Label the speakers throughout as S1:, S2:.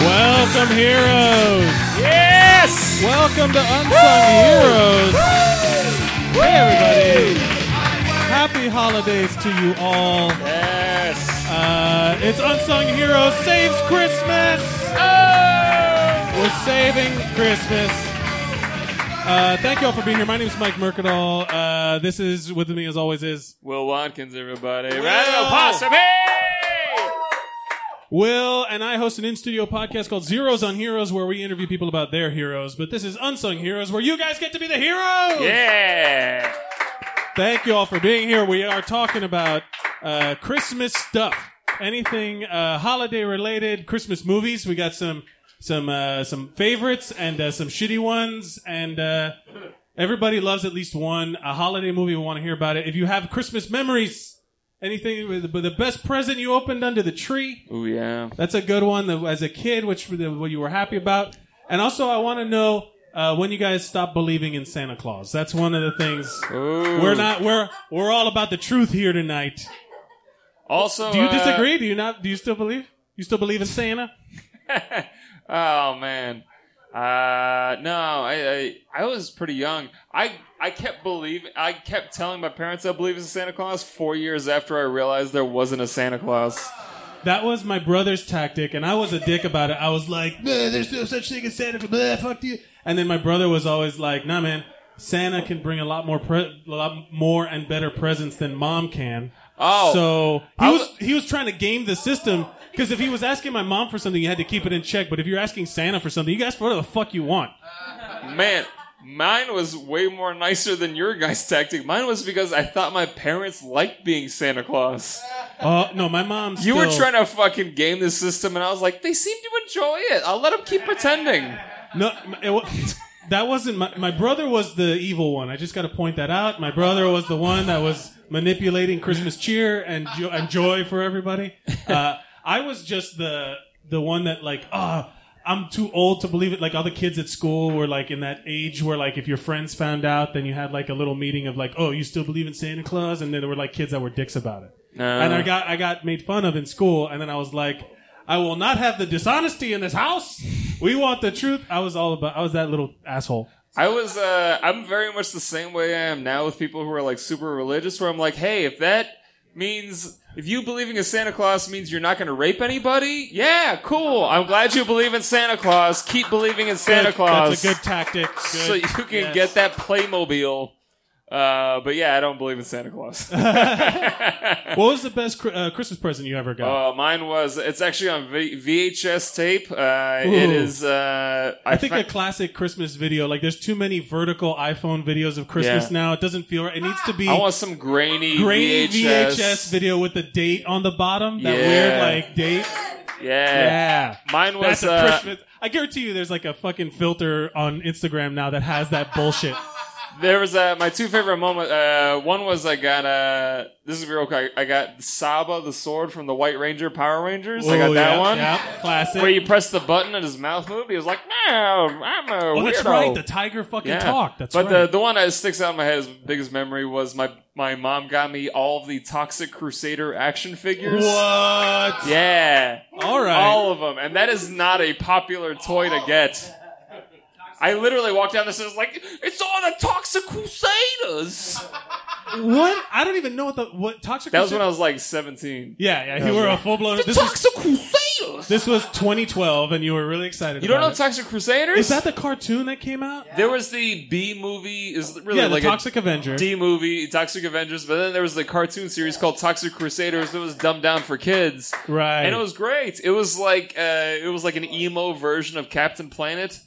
S1: Welcome, heroes.
S2: Yes!
S1: Welcome to Unsung Heroes. Hey, everybody. Happy holidays to you all.
S2: Yes!
S1: Uh, it's Unsung Heroes Saves Christmas. We're saving Christmas. Uh, thank you all for being here. My name is Mike Mercadal. Uh, this is with me, as always, is
S2: Will Watkins, everybody. Round of applause for me!
S1: Will, and I host an in studio podcast called Zeros on Heroes, where we interview people about their heroes. But this is Unsung Heroes, where you guys get to be the heroes.
S2: Yeah!
S1: Thank you all for being here. We are talking about uh, Christmas stuff, anything uh, holiday related, Christmas movies. We got some some uh, some favorites and uh, some shitty ones, and uh, everybody loves at least one a holiday movie. We want to hear about it. If you have Christmas memories, anything with with the best present you opened under the tree.
S2: Ooh, yeah.
S1: That's a good one that, as a kid, which the- what you were happy about. And also, I want to know uh, when you guys stop believing in Santa Claus. That's one of the things
S2: Ooh.
S1: we're not. We're we're all about the truth here tonight.
S2: Also,
S1: Do you
S2: uh,
S1: disagree? Do you not? Do you still believe? You still believe in Santa?
S2: oh man, uh, no, I, I I was pretty young. I I kept believing. I kept telling my parents I believe in Santa Claus. Four years after I realized there wasn't a Santa Claus.
S1: That was my brother's tactic, and I was a dick about it. I was like, "Bleh, Uh, "There's no such thing as Santa. Claus. Bleh, fuck you." And then my brother was always like, "Nah, man." Santa can bring a lot more, pre- a lot more and better presents than mom can.
S2: Oh.
S1: so he
S2: I
S1: was,
S2: was-
S1: he was trying to game the system because if he was asking my mom for something, you had to keep it in check. But if you're asking Santa for something, you can ask for whatever the fuck you want.
S2: Man, mine was way more nicer than your guys' tactic. Mine was because I thought my parents liked being Santa Claus.
S1: Oh no, my mom's.
S2: You were trying to fucking game the system, and I was like, they seem to enjoy it. I'll let them keep pretending.
S1: No, it wa- that wasn't my, my brother was the evil one. I just got to point that out. My brother was the one that was manipulating Christmas cheer and, jo- and joy for everybody. Uh, I was just the the one that like ah. I'm too old to believe it. Like all the kids at school were like in that age where like if your friends found out, then you had like a little meeting of like, oh, you still believe in Santa Claus, and then there were like kids that were dicks about it. And I got I got made fun of in school, and then I was like, I will not have the dishonesty in this house. We want the truth. I was all about. I was that little asshole.
S2: I was uh I'm very much the same way I am now with people who are like super religious where I'm like, "Hey, if that means if you believing in Santa Claus means you're not going to rape anybody, yeah, cool. I'm glad you believe in Santa Claus. Keep believing in Santa
S1: Good.
S2: Claus.
S1: That's a good tactic. Good.
S2: so you can
S1: Yes.
S2: get that Playmobil. Uh, but yeah, I don't believe in Santa Claus.
S1: What was the best Chri- uh, Christmas present you ever got?
S2: uh, mine was it's actually on v- VHS tape. Uh, it
S1: Ooh.
S2: is. Uh,
S1: I think
S2: fi-
S1: a classic Christmas video. Like there's too many vertical iPhone videos of Christmas
S2: Yeah.
S1: now. It doesn't feel right. It needs to be
S2: I want some grainy,
S1: grainy VHS.
S2: VHS
S1: video with the date on the bottom. That
S2: Yeah.
S1: weird like date.
S2: Yeah.
S1: Yeah.
S2: Mine was
S1: That's a
S2: uh,
S1: Christmas. I guarantee you, there's like a fucking filter on Instagram now that has that bullshit.
S2: there was uh, my two favorite moments. Uh, one was I got uh, this is real quick. I got Saba the sword from the White Ranger Power Rangers. I got
S1: Ooh,
S2: that
S1: yeah,
S2: one
S1: Yeah, classic.
S2: where you press the button and his mouth moved. He was like, "No, I'm a
S1: oh,
S2: weirdo."
S1: that's right. The tiger fucking
S2: Yeah.
S1: talked. That's
S2: but
S1: right.
S2: the the one that sticks out in my head as biggest memory was my my mom got me all of the Toxic Crusader action figures.
S1: what?
S2: Yeah.
S1: All right.
S2: All of them. And that is not a popular toy to get. I literally walked down the stairs like, it's all the Toxic Crusaders.
S1: what? I don't even know what the what toxic.
S2: That was
S1: Crusader-
S2: when I was like 17.
S1: yeah, yeah. You were a full blown. This was
S2: Toxic Crusaders!
S1: this was 2012, and you were really excited.
S2: You don't know
S1: about
S2: Toxic Crusaders?
S1: it. Is that the cartoon that came out?
S2: There was the B movie, is really
S1: Yeah, the
S2: like
S1: Toxic
S2: a
S1: Avenger.
S2: D movie, Toxic Avengers, but then there was the cartoon series called Toxic Crusaders that was dumbed down for kids.
S1: right.
S2: And it was great. It was like uh, it was like an emo version of Captain Planet.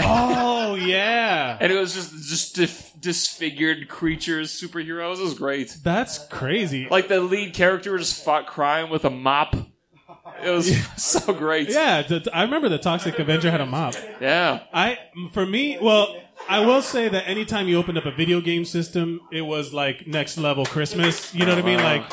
S1: oh yeah.
S2: and it was just just dif- disfigured creatures, superheroes. It was great.
S1: That's crazy.
S2: Like the lead character just fought crime with a mop. It was so great.
S1: yeah, the- I remember the Toxic Avenger had a mop.
S2: yeah.
S1: I for me, well, I will say that anytime you opened up a video game system, it was like next level Christmas. You know what I mean?
S2: Wow.
S1: Like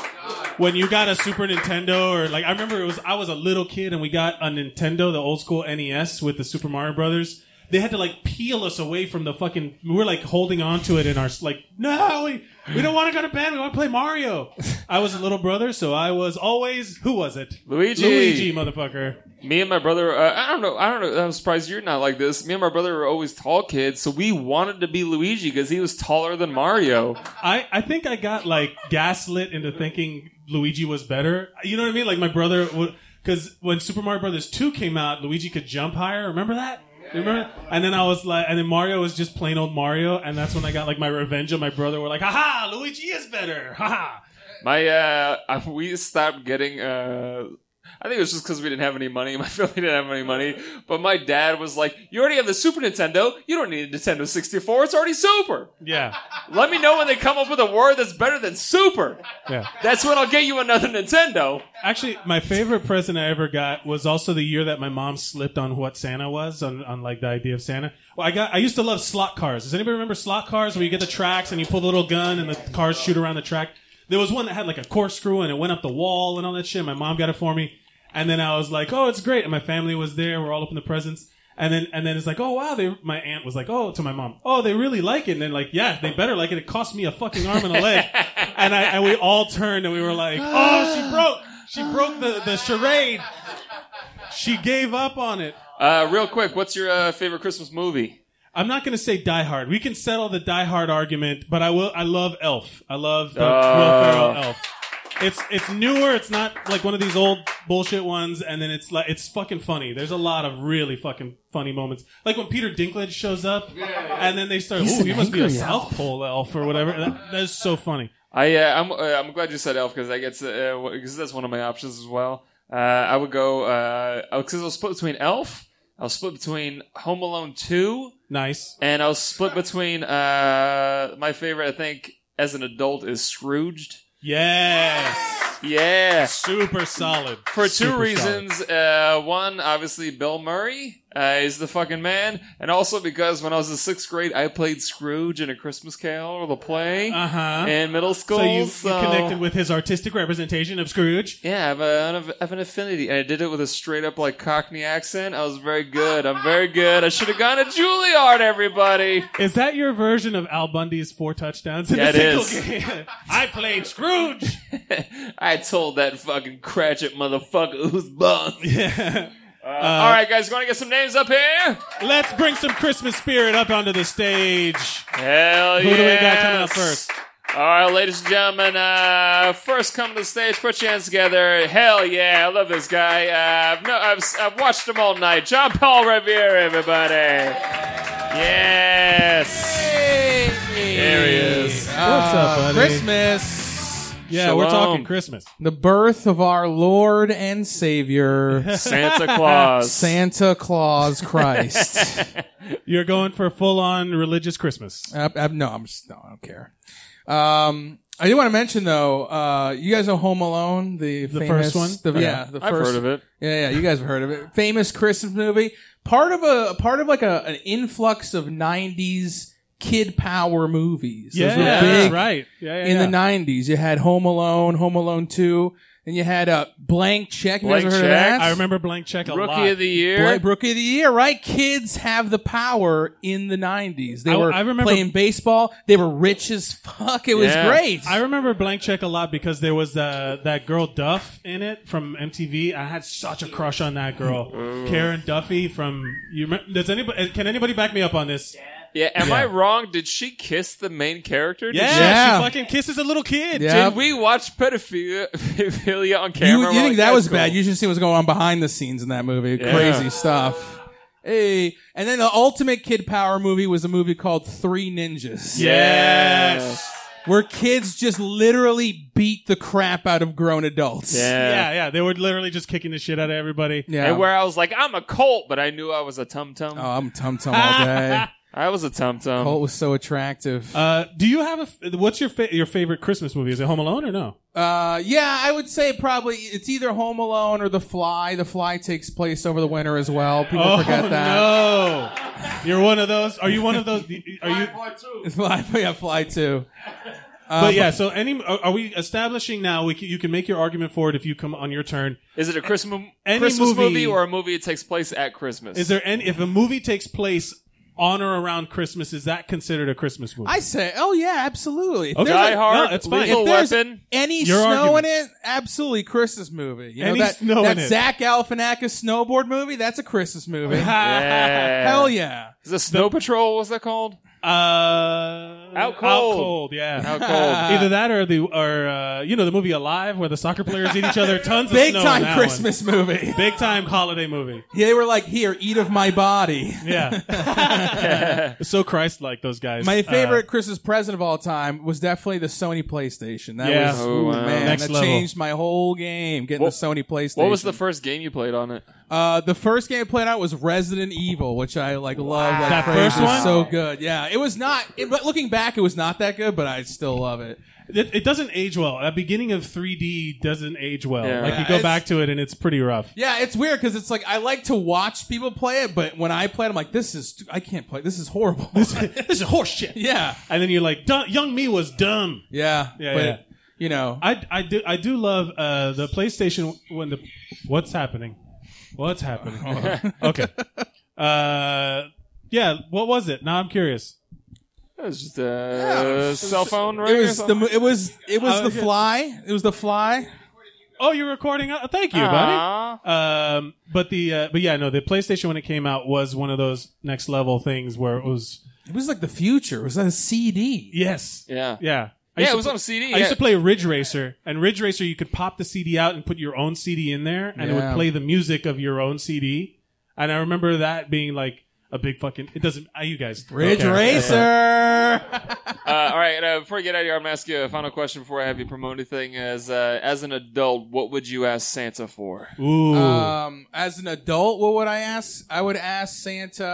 S1: when you got a Super Nintendo or like I E remember it was I was a little kid and we got a Nintendo, the old school NES with the Super Mario Brothers. they had to like peel us away from the fucking. We were like holding on to it in our like. No, we, we don't want to go to bed. We want to play Mario. I was a little brother, so I was always who was it?
S2: Luigi.
S1: Luigi, motherfucker.
S2: Me and my brother, uh, I don't know, I don't know. I'm surprised you're not like this. Me and my brother were always tall kids, so we wanted to be Luigi because he was taller than Mario.
S1: I, I think I got like gaslit into thinking Luigi was better. You know what I mean? Like my brother, because when Super Mario Brothers two came out, Luigi could jump higher. Remember that? Remember? And then I was like, and then Mario was just plain old Mario, and that's when I got like my revenge on my brother. We're like, haha, Luigi is better, haha.
S2: My uh, we stopped getting. Uh, I think it was just because we didn't have any money. My family didn't have any money, but my dad was like, "You already have the Super Nintendo. You don't need a Nintendo 64. It's already Super.
S1: Yeah,
S2: Let me know when they come up with a word that's better than Super.
S1: yeah.
S2: That's when I'll get you another Nintendo."
S1: Actually, my favorite present I ever got was also the year that my mom slipped on what Santa was, on, on like the idea of Santa. Well, I got I used to love slot cars. Does anybody remember slot cars where you get the tracks and you pull the little gun and the cars shoot around the track? There was one that had like a corkscrew and it went up the wall and all that shit. My mom got it for me, and then I was like, "Oh, it's great!" And my family was there. We're all up in the presents. And then, and then it's like, oh wow, they, my aunt was like, oh, to my mom, oh, they really like it. And then like, yeah, they better like it. It cost me a fucking arm and a leg. and I, and we all turned and we were like, oh, she broke, she broke the, the charade. She gave up on it.
S2: Uh, real quick, what's your uh, favorite Christmas movie?
S1: I'm not gonna say Die Hard. We can settle the Die Hard argument, but I will. I love Elf. I love the Will
S2: Oh.
S1: Ferrell Elf. It's it's newer. It's not like one of these old bullshit ones. And then it's like it's fucking funny. There's a lot of really fucking funny moments, like when Peter Dinklage shows up, and then they start.
S3: He's
S1: Ooh,
S3: an
S1: he must be a
S3: angry
S1: South Pole elf or whatever. That, that is so funny.
S2: I uh, I'm uh, I'm glad you said Elf because I get to, uh, because that's one of my options as well. Uh, I would go uh, because I was split between Elf, I was split between Home Alone two,
S1: Nice.
S2: and I was split between uh, my favorite I think as an adult is Scrooged.
S1: Yes.
S2: Yeah.
S1: Super solid.
S2: For two
S1: Super solid.
S2: reasons. Uh, one, obviously, Bill Murray uh, is the fucking man, and also because when I was in sixth grade, I played Scrooge in A Christmas Carol, or the play,
S1: Uh huh.
S2: in middle uh, school.
S1: So you, you
S2: so-
S1: connected with his artistic representation of Scrooge.
S2: Yeah, I have, a, I have an affinity, and I did it with a straight up like Cockney accent. I was very good. I'm very good. I should have gone to Juilliard, everybody.
S1: Is that your version of Al Bundy's four touchdowns in a
S2: Yeah, it
S1: single
S2: is.
S1: game? I played Scrooge.
S2: I told that fucking Cratchit motherfucker who's bunk.
S1: yeah. Uh,
S2: All right, guys, going to get some names up here?
S1: Let's bring some Christmas spirit up onto the stage.
S2: Hell
S1: Who
S2: yeah!
S1: do we got coming up first?
S2: All right, ladies and gentlemen, uh, first come to the stage, put your hands together. Hell yeah, I love this guy. Uh, I've no, I've, I've watched him all night. John Paul Revere, everybody. Yes. There he is.
S3: What's up,
S4: Ah,
S1: buddy?
S3: Christmas.
S1: Yeah, we're
S2: Shalom.
S1: talking Christmas.
S3: The birth of our Lord and Savior,
S2: Santa Claus.
S3: Santa Claus Christ.
S1: You're going for full on religious Christmas.
S3: Uh, uh, no, I'm just, no, I don't care. Um, I do want to mention though, uh, you guys know Home Alone, the,
S1: The
S3: famous,
S1: first one?
S3: the-
S1: Okay.
S3: yeah, the
S2: I've
S3: first,
S2: heard of it.
S3: Yeah, yeah, you guys have heard of it. Famous Christmas movie, part of a part of like a, an influx of '90s kid power movies. Those
S1: Yeah,
S3: were
S1: that's
S3: big
S1: right. Yeah, yeah,
S3: in
S1: yeah.
S3: the '90s. You had Home Alone, Home Alone Two, and you had uh, Blank Check. You guys
S2: Blank
S3: ever heard of
S2: Check.
S3: that?
S1: I remember Blank Check a
S2: Rookie
S1: lot.
S2: of the Year.
S3: Blank Rookie of the Year, right? Kids have the power in the '90s. They
S1: I-
S3: were
S1: I remember-
S3: playing baseball. They were rich as fuck. It was
S2: Yeah.
S3: great.
S1: I remember Blank Check a lot because there was uh, that girl Duff in it from MTV. I had such a crush on that girl,
S2: Mm.
S1: Karen Duffy from. You remember, does anybody? Can anybody back me up on this?
S2: yeah, am I wrong? Did she kiss the main character? Did
S1: Yeah,
S2: she-
S3: Yeah.
S1: she fucking kisses a little kid.
S3: Yeah.
S2: Did we watch pedophilia, pedophilia on
S3: you,
S2: camera?
S3: you
S2: We're
S3: think
S2: like,
S3: that
S2: that's
S3: was
S2: cool.
S3: bad? You should see what's going on behind the scenes in that movie.
S2: Yeah.
S3: Crazy stuff. Hey, and then the ultimate kid power movie was a movie called Three Ninjas,
S1: Yes.
S3: where kids just literally beat the crap out of grown adults.
S2: Yeah.
S1: Yeah, yeah. They were literally just kicking the shit out of everybody.
S3: yeah.
S2: And where I was like, I'm a cult, but I knew I was a tum tum.
S3: oh, I'm tum tum all day.
S2: I was a tum
S3: Colt
S2: tum.
S3: was so attractive.
S1: Uh, do you have a? f- What's your fa- your favorite Christmas movie? Is it Home Alone or no?
S3: Uh, yeah, I would say probably it's either Home Alone or The Fly. The Fly takes place over the winter as well. People forget that.
S1: Oh, no! You're one of those. Are you one of those? Are you?
S3: Fly, yeah, Fly too.
S1: but yeah, so any are are we establishing now? We can, you can make your argument for it if you come on your turn.
S2: Is it a Christmas,
S1: Any
S2: Christmas
S1: movie-
S2: movie, or a movie that takes place at Christmas?
S1: Is there any if a movie takes place on or around Christmas? Is that considered a Christmas movie?
S3: I say, oh yeah, absolutely. If
S1: Okay.
S3: there's,
S2: Die Hard,
S1: No, it's fine.
S2: Lethal
S1: If
S3: there's
S2: Weapon.
S3: any
S1: Your
S3: snow
S1: argument.
S3: in it, absolutely Christmas movie. You
S1: Any
S3: know, that,
S1: snow
S3: that
S1: in it.
S3: Zach Galifianakis snowboard movie, that's a Christmas movie.
S2: Yeah.
S3: Hell yeah.
S2: Is it Snow Patrol? What's that called?
S1: uh, out
S2: Out Cold.
S1: cold, yeah.
S2: Out cold.
S1: Either that or the or uh, you know the movie Alive where the soccer players eat each other. Tons of
S3: Big
S1: snow in
S3: time
S1: that
S3: Christmas movie.
S1: one. big time holiday movie.
S3: They were like, here, eat of my body.
S1: Yeah, so Christ like those guys.
S3: My
S1: Uh,
S3: favorite Christmas present of all time was definitely the Sony PlayStation. That
S1: Yeah.
S3: was
S2: Oh,
S3: ooh,
S2: wow.
S3: man,
S1: Next
S3: that
S1: level.
S3: changed my whole game getting
S2: What-
S3: the Sony PlayStation.
S2: What was the first game you played on it?
S3: Uh, the first game I played out was Resident Evil, which I like love. Like,
S1: That
S3: crazy.
S1: first
S3: It was
S1: one?
S3: so good. Yeah, it was not. It, but looking back, it was not that good, but I still love it.
S1: It, it doesn't age well. That beginning of 3D doesn't age well.
S2: Yeah.
S1: Like you
S3: Yeah,
S1: go
S3: it's-
S1: back to it and it's pretty rough.
S3: Yeah, it's weird because it's like I like to watch people play it, but when I play it, I'm like, this is I can't play. This is horrible.
S1: this is horse shit.
S3: yeah,
S1: And then you're like, "Dumb- young me was dumb.
S3: yeah,
S1: Yeah,
S3: But
S1: yeah.
S3: you know,
S1: I, I do I do love uh, the PlayStation when the what's happening, what's happening? okay, uh, yeah. What was it? Now I'm curious.
S2: It was just a Uh, cell phone ring.
S3: it
S2: or
S3: was the
S2: something?
S3: mo- it was it was
S1: Oh,
S3: the
S1: okay.
S3: fly. It was the fly.
S1: Oh, you're recording. Uh, thank you,
S2: Aw.
S1: buddy. Um, but the uh, but yeah, no, the PlayStation when it came out was one of those next level things where it was
S3: It was like the future. It was like a CD.
S1: yes,
S2: Yeah.
S1: yeah. I
S2: Yeah,
S1: used
S2: it
S1: to
S2: was
S1: pl-
S2: on CD.
S1: I used
S2: yeah.
S1: to play Ridge Racer, and Ridge Racer, you could pop the CD out and put your own CD in there, and it would
S3: Yeah.
S1: play the music of your own CD. And I remember that being like a big fucking. It doesn't. Uh, you guys, don't
S3: Ridge
S1: care.
S3: Racer.
S2: uh, all right, uh, before you get out of here, I'm gonna ask you a final question before I have you promote anything. Is uh, as an adult, what would you ask Santa for?
S1: Ooh,
S3: Um, as an adult, what would I ask? I would ask Santa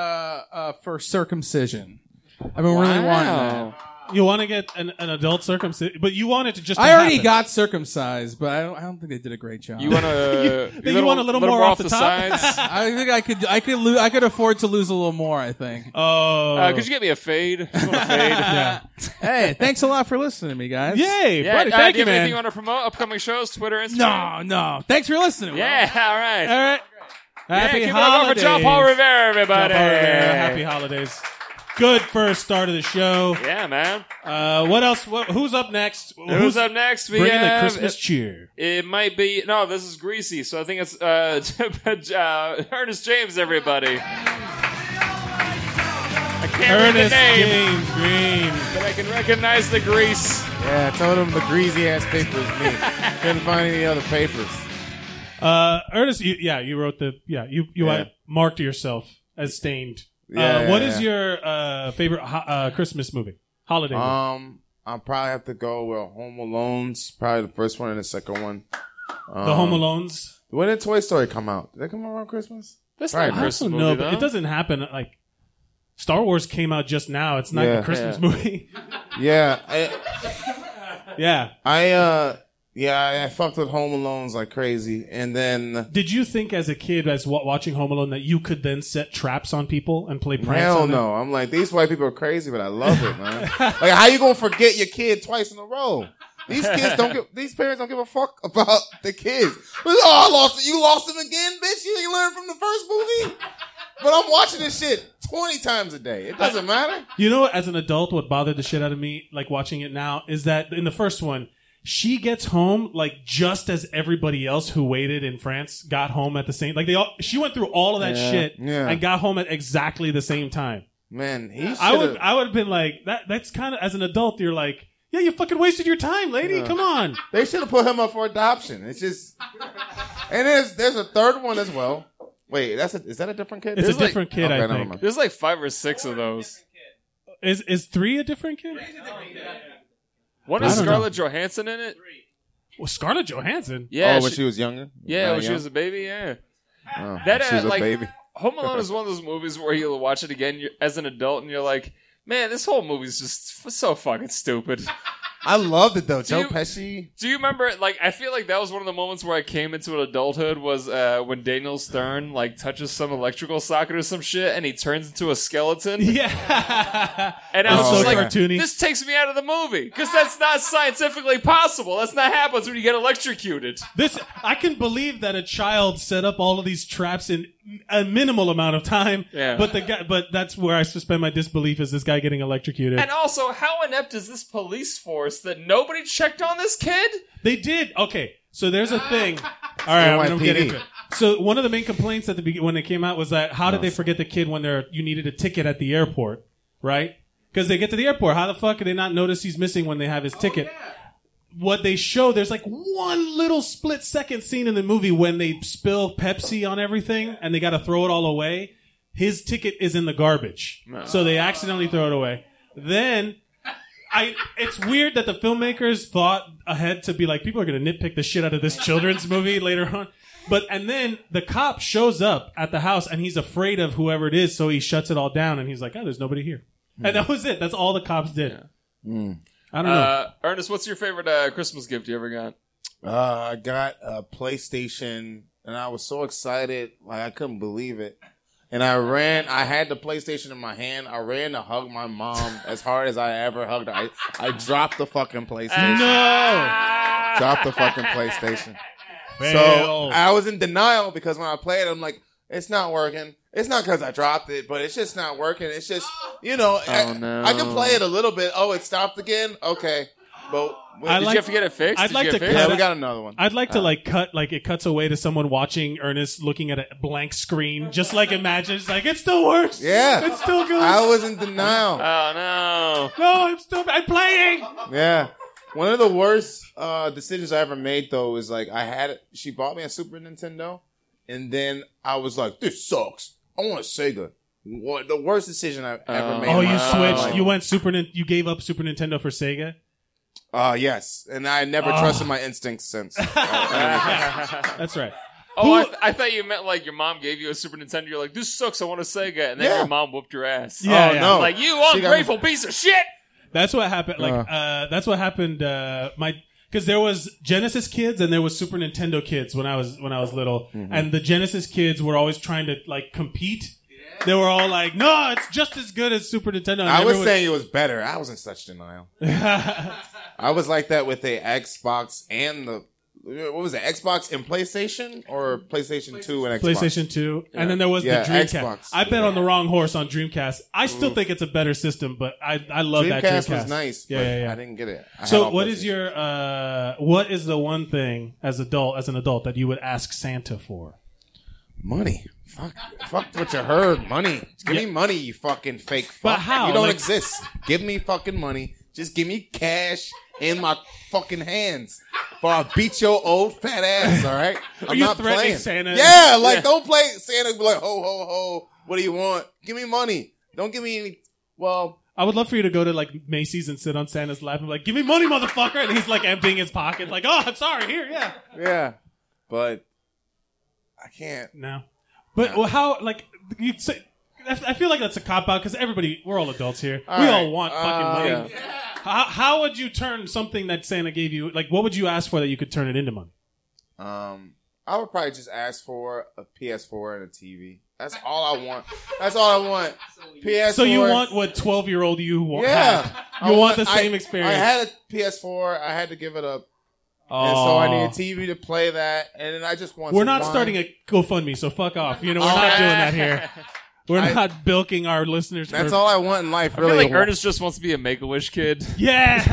S3: uh, for circumcision. I've been really wanting that.
S1: you want to get an, an adult circumcision, but you want it to just.
S3: I
S1: to
S3: already
S1: happen.
S3: got circumcised, but I don't, I don't think they did a great job.
S2: You want to?
S1: You- you want a little more off the top?
S2: sides?
S3: I think I could I could lose I could afford to lose a little more. I think.
S1: Oh,
S2: Uh, could you get me a fade? Just want a fade.
S1: yeah.
S3: hey, thanks a lot for listening to me, guys.
S1: Yay,
S2: Yeah,
S1: buddy!
S2: uh,
S1: Thank
S2: do
S1: you,
S2: you have
S1: man.
S2: anything you want to promote? Upcoming shows, Twitter, Instagram.
S3: No, no. Thanks for listening.
S2: Yeah, all right.
S1: All right. Happy
S2: yeah, give it up for
S1: holidays.
S2: John Paul Rivera, everybody.
S1: John Paul Rivera, Happy holidays. Good first start of the show.
S2: Yeah, man.
S1: Uh, what else? What, who's up next?
S2: Who's up next? We
S1: Bringing the
S2: have-
S1: Christmas cheer.
S2: It might be no. This is greasy, so I think it's uh, uh Ernest James. Everybody, I can't read the
S1: Ernest
S2: name,
S1: James Green.
S2: but I can recognize the grease.
S5: Yeah, I told him the greasy ass paper was me. Couldn't find any other papers.
S1: Uh, Ernest, you, yeah, you wrote the yeah. You you
S5: Yeah.
S1: uh, marked yourself as stained. uh,
S5: Yeah,
S1: what
S5: yeah,
S1: is
S5: yeah.
S1: your uh, favorite ho- uh, Christmas movie? Holiday movie.
S5: Um, I'll probably have to go with Home Alone's. Probably the first one and the second one. Um,
S1: the Home Alones.
S5: When did Toy Story come out? Did that come out around Christmas?
S2: That's
S5: Right,
S2: not a
S1: I
S2: Christmas
S1: don't
S2: movie,
S1: know, but
S2: though.
S1: it doesn't happen. Like Star Wars came out just now. It's not
S5: Yeah.
S1: a Christmas
S2: Yeah.
S1: movie.
S5: Yeah, I,
S1: yeah.
S5: I uh, yeah, I, I fucked with Home Alone's like crazy, and then
S1: Did you think as a kid, as wa- watching Home Alone, that you could then set traps on people and play pranks?
S5: hell
S1: on them?
S5: no, I'm like these white people are crazy, but I love it, man. like, how you gonna forget your kid twice in a row? These kids don't give. These parents don't give a fuck about the kids. Oh, I lost it. You lost him again, bitch. You ain't learned from the first movie. But I'm watching this shit twenty times a day. It doesn't matter.
S1: You know, what, as an adult, what bothered the shit out of me, like watching it now, is that in the first one, she gets home like just as everybody else who waited in France got home at the same. Like they all, she went through all of that shit
S5: yeah.
S1: and got home at exactly the same time.
S5: Man, he should
S1: I would,
S5: have.
S1: I would have been like that. That's kind of as an adult, you're like, yeah, you fucking wasted your time, lady. Come on.
S5: They should have put him up for adoption. It's just, and there's there's a third one as well. Wait, that's a, is that a different kid?
S1: It's a
S5: There's like-
S1: different kid, I
S5: never
S1: think.
S5: mind.
S2: There's like five or six of those.
S1: Is is three a different kid?
S2: One
S1: I
S2: is
S1: don't
S2: Scarlett Johansson in it.
S1: Well, Scarlett Johansson.
S2: Yeah,
S5: oh, when
S2: she-
S5: she, was younger.
S2: yeah,
S5: Uh,
S2: when she
S5: young?
S2: was a baby. Yeah,
S5: Oh,
S2: that
S5: she was
S2: uh,
S5: a
S2: like
S5: baby.
S2: Home Alone is one of those movies where you'll watch it again you- as an adult and you're like, man, this whole movie's just f- so fucking stupid.
S5: I loved it though.
S2: Do
S5: Joe
S2: you-
S5: Pesci.
S2: Do you remember? Like, I feel like that was one of the moments where I came into adulthood was uh, when Daniel Stern like touches some electrical socket or some shit, and he turns into a skeleton.
S1: yeah.
S2: And I
S1: That
S2: was
S1: was
S5: Oh,
S2: just
S1: so
S2: like,
S5: yeah.
S1: cartoony.
S2: this takes me out of the movie because that's not scientifically possible. That's not happens when you get electrocuted.
S1: This I can believe that a child set up all of these traps in a minimal amount of time.
S2: Yeah.
S1: But the guy, but that's where I suspend my disbelief is this guy getting electrocuted.
S2: And also, how inept is this police force that nobody checked on this kid?
S1: They did. Okay, so there's a thing. All right, I'm gonna
S5: NYPD.
S1: get into it. So one of the main complaints at the be- when it came out was that how did they forget the kid when they're you needed a ticket at the airport, right? Because they get to the airport, how the fuck did they not notice he's missing when they have his ticket? What they show, there's like one little split second scene in the movie when they spill Pepsi on everything and they got to throw it all away. His ticket is in the garbage, so they accidentally throw it away. Then I it's weird that the filmmakers thought ahead to be like people are going to nitpick the shit out of this children's movie later on. But and then the cop shows up at the house and he's afraid of whoever it is, so he shuts it all down and he's like, "Oh, there's nobody here."
S5: Hmm.
S1: And that was it. That's all the cops did.
S6: Mm.
S1: I don't know.
S2: Uh, Ernest, what's your favorite uh, Christmas gift you ever got?
S5: Uh, I got a PlayStation and I was so excited, like I couldn't believe it. And I ran. I had the PlayStation in my hand. I ran to hug my mom as hard as I ever hugged her. I, I dropped the fucking PlayStation.
S1: no.
S5: Dropped the fucking PlayStation. So I was in denial because when I played, I'm like, it's not working. It's not because I dropped it, but it's just not working. It's just, you know,
S2: Oh,
S5: I,
S2: no.
S5: I can play it a little bit. Oh, it stopped again. Okay, but
S1: I
S2: Did
S1: like-
S2: you have to get it fixed?
S1: I'd
S2: Did
S1: like
S2: you get
S1: to
S2: it
S5: yeah,
S2: fixed?
S5: we got another one. Uh,
S1: I'd like to like cut like it cuts away to someone watching Ernest looking at a blank screen, just like imagine it's like it still works.
S5: Yeah.
S1: it's still good.
S5: I was in denial.
S2: Oh no!
S1: no, I'm still I'm playing.
S5: Yeah. One of the worst uh, decisions I ever made though is like I had she bought me a Super Nintendo, and then I was like, this sucks. I want a Sega. What the worst decision I ever
S2: Oh.
S5: made. in
S1: Oh,
S5: my
S1: you
S5: life.
S1: switched. You went Super. Nin- You gave up Super Nintendo for Sega.
S5: Uh, yes, and I never
S1: Ah.
S5: trusted my instincts since.
S1: That's right.
S2: Oh, I,
S1: Who-
S2: th- I thought you meant like your mom gave you a Super Nintendo. You're like, this sucks. I want a Sega, and then
S5: Yeah.
S2: your mom whooped your ass.
S1: Yeah,
S5: oh
S1: yeah.
S5: no!
S2: Like you
S5: She got me-
S2: ungrateful piece of shit.
S1: That's what happened. Like, uh, that's what happened. Uh, my because there was Genesis kids and there was Super Nintendo kids when I was when I was little,
S5: Mm-hmm.
S1: and the Genesis kids were always trying to like compete. They were all like, "No, it's just as good as Super Nintendo." And
S5: I was
S1: everyone-
S5: saying it was better. I was in such denial. I was like that with the Xbox and the what was it? Xbox and PlayStation or PlayStation, Two and Xbox.
S1: PlayStation Two, and then there was
S5: Yeah,
S1: the Dreamcast.
S5: Xbox. Mm.
S1: I bet on the wrong horse on Dreamcast. I still think it's a better system, but I I love
S5: Dreamcast,
S1: that Dreamcast
S5: was nice,
S1: Yeah,
S5: but
S1: yeah, yeah.
S5: I didn't get it. I had
S1: So,
S5: all
S1: what is
S5: PlayStation.
S1: your uh, what is the one thing as adult as an adult that you would ask Santa for?
S5: money? Fuck, fuck what you heard. Money. Just give me money, you fucking fake. Fuck.
S1: But how?
S5: You don't
S1: Like-
S5: exist. Give me fucking money. Just give me cash in my fucking hands, or I'll beat your old fat ass. All right. I'm
S1: you
S5: not
S1: threatening
S5: playing.
S1: Santa?
S5: Yeah, like
S2: Yeah.
S5: don't play Santa. Be like, ho ho ho. What do you want? Give me money. Don't give me any. Well,
S1: I would love for you to go to like Macy's and sit on Santa's lap and be like, "Give me money, motherfucker!" And he's like emptying his pocket, like, "Oh, I'm sorry, here, yeah."
S5: yeah, but I can't.
S1: No, but well, how like you say? I I feel like that's a cop out because everybody, we're all adults here.
S5: All
S1: we
S5: right.
S1: all want fucking
S5: Uh,
S1: money. How, how would you turn something that Santa gave you? Like, what would you ask for that you could turn it into money?
S5: Um, I would probably just ask for a PS4 and a TV. That's all I want. That's all I want. PS4.
S1: So you want what twelve year old you want?
S5: Yeah. I
S1: you want the
S5: I-
S1: same experience.
S5: I had a PS4. I had to give it up, and so
S1: Aw.
S5: I need a TV to play that. And then I just want.
S1: Oh. We're
S5: some
S1: not
S5: wine.
S1: starting a GoFundMe, so fuck off. You know, we're
S5: Oh.
S1: not doing that here. We're
S5: I-
S1: not bilking our listeners.
S5: That's
S1: for,
S5: all I want in life.
S2: I
S5: Really,
S2: feel like
S5: I want-
S2: Ernest just wants to be a Make a Wish kid.
S1: Yeah.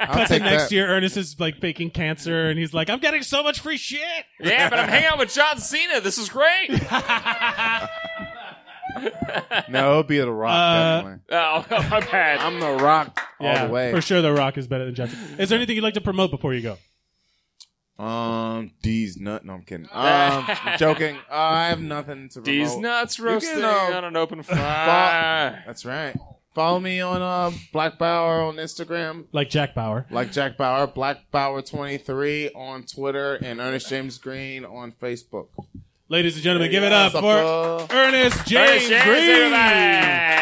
S5: I'll
S1: Cut to
S5: take
S1: next
S5: that.
S1: year. Ernest is like faking cancer, and he's like, "I'm getting so much free shit."
S2: yeah, but I'm hanging out with John Cena. This is great. Oh,
S5: No, it'll be the Rock.
S1: Uh,
S5: definitely.
S2: Oh, my bad.
S5: I'm the Rock
S1: Yeah,
S5: all the way.
S1: for sure. The Rock is better than Jackson. Is there anything you'd like to promote before you go?
S5: Um, D's nut. No, I'm kidding. Um, I'm joking. Uh, I have nothing to.
S2: These
S5: promote.
S2: nuts
S5: can,
S2: roasting
S5: uh,
S2: on an open fire.
S5: That's right. Follow me on uh Black Bauer on Instagram.
S1: Like Jack Bauer.
S5: like Jack Bauer, Black Bauer 23 on Twitter, and Ernest James Green on Facebook.
S1: Ladies and gentlemen, give it up
S5: What's
S1: for
S5: up, uh?
S1: Ernest James
S2: Ernest James,
S1: Green.
S2: everybody.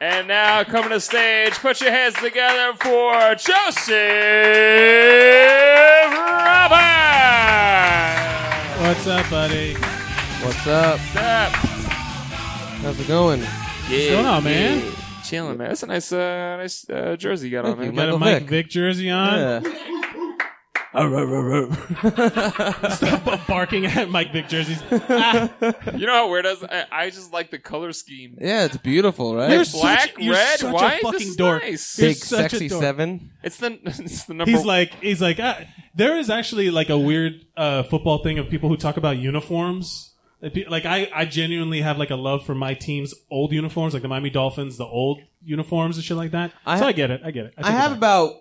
S2: And now coming to stage, put your hands together for Joseph Roberts.
S1: What's up, buddy?
S7: What's up? How's it going?
S2: Yeah,
S1: going on, man?
S2: yeah. Chilling, man. That's a nice, uh, nice uh, jersey you got on,
S7: Thank you,
S2: man.
S1: Got a
S7: Michael
S1: Mike
S7: Vick.
S1: Vick jersey on. Stop barking at Mike Vick jerseys. Ah,
S2: You know how weird it is? I, I just like the color scheme.
S7: yeah, it's beautiful, right?
S1: You're such-
S2: Black,
S1: you're
S2: red,
S1: such a
S2: white.
S1: fucking
S2: this is
S1: dork.
S2: nice.
S1: You're
S7: Big
S1: such a
S7: sexy
S1: dork.
S7: seven.
S2: It's the it's the number.
S1: he's like he's like ah, there is actually like a weird uh, football thing of people who talk about uniforms. Like, pe- Like I, I genuinely have like a love for my team's old uniforms, like the Miami Dolphins, the old uniforms and shit like that.
S7: I-
S1: so I get it. I get it.
S7: I
S1: take it
S7: have
S1: back.
S7: about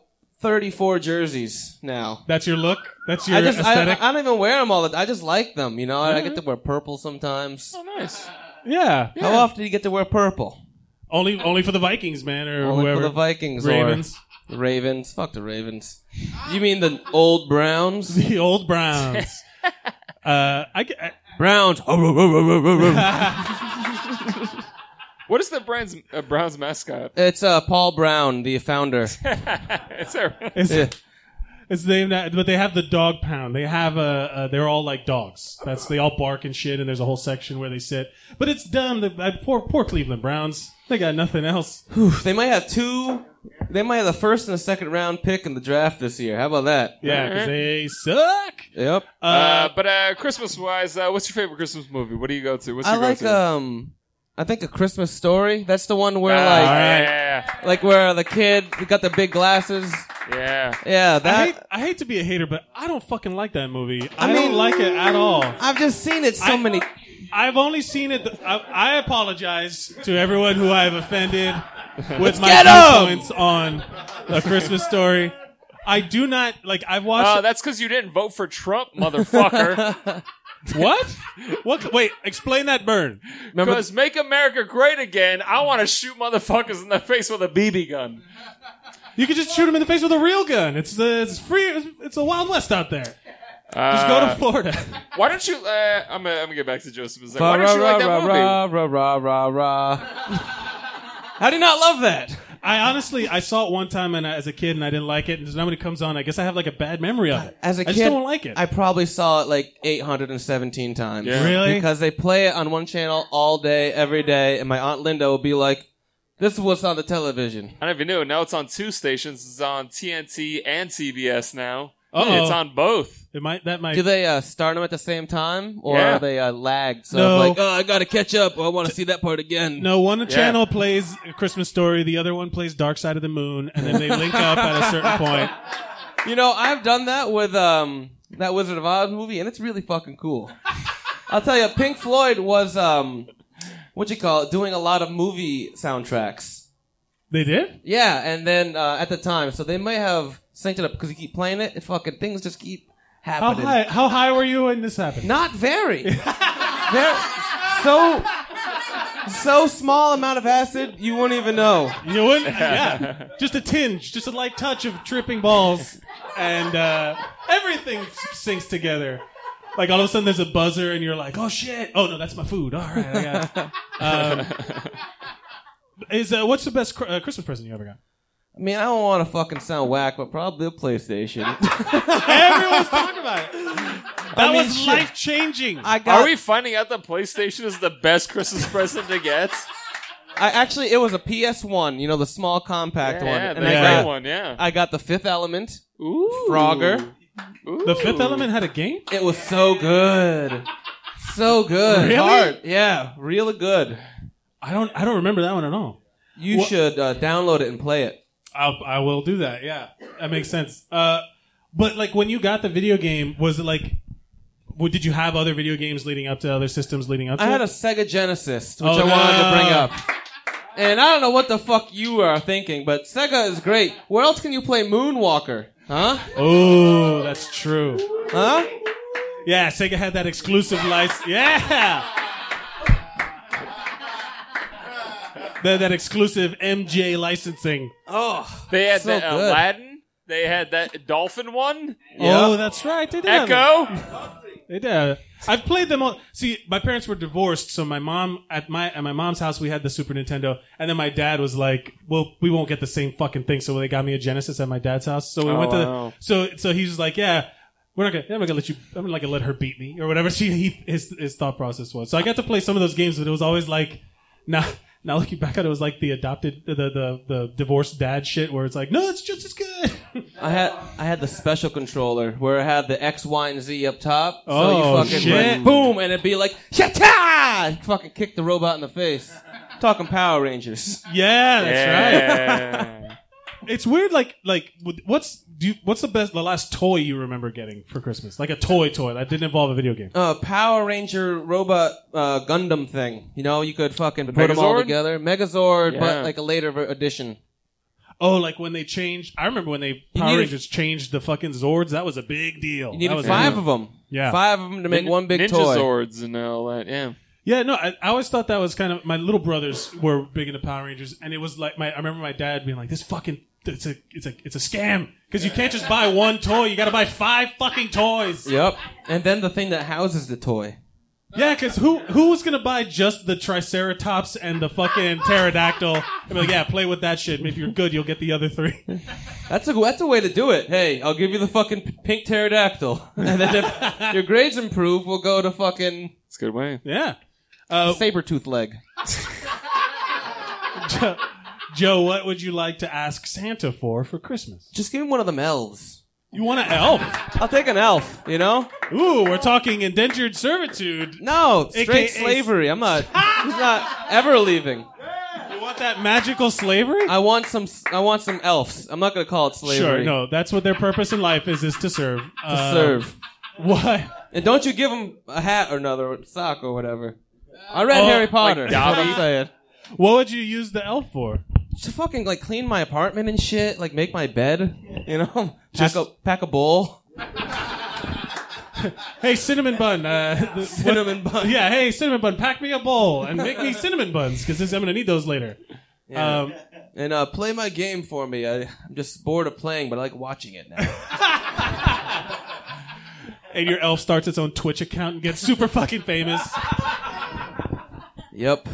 S7: 34 jerseys now.
S1: That's your look. That's your
S7: I just I,
S1: aesthetic.
S7: I don't even wear them all the I just like them, you know. I, I get to wear purple sometimes.
S2: oh, nice.
S1: yeah.
S7: How often do you get to wear purple?
S1: Only only for the Vikings, man, or
S7: Only
S1: whoever.
S7: for the Vikings
S1: Ravens,
S7: or the Ravens. Fuck the Ravens. You mean the old Browns?
S1: the old Browns. uh, I, g- I-
S7: Browns.
S2: What is the Browns uh, Browns mascot?
S7: it's uh, Paul Brown, the founder.
S2: Is there-
S1: it's,
S7: Yeah.
S1: it's named, that- but they have the dog pound. They have a, uh they're all like dogs. That's they all bark and shit, and there's a whole section where they sit. But it's dumb. The, uh, poor poor Cleveland Browns. They got nothing else.
S7: They might have two. They might have the first and the second round pick in the draft this year. How about that?
S1: Yeah, 'cause they suck.
S7: Yep.
S2: Uh, but uh, Christmas wise, uh, what's your favorite Christmas movie? What do you go to? What's
S7: I
S2: your
S7: like
S2: go-to?
S7: um. I think a Christmas story. That's the one where
S2: Ah,
S7: like
S2: yeah,
S7: like where the kid got the big glasses.
S2: yeah.
S7: Yeah,
S1: I
S7: that.
S1: hate, I hate to be a hater, but I don't fucking like that movie. I,
S7: I mean-
S1: don't like it at all.
S7: I've just seen it so
S1: I-
S7: many.
S1: I've only seen it. I, I apologize to everyone who I have offended with my
S7: get 'em!
S1: viewpoints on a Christmas story. I do not like. I've
S2: Uh,
S1: watched
S2: that's because you didn't vote for Trump, motherfucker.
S1: what? What? Wait, explain that burn.
S7: Remember?
S2: Because make America great again. I want to shoot motherfuckers in the face with a BB gun.
S1: You could just shoot him in the face with a real gun. It's uh, it's free. It's a wild west out there. Just
S2: Uh,
S1: go to Florida.
S2: Why don't you? Uh, I'm gonna, I'm gonna get back to Joseph. in a second.
S7: Ra
S2: Why
S7: ra
S2: don't you
S7: ra
S2: like that movie?
S7: ra ra ra ra ra. How do you not love that?
S1: I honestly, I saw it one time and I, as a kid, and I didn't like it. And now when it comes on, I guess I have like a bad memory of it.
S7: As a
S1: I
S7: kid,
S1: just don't like it.
S7: I probably saw it like 817 times.
S2: Yeah.
S1: Really?
S7: Because they play it on one channel all day, every day, and my aunt Linda will be like, "This is what's on the television."
S2: I don't even know. Now it's on two stations. It's on TNT and CBS now.
S1: Uh-oh.
S2: It's on both.
S1: it might that might
S7: Do they uh, start them at the same time, or
S2: Yeah.
S7: are they uh, lagged? So
S1: No.
S7: it's like, oh, I gotta catch up. I want to see that part again.
S1: No, one channel plays A Christmas Story, the other one plays Dark Side of the Moon, and then they link up at a certain point.
S7: You know, I've done that with um that Wizard of Oz movie, and it's really fucking cool. I'll tell you, Pink Floyd was um what you call it, doing a lot of movie soundtracks.
S1: They did?
S7: Yeah, and then uh, at the time, so they may have synced it up because you keep playing it, and fucking things just keep
S1: How
S7: happening.
S1: high, how high were you when this happened?
S7: Not very. Very- so so small amount of acid you won't even know.
S1: You wouldn't? Yeah. Just a tinge, just a light touch of tripping balls, and uh, everything s- syncs together. Like all of a sudden there's a buzzer, and you're like, oh shit. Oh no, that's my food. All right. I got it. Um, is, uh, what's the best cr- uh, Christmas present you ever got?
S7: I mean, I don't want to fucking sound whack, but probably a PlayStation.
S1: Everyone's talking about it. That
S7: mean,
S1: was
S7: shit.
S1: life changing.
S7: I got.
S2: Are we finding out the PlayStation is the best Christmas present to get?
S7: I actually, it was a PS1, you know, the small compact one,
S2: Yeah,
S7: and
S2: the great
S7: I
S1: yeah.
S7: got
S2: one. Yeah.
S7: I got the Fifth Element.
S2: Ooh.
S7: Frogger.
S2: Ooh.
S1: The Fifth Element had a game?
S7: It was so good, so good.
S1: Really?
S7: Hard. Yeah, really good.
S1: I don't. I don't remember that one at all.
S7: You
S1: What-
S7: should uh, download it and play it.
S1: I'll, I will do that. Yeah, that makes sense. Uh, but like when you got the video game, was it like? w- Did you have other video games leading up to other systems leading up to?
S7: I had a
S1: it?
S7: Sega Genesis, which
S1: Oh,
S7: I wanted to bring
S1: no.
S7: up. And I don't know what the fuck you are thinking, but Sega is great. Where else can you play Moonwalker? Huh?
S1: Oh, that's true.
S7: Huh?
S1: Yeah, Sega had that exclusive license. Yeah. That, that exclusive MJ licensing.
S7: Oh,
S2: They had
S7: so
S2: that
S7: good.
S2: Aladdin. They had that dolphin one.
S7: Yeah.
S1: Oh, that's right. They did have
S2: Echo.
S1: They did. Uh, I've played them all. See, my parents were divorced, so my mom at my at my mom's house we had the Super Nintendo, and then my dad was like, "Well, we won't get the same fucking thing," so they got me a Genesis at my dad's house. So we
S2: Oh,
S1: went to
S2: wow.
S1: so so he was like, "Yeah." We're not gonna. I'm not gonna let you. I'm not gonna let her beat me or whatever. She he, his his thought process was. So I got to play some of those games, but it was always like, now now looking back at it, it was like the adopted the the the divorced dad shit, where it's like, no, it's just as good.
S7: I had I had the special controller where I had the X, Y, and Z up top. So
S1: Oh,
S7: you fucking
S1: shit.
S7: went boom, and it'd be like shatta, and fucking kick the robot in the face. Talking Power Rangers.
S1: yeah, that's right.
S2: yeah.
S1: It's weird, like like what's do you, what's the best the last toy you remember getting for Christmas? Like a toy toy that didn't involve a video game.
S7: Uh, Power Ranger robot uh, Gundam thing. You know, you could fucking put them all
S2: Megazord?
S7: together. Megazord,
S2: Yeah.
S7: but like a later ver- edition.
S1: Oh, like when they changed. I remember when they Power
S7: needed-
S1: Rangers changed the fucking Zords. That was a big deal.
S7: You
S1: That
S7: needed
S1: was
S7: five
S1: huge.
S7: of them.
S1: Yeah.
S7: five of them to make
S2: Nin-
S7: one big
S2: Ninja
S7: toy.
S2: Zords and all that. Yeah.
S1: Yeah, no, I, I always thought that was kind of my little brothers were big into Power Rangers, and it was like my I remember my dad being like, "This fucking it's a it's a it's a scam because you can't just buy one toy. You got to buy five fucking toys."
S7: Yep. And then the thing that houses the toy.
S1: Yeah, because who who was gonna buy just the Triceratops and the fucking pterodactyl? I'd be like, yeah, play with that shit. and If you're good, you'll get the other three.
S7: That's a that's a way to do it. Hey, I'll give you the fucking p- pink pterodactyl, and then if your grades improve, we'll go to fucking
S2: It's a good way.
S1: Yeah. Uh,
S7: saber tooth leg.
S1: Jo- Joe, what would you like to ask Santa for for Christmas?
S7: Just give me one of them elves.
S1: You want an elf?
S7: I'll take an elf. You know?
S1: Ooh, we're talking indentured servitude.
S7: No, straight
S1: AKA
S7: slavery. I'm not. He's not ever leaving.
S1: You want that magical slavery?
S7: I want some. s- I want some elves. I'm not gonna call it slavery.
S1: Sure, no, that's what their purpose in life is, is to serve. Uh, To
S7: To serve.
S1: What?
S7: And don't you give him a hat or another or sock or whatever. I read
S1: Oh,
S7: Harry Potter.
S2: like
S7: that's what
S2: Dobby?
S7: I'm saying.
S1: What would you use the elf for?
S7: Just fucking like clean my apartment and shit. Like make my bed. You know, pack
S1: Just-
S7: a pack a bowl.
S1: Hey, cinnamon bun. Uh, the- what-
S7: Cinnamon bun.
S1: yeah, hey, cinnamon bun, pack me a bowl and make me cinnamon buns because I'm gonna need those later. Um,
S7: And uh, play my game for me. I, I'm just bored of playing, but I like watching it now.
S1: and your elf starts its own Twitch account and gets super fucking famous.
S7: yep.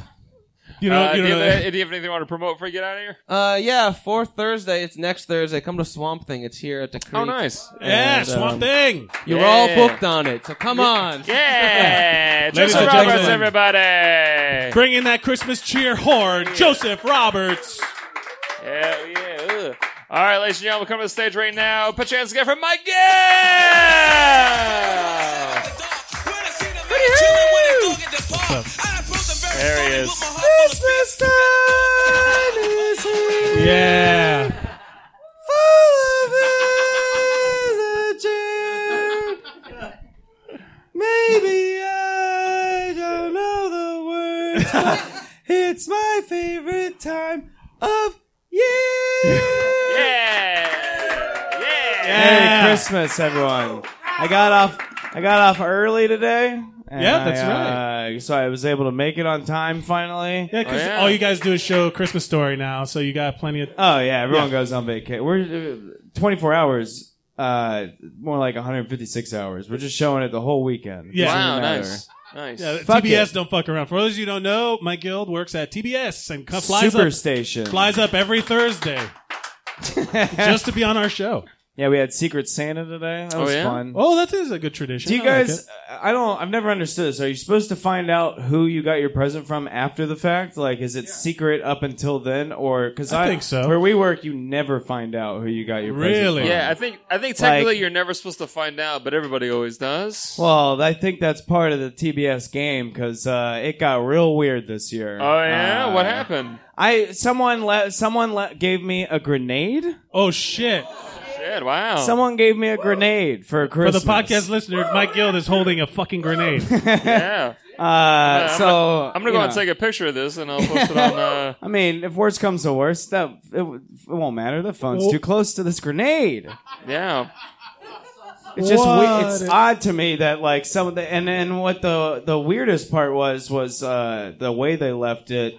S1: You know,
S2: Uh, do,
S1: you
S2: you
S1: know.
S2: have, do you have anything you want to promote before you get out of here?
S7: Uh, yeah, for Thursday, it's next Thursday. Come to Swamp Thing. It's here at the creek.
S2: Oh, nice.
S1: yeah,
S7: And,
S1: Swamp
S7: um,
S1: Thing.
S7: You're
S2: Yeah.
S7: all booked on it, so come on.
S2: Yeah.
S1: Ladies
S2: Joseph
S1: and
S2: Roberts,
S1: gentlemen.
S2: everybody.
S1: Bring in that Christmas cheer horn, Joseph Roberts.
S2: Hell yeah. Ugh. All right, ladies and gentlemen, come to the stage right now. Put your hands together for Mike Gill! There he is.
S8: Christmas time is here.
S1: Yeah.
S8: Full of energy. Maybe I don't know the words, but it's my favorite time of year.
S2: Yeah. Yeah.
S1: Yeah.
S8: Merry Christmas, everyone. I got off. I got off early today. and
S1: Yeah, that's
S8: I, Uh, so I was able to make it on time finally.
S1: Yeah, because
S2: Oh, yeah.
S1: all you guys do is show Christmas story now, so you got plenty of.
S8: Oh yeah, everyone goes on vacation. We're uh, 24 hours. Uh, more like 156 hours. We're just showing it the whole weekend.
S1: Yeah.
S8: Doesn't
S2: Wow,
S8: matter.
S2: nice. Nice.
S1: Yeah,
S8: Fuck
S1: TBS
S8: it.
S1: don't fuck around. For those of you who don't know, my guild works at TBS and co- flies up,
S8: Superstation.
S1: flies up every Thursday just to be on our show.
S8: yeah, we had Secret Santa today. That
S2: Oh,
S8: was
S2: yeah?
S8: fun.
S1: Oh, that is a good tradition.
S8: Do you
S1: I like
S8: guys?
S1: it.
S8: I don't. I've never understood this. Are you supposed to find out who you got your present from after the fact? Like, is it secret up until then, or because
S1: I think so.
S8: Where we work, you never find out who you got your Present
S1: Really?
S8: from.
S2: Yeah, I think I think technically
S8: Like-
S2: you're never supposed to find out, but everybody always does.
S8: Well, I think that's part of the TBS game because uh, it got real weird this year.
S2: oh yeah,
S8: Uh,
S2: what happened?
S8: I someone let someone let gave me a grenade.
S1: Oh shit!
S2: Shit, wow.
S8: Someone gave me a grenade for
S1: For the
S8: Christmas
S1: podcast listener, my guild is holding a fucking grenade.
S2: yeah.
S8: Uh, so
S2: I'm gonna go out and take a picture of this and I'll post it on uh
S8: I mean, if worst comes to worst, that it, w- it won't matter. The phone's
S1: Wha-
S8: too close to this grenade.
S2: yeah.
S8: It's just
S1: What?
S8: we- it's odd to me that like some of the and then what the the weirdest part was was uh, the way they left it.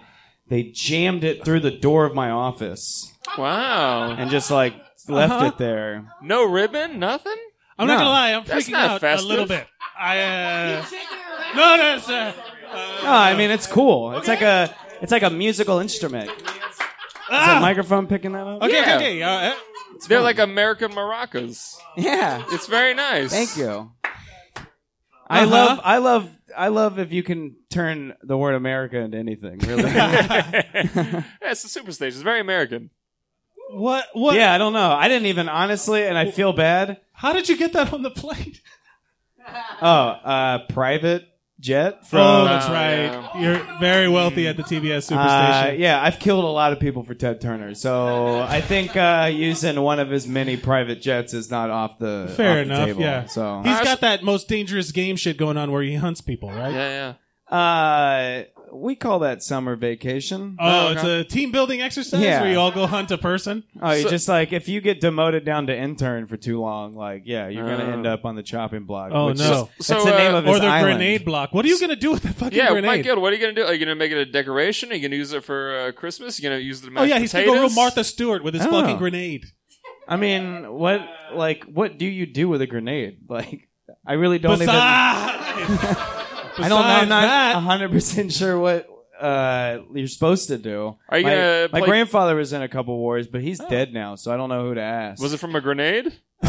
S8: They jammed it through the door of my office
S2: Wow.
S8: and just like left
S1: Uh-huh.
S8: it there.
S2: No ribbon? Nothing?
S1: I'm not
S8: No,
S1: gonna lie, I'm
S2: that's
S1: freaking
S2: not
S1: out
S2: festive.
S1: a little bit. I uh, no, no, sir.
S8: No, I mean it's cool. It's like a it's like a musical instrument. Is that microphone picking that up?
S1: Ah! Okay, okay,
S2: Yeah.
S1: okay. Uh, uh,
S2: They're like American maracas.
S8: Yeah.
S2: It's very nice.
S8: Thank you. I
S1: Uh-huh.
S8: love I love I love if you can turn the word America into anything, really.
S2: That's the superstation. It's very American.
S1: what? What?
S8: yeah, I don't know. I didn't even honestly and I feel bad.
S1: How did you get that on the plate?
S8: Oh, uh private jet from
S1: oh, that's
S2: Oh,
S1: right. You're very wealthy at the TBS
S8: Uh,
S1: Superstation.
S8: yeah, I've killed a lot of people for Ted Turner, so I think uh, using one of his many private jets is not off the
S1: Fair
S8: off the
S1: enough.
S8: table,
S1: yeah.
S8: so
S1: he's
S2: I
S1: got
S2: was-
S1: that most dangerous game shit going on where he hunts people, right?
S2: Yeah, yeah.
S8: uh, we call that summer vacation.
S1: Oh,
S2: Oh,
S1: it's a team building exercise
S8: Yeah.
S1: where you all go hunt a person.
S8: oh, you
S2: so-
S8: just like if you get demoted down to intern for too long, like yeah, you're gonna
S2: Oh.
S8: end up on the chopping block.
S1: Oh,
S8: which
S1: no.
S8: is-
S1: So-
S8: that's
S2: so,
S8: the name
S2: uh,
S8: of his
S1: Or their
S8: island.
S1: grenade block. What are you gonna do with that fucking
S2: Yeah, my
S1: grenade?
S2: God, what are you gonna do? Are you gonna make it a decoration? Are you gonna use it for uh, Christmas? Are you gonna use the
S1: Oh yeah, he's gonna go real
S2: potatoes?
S1: Martha Stewart with his
S8: Oh.
S1: fucking grenade.
S8: I mean, what like what do you do with a grenade? Like, I really don't even.
S1: Besides,
S8: I don't know. I'm
S1: besides
S8: not
S1: that,
S8: 100 percent sure what uh, you're supposed to do.
S2: Are you
S8: my,
S2: gonna
S8: my
S2: play-
S8: grandfather was in a couple wars, but
S1: Oh.
S8: he's dead now, so I don't know who to ask.
S2: Was it from a grenade?
S8: Uh,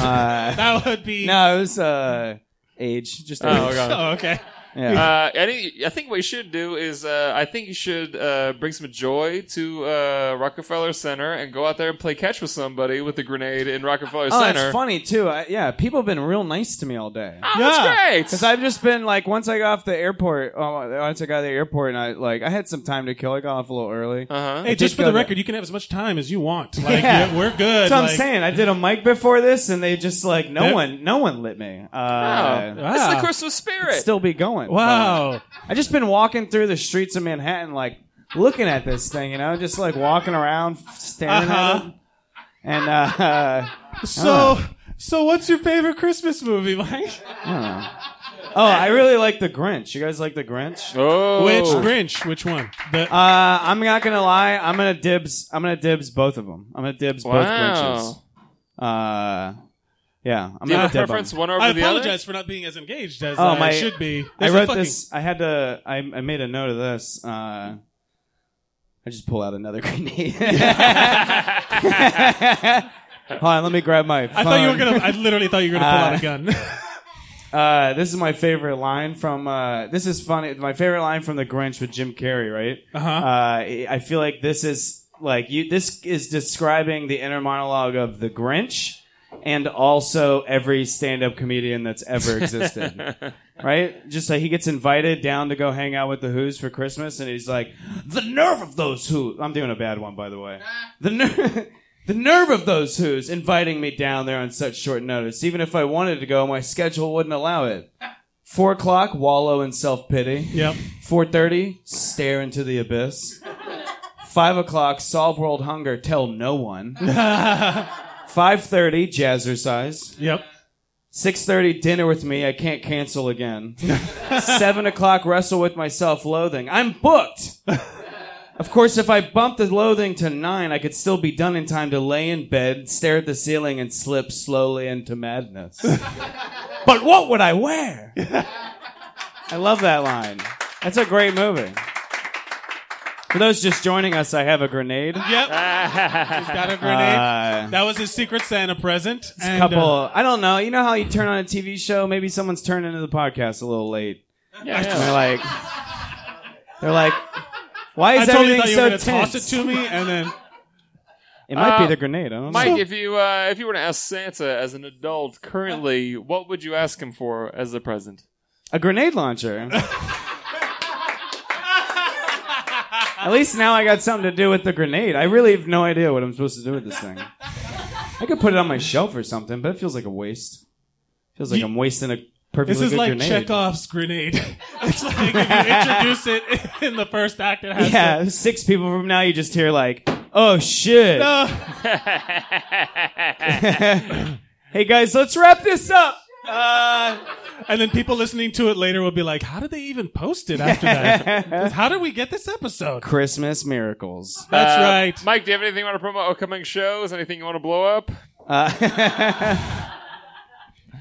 S1: that would be.
S8: no, it was uh, age. Just age.
S2: Oh, God.
S1: Oh, okay.
S8: Yeah.
S2: Uh, any, I think what you should do is uh, I think you should uh, bring some joy to uh, Rockefeller Center and go out there and play catch with somebody with a grenade in Rockefeller
S8: oh,
S2: Center.
S8: it's funny too. I, yeah, people have been real nice to me all day.
S2: Oh, that's
S1: Yeah.
S2: great.
S8: Cause I've just been like, once I got off the airport, oh, once I got to the airport, and I like, I had some time to kill. I got off a little early.
S2: uh-huh.
S1: Hey, just
S8: did
S1: for
S8: go
S1: the
S8: there.
S1: record, you can have as much time as you want. Like,
S8: Yeah.
S1: yeah, we're good.
S8: That's what I'm
S1: like-
S8: saying. I did a mic before this, and they just like, no
S1: That-
S8: one, no one lit me. Uh,
S1: Wow.
S2: Wow. That's the Christmas spirit.
S8: Still be going.
S1: Wow.
S8: I just been walking through the streets of Manhattan, like looking at this thing, you know, just like walking around, staring at
S1: Uh-huh.
S8: it. And uh,
S1: So, so what's your favorite Christmas movie, Mike?
S8: oh, I really like the Grinch. You guys like the Grinch? Uh,
S2: oh.
S1: Which Grinch? Which one? The,
S8: I'm not gonna lie. I'm gonna dibs. I'm gonna dibs both of them. I'm gonna dibs both Grinches.
S2: Wow.
S8: Uh, yeah. I'm
S2: Do you
S8: gonna
S2: have a
S8: dib 'em.
S2: preference one over
S1: I
S2: the other?
S1: apologize for not being as engaged as
S8: Oh,
S1: I
S8: my-
S1: should be.
S8: I
S1: There's a
S8: wrote
S1: fucking-
S8: this. I had to. I, I made a note of this. Uh, I just pull out another grenade. Hold on, let me grab my. Phone.
S1: I thought you were gonna. I literally thought you were gonna pull out a gun.
S8: Uh, this is my favorite line from. Uh, this is funny. My favorite line from The Grinch with Jim Carrey, right?
S1: Uh-huh.
S8: Uh, I feel like this is like you. This is describing the inner monologue of The Grinch, and also every stand-up comedian that's ever existed, right? Just like he gets invited down to go hang out with the Who's for Christmas, and he's like, "The nerve of those Who!" I'm doing a bad one, by the way. The nerve. The nerve of those who's inviting me down there on such short notice. Even if I wanted to go, my schedule wouldn't allow it. Four o'clock, wallow in self pity.
S1: yep.
S8: Four thirty, stare into the abyss. Five o'clock, solve world hunger, tell no one. Five thirty, jazzercise.
S1: Yep.
S8: Six thirty, dinner with me. I can't cancel again. Seven o'clock, wrestle with my self-loathing. I'm booked. Of course, if I bumped the loathing to nine, I could still be done in time to lay in bed, stare at the ceiling, and slip slowly into madness. but what would I wear? I love that line. That's a great movie. For those just joining us, I have a grenade.
S1: Yep. He's got a grenade.
S8: Uh,
S1: that was his Secret Santa present. And,
S8: couple.
S1: uh,
S8: I don't know. You know how you turn on a TV show? Maybe someone's turned into the podcast a little late.
S2: Yeah,
S8: And
S2: yeah.
S8: they're like, they're like, why
S1: I
S8: is
S1: totally
S8: everything
S1: thought you
S8: so
S1: were gonna
S8: tense?
S1: toss it to me, and then
S8: It might
S2: Uh,
S8: be the grenade. I don't
S2: Mike,
S8: know.
S2: if you uh, if you were to ask Santa as an adult currently, what would you ask him for as a present?
S8: A grenade launcher. At least now I got something to do with the grenade. I really have no idea what I'm supposed to do with this thing. I could put it on my shelf or something, but it feels like a waste. Feels like
S1: You-
S8: I'm wasting a perfectly
S1: this is
S8: good
S1: like
S8: grenade.
S1: Chekhov's grenade. it's like if you introduce it in the first act, it has.
S8: Yeah, six people from now, you just hear like, "Oh shit!"
S1: To, Uh,
S8: Hey guys, let's wrap this up. Uh,
S1: And then people listening to it later will be like, how did they even post it after that? how did we get this episode?
S8: Christmas miracles.
S1: That's
S2: Uh,
S1: right.
S2: Mike, do you have anything you want to promote upcoming shows? Anything you want to blow up?
S8: Uh,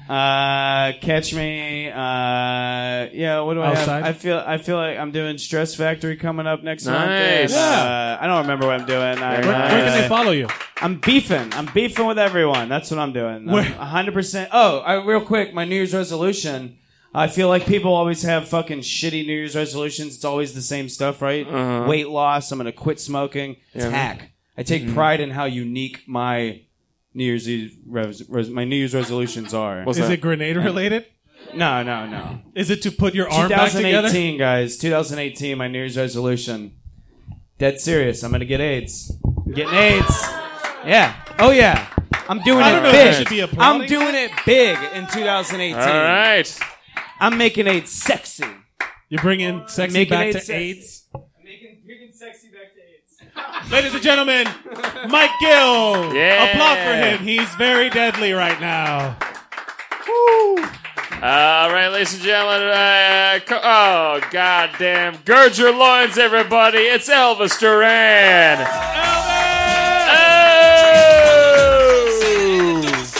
S8: Uh, catch me. Uh, yeah. What do I
S1: Outside?
S8: have? I feel. I feel like I'm doing Stress Factory coming up next month.
S2: Nice.
S8: and, Uh, I don't remember what I'm doing. I,
S1: Where, where can they follow you?
S8: I'm beefing. I'm beefing with everyone. That's what I'm doing.
S1: Where-
S8: I'm 100%. Oh, I, real quick, my New Year's resolution. I feel like people always have fucking shitty New Year's resolutions. It's always the same stuff, right?
S2: Uh-huh.
S8: Weight loss. I'm going to quit smoking. It's
S2: Yeah. Mm-hmm.
S8: hack. I take pride in how unique my New Year's Eve res- res- my New Year's resolutions are.
S2: What's
S1: Is
S2: that?
S1: it grenade related?
S8: no, no, no.
S1: Is it to put your arm back together?
S8: 2018, guys. 2018, my New Year's resolution. Dead serious. I'm gonna get AIDS. I'm getting AIDS. Yeah. Oh yeah. I'm doing
S1: I
S8: it
S1: don't know if
S8: big.
S1: I should be applauding
S8: I'm doing it big in 2018.
S2: All right.
S8: I'm making AIDS sexy.
S1: You're bringing sexy
S8: Making
S1: back
S8: AIDS
S1: to
S8: sexy.
S1: AIDS.
S8: Making, making sexy back to AIDS.
S1: Ladies and gentlemen, Mike Gill.
S2: Yeah.
S1: Applaud for him. He's very deadly right now.
S2: All right, ladies and gentlemen. Uh, co- oh, goddamn. Gird your loins, everybody. It's Elvis Duran. Elvis!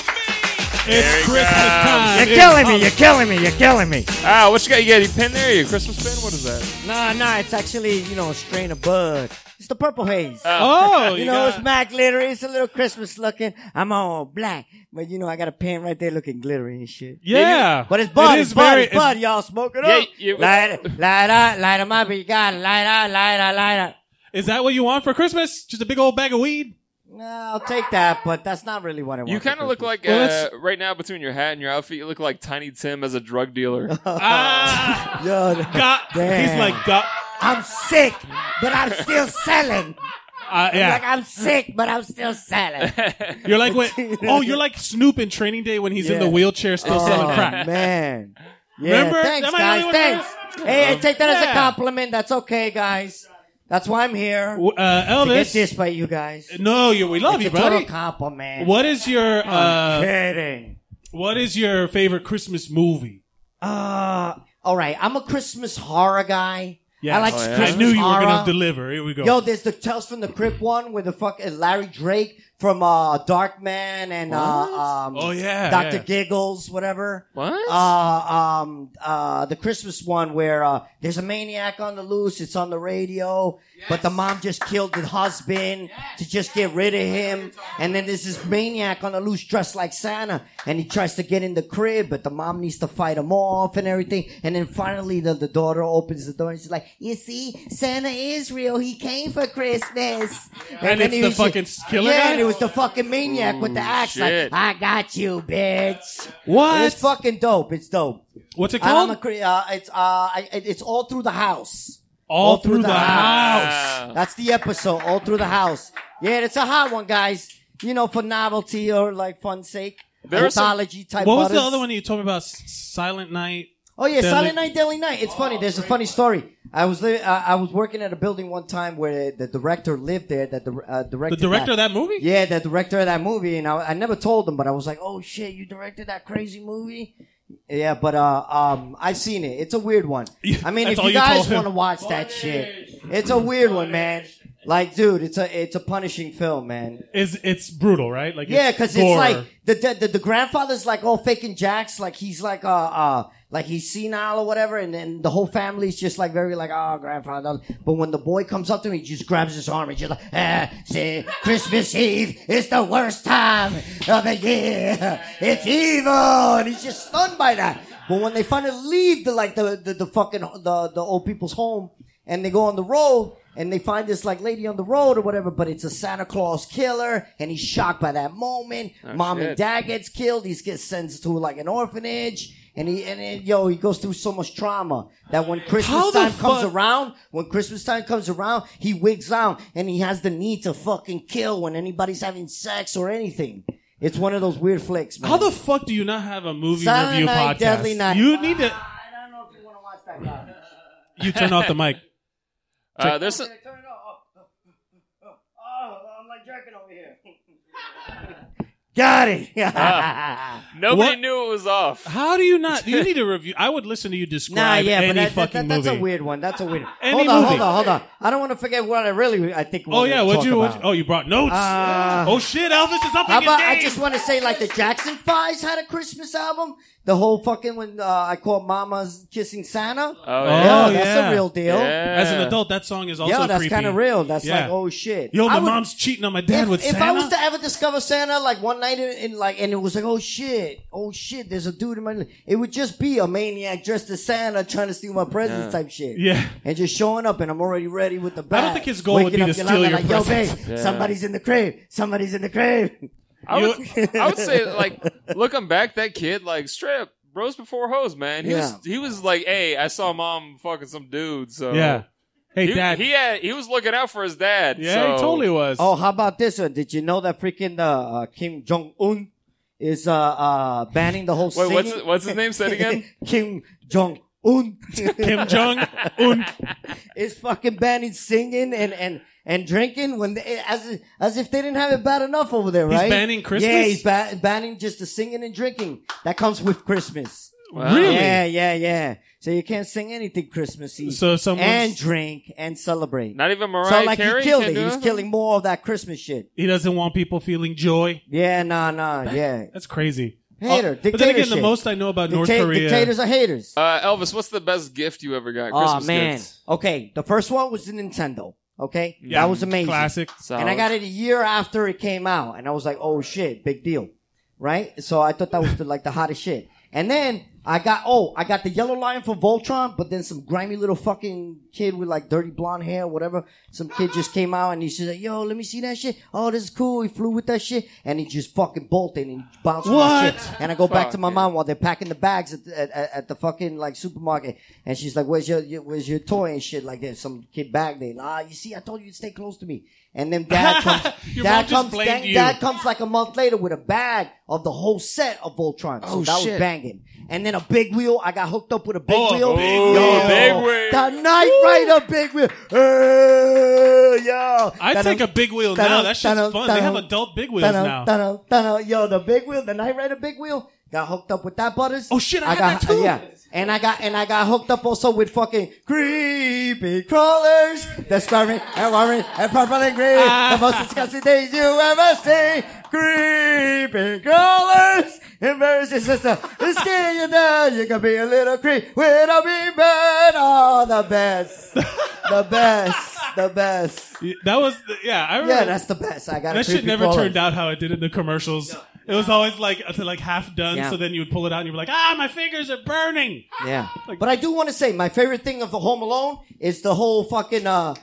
S1: It's
S2: he
S1: Christmas
S2: comes.
S1: time.
S9: You're killing me, you're killing me, you're killing me.
S2: Oh, what you got? You got a pin there? Your Christmas pin? What is that?
S9: No, no, it's actually, you know, a strain of bud. It's the purple haze.
S1: Oh,
S9: you
S1: you
S9: know,
S1: got-
S9: it's my glitter. It's a little Christmas looking. I'm all black. But, you know, I got a pen right there looking glittery and shit.
S1: yeah.
S9: But it's bud,
S1: It
S9: it's
S1: is
S9: bud,
S1: very-
S9: it's bud. Y'all smoke it
S2: Yeah,
S9: up.
S2: you-
S9: light it, light up, light 'em up. You got it. Light up, light up, light up.
S1: Is that what you want for Christmas? Just a big old bag of weed?
S9: No, I'll take that, but that's not really what I want.
S2: You
S9: for
S2: kind of look
S9: Christmas.
S2: like,
S1: Well,
S2: uh,
S1: that's-
S2: right now, between your hat and your outfit, you look like Tiny Tim as a drug dealer.
S1: Ah,
S9: Yo,
S1: God.
S9: Damn.
S1: He's like, God.
S2: uh,
S9: I'm sick, but I'm still selling.
S1: Uh, yeah.
S9: Like, I'm sick, but I'm still selling.
S1: You're like when, oh, you're like Snoop in Training Day when he's in
S9: Yeah. Oh,
S1: the wheelchair still selling crack.
S9: man. Yeah,
S1: Remember?
S9: thanks,
S1: Am I the
S9: guys.
S1: only one Um,
S9: Thanks. Hey, I take that as
S1: Yeah.
S9: a compliment. That's okay, guys. That's why I'm here.
S1: W- Uh,
S9: to get this
S1: Elvis,
S9: by you guys.
S1: no, you, we love
S9: it's a
S1: you,
S9: total
S1: buddy.
S9: compliment.
S1: What is your uh,
S9: Kidding.
S1: what is your favorite Christmas movie?
S9: Uh, all right. I'm a Christmas horror guy.
S1: Yes.
S9: I like
S1: Oh,
S2: yeah.
S9: Christmas
S1: I knew you were
S9: horror.
S1: gonna deliver. Here we go.
S9: Yo, there's the Tales from the Crypt one with the fuck uh, Larry Drake from uh, Dark Man and uh, um,
S1: Oh, yeah,
S9: Doctor
S1: yeah.
S9: Giggles, whatever.
S2: What?
S9: Uh, um, uh, the Christmas one where uh, there's a maniac on the loose. It's on the radio, but the mom just killed the husband to just get rid of him. And then there's this maniac on the loose dressed like Santa, and he tries to get in the crib, but the mom needs to fight him off and everything. And then finally, the, the daughter opens the door and she's like, "You see, Santa is real. He came for Christmas."
S1: And
S9: then
S1: it's
S9: he
S1: the
S9: was-
S1: fucking killer
S9: Yeah,
S1: guy?
S9: and it was the fucking maniac with the axe.
S2: shit.
S9: Like, I got you, bitch.
S1: What?
S9: It's fucking dope. It's dope.
S1: What's it
S9: I'm
S1: called?
S9: a, cre- uh, it's uh, I, it- it's all through the house.
S1: All, through the house.
S2: Wow.
S9: That's the episode. All through the house. Yeah, it's a hot one, guys. You know, for novelty or like fun sake,
S2: There are some-
S9: anthology type.
S1: What was the
S9: butters.
S1: other one you told me about? S- Silent Night.
S9: Oh yeah,
S1: Deadly-
S9: Silent Night, Deadly Night. It's funny. There's a funny story. I was li- I I was working at a building one time where the director lived there. That the uh,
S1: The
S9: director.
S1: director of that movie?
S9: Yeah, the director of that movie, and I, I never told them, but I was like, "Oh shit, you directed that crazy movie." Yeah, but uh, um, I've seen it. It's a weird one.
S1: Yeah,
S9: I mean, if
S1: that's all
S9: you
S1: you
S9: guys
S1: told him.
S9: want to watch that shit, it's a weird one, man. Like, dude, it's a it's a punishing film, man.
S1: Is it's brutal, right? Like
S9: Yeah, because it's
S1: gore.
S9: like the, the the the grandfather's like all faking jacks, like he's like uh uh like he's senile or whatever, and then the whole family's just like very like oh grandfather. But when the boy comes up to him, he just grabs his arm and just like ah, see, Christmas Eve is the worst time of the year. It's evil, and he's just stunned by that. But when they finally leave the like the the, the fucking the the old people's home, and they go on the road and they find this like lady on the road or whatever, but it's a Santa Claus killer, and he's shocked by that moment.
S1: Oh,
S9: Mom
S2: shit.
S9: and dad gets killed. He gets sent to like an orphanage, and he and it, yo, he goes through so much trauma that when
S1: How
S9: Christmas
S1: the
S9: time comes
S1: fuck-
S9: around, when Christmas time comes around, he wigs out and he has the need to fucking kill when anybody's having sex or anything. It's one of those weird flicks, man.
S1: How the fuck do you not have a movie
S9: Silent
S1: review
S9: Night,
S1: podcast?
S9: Deadly Night.
S1: You need to.
S9: I don't know if you want to watch that. guy.
S1: You turn off the mic.
S2: Uh, there's a,
S9: Turn it off. Oh, I'm like jerking over here. Got it.
S2: uh, Nobody
S1: What?
S2: knew it was off.
S1: How do you not? You need a review. I would listen to you
S9: Nah,
S1: describe
S9: yeah,
S1: Ah, any
S9: but that, that,
S1: fucking
S9: that, that's
S1: movie.
S9: a weird one. That's a weird. One.
S1: Any
S9: hold on,
S1: movie.
S9: hold on, hold on. I don't want to forget what I really, I think.
S1: Oh
S9: wanted
S1: yeah,
S9: to
S1: what
S9: talk
S1: you? What you
S9: about.
S1: oh, you brought notes.
S9: Uh,
S1: oh shit, Elvis is up
S9: How
S1: in your
S9: about
S1: game.
S9: I just want to say, like the Jackson Fives had a Christmas album. The whole fucking when uh, I call Mama's kissing Santa.
S2: Oh,
S1: yeah.
S9: yeah, that's
S1: yeah.
S9: a real deal. Yeah,
S1: As an adult, that song is also
S9: that's
S1: creepy.
S9: kind of real. That's
S1: Yeah.
S9: like oh shit.
S1: Yo,
S9: I
S1: my
S9: would-
S1: mom's cheating on my dad
S9: if,
S1: with
S9: if
S1: Santa.
S9: I was to ever discover Santa, like one night in, in like, and it was like, oh shit, oh shit, there's a dude in my. It would just be a maniac dressed as Santa trying to steal my presents type shit.
S1: Yeah.
S9: and just showing up, and I'm already ready with the bat.
S1: think his goal would
S9: Waking
S1: be to
S9: up,
S1: steal
S9: Yolanda,
S1: your
S9: like, Yo,
S1: presents.
S9: babe, somebody's in the crib. Somebody's in the crib.
S2: I would, I would say, like, looking back, that kid, like, straight up, bros before hoes, man. He was, he was like, hey, I saw mom fucking some dude, so
S1: yeah. Hey,
S2: he,
S1: dad.
S2: he had, he was looking out for his dad.
S1: yeah,
S2: so.
S1: he totally was.
S9: Oh, how about this one? Did you know that freaking uh, uh, Kim Jong Un is uh, uh, banning the whole?
S2: Wait, what's
S9: singing?
S2: his- what's his name? Say it again.
S9: Kim Jong Un.
S1: Kim Jong Un.
S9: is fucking banning singing and and and drinking when they, as if- as if they didn't have it bad enough over there,
S1: He's
S9: right?
S1: banning Christmas?
S9: Yeah, he's ba- banning just the singing and drinking that comes with Christmas.
S2: Wow.
S1: Really?
S9: Yeah, yeah, yeah. So you can't sing anything Christmassy.
S1: So someone's-
S9: and drink and celebrate.
S2: Not even Mariah
S9: so like
S2: Carey.
S9: he killed
S2: can
S9: it.
S2: do
S9: He was
S2: it?
S9: killing more of that Christmas shit.
S1: He doesn't want people feeling joy.
S9: Yeah, nah, nah, yeah.
S1: That's crazy.
S9: Hater,
S1: Oh, but then again, the
S9: dictatorship.
S1: most I know about North
S9: Dicta-
S1: Korea.
S9: Dictators are haters.
S2: Uh, Elvis, what's the best gift you ever got? Christmas
S9: oh man.
S2: gifts.
S9: Okay, the first one was the Nintendo. Okay,
S1: Yeah,
S9: that was amazing.
S1: Classic.
S9: And I got it a year after it came out, and I was like, "Oh shit, big deal," right? So I thought that was the, like the hottest shit. And then I got oh, I got the yellow lion from Voltron, but then some grimy little fucking kid with like dirty blonde hair, whatever. Some kid just came out and he's just like, "Yo, let me see that shit. Oh, this is cool." He flew with that shit, and he just fucking bolted and he bounced my
S1: What?
S9: shit. And I go back to my
S2: Fuck,
S9: mom while they're packing the bags at the, at, at at the fucking like supermarket, and she's like, "Where's your, your where's your toy and shit?" Like there's some kid bag there. Ah, you see, I told you to stay close to me. And then dad comes,
S1: Your mom
S9: dad
S1: just
S9: comes,
S1: blamed
S9: dad,
S1: you.
S9: dad comes like a month later with a bag of the whole set of Voltron. So
S7: Oh,
S9: that
S7: shit.
S9: was banging. And then a big wheel. I got hooked up with a big
S1: Oh,
S9: wheel.
S1: big
S9: Yo,
S1: wheel,
S2: big wheel.
S9: The night rider big wheel. Hey, yo.
S1: I'd take a big wheel now. That shit's
S9: Dunno,
S1: fun. They have
S9: dunno,
S1: adult big wheels now.
S9: Dunno, dunno. Yo, the big wheel, the night rider big wheel. Got hooked up with that butters.
S1: Oh, shit, I had
S9: got
S1: that too.
S9: yeah, and I got and I got hooked up also with fucking creepy crawlers. The squirming and worming and purple and green.
S1: Ah.
S9: The most disgusting things you ever see. Creepy crawlers. Embarrassing sister. They scare you down. You can be a little creep without being bad. Oh, the best. The best. The best.
S1: That was, the, yeah, I remember.
S9: Yeah, that's the best. I got
S1: that
S9: a
S1: shit
S9: creepy
S1: never
S9: crawler.
S1: turned out how it did in the commercials. It was always like uh, like half done,
S9: Yeah.
S1: so then you would pull it out and you were like, ah, my fingers are burning.
S9: Yeah. but I do want to say my favorite thing of the Home Alone is the whole fucking uh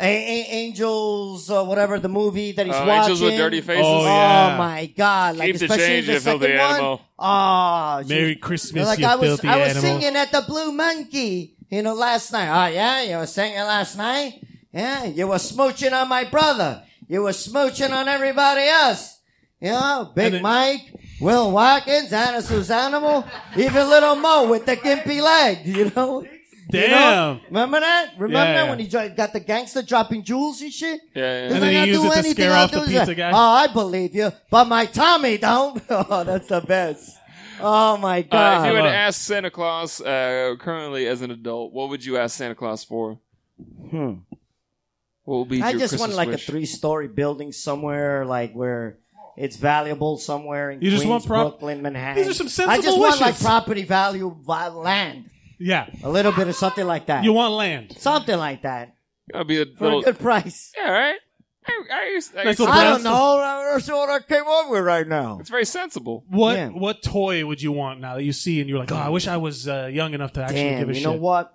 S9: A- A- Angels uh, whatever the movie that he's
S2: Uh,
S9: watching.
S2: Angels with Dirty Faces.
S1: Oh,
S9: Oh,
S1: yeah.
S9: my god! Like
S2: Keep the
S9: especially
S2: change,
S9: the
S2: you
S9: second
S2: filthy
S9: one.
S2: animal.
S9: Oh, she's-
S1: Merry Christmas,
S9: like
S1: you
S9: I was,
S1: filthy
S9: I was
S1: animal.
S9: singing at the Blue Monkey, you know, last night. Oh yeah, you were singing last night. Yeah, you were smooching on my brother. You were smooching on everybody else. You know, Big
S1: And then-
S9: Mike, Will Watkins, Anna Susanimal, even little Mo with the gimpy leg. You know. You know?
S1: Damn.
S9: Remember that? Remember
S1: Yeah.
S9: that when he dro- got the gangster dropping jewels and shit?
S2: Yeah, yeah.
S1: And then
S9: He's
S1: he
S9: like,
S1: used
S9: I'll
S1: it
S9: do
S1: to
S9: anything,
S1: scare
S9: I'll
S1: off the
S9: do
S1: pizza
S9: anything.
S1: guy.
S9: Oh, I believe you, but my Tommy don't. Oh, that's the best. Oh my
S2: Uh, if
S9: god.
S2: you
S1: Uh,
S2: had asked Santa Claus uh, currently as an adult, what would you ask Santa Claus for?
S9: Hmm.
S2: What would be
S9: I
S2: your
S9: just want
S2: Christmas
S9: like
S2: wish?
S9: a three-story building somewhere, like where it's valuable somewhere in
S1: You just
S9: Queens,
S1: want prop-
S9: Brooklyn, Manhattan.
S1: These are some
S9: I
S1: sensible
S9: just want like
S1: wishes.
S9: property value vi- land,
S1: yeah.
S9: a little bit of something like that,
S1: You want land.
S9: something like that
S2: That'd be a
S9: for
S2: little.
S9: a good price.
S2: Yeah, right. I, I, used- I
S1: Nice
S2: used-
S1: little
S9: I
S1: Well,
S9: don't
S1: that's-
S9: know. That's what I came up with right now.
S2: It's very sensible.
S1: What
S9: Yeah.
S1: what toy would you want now that you see and you're like, oh, I wish I was uh, young enough to actually
S9: Damn,
S1: give a
S9: you
S1: shit.
S9: know what?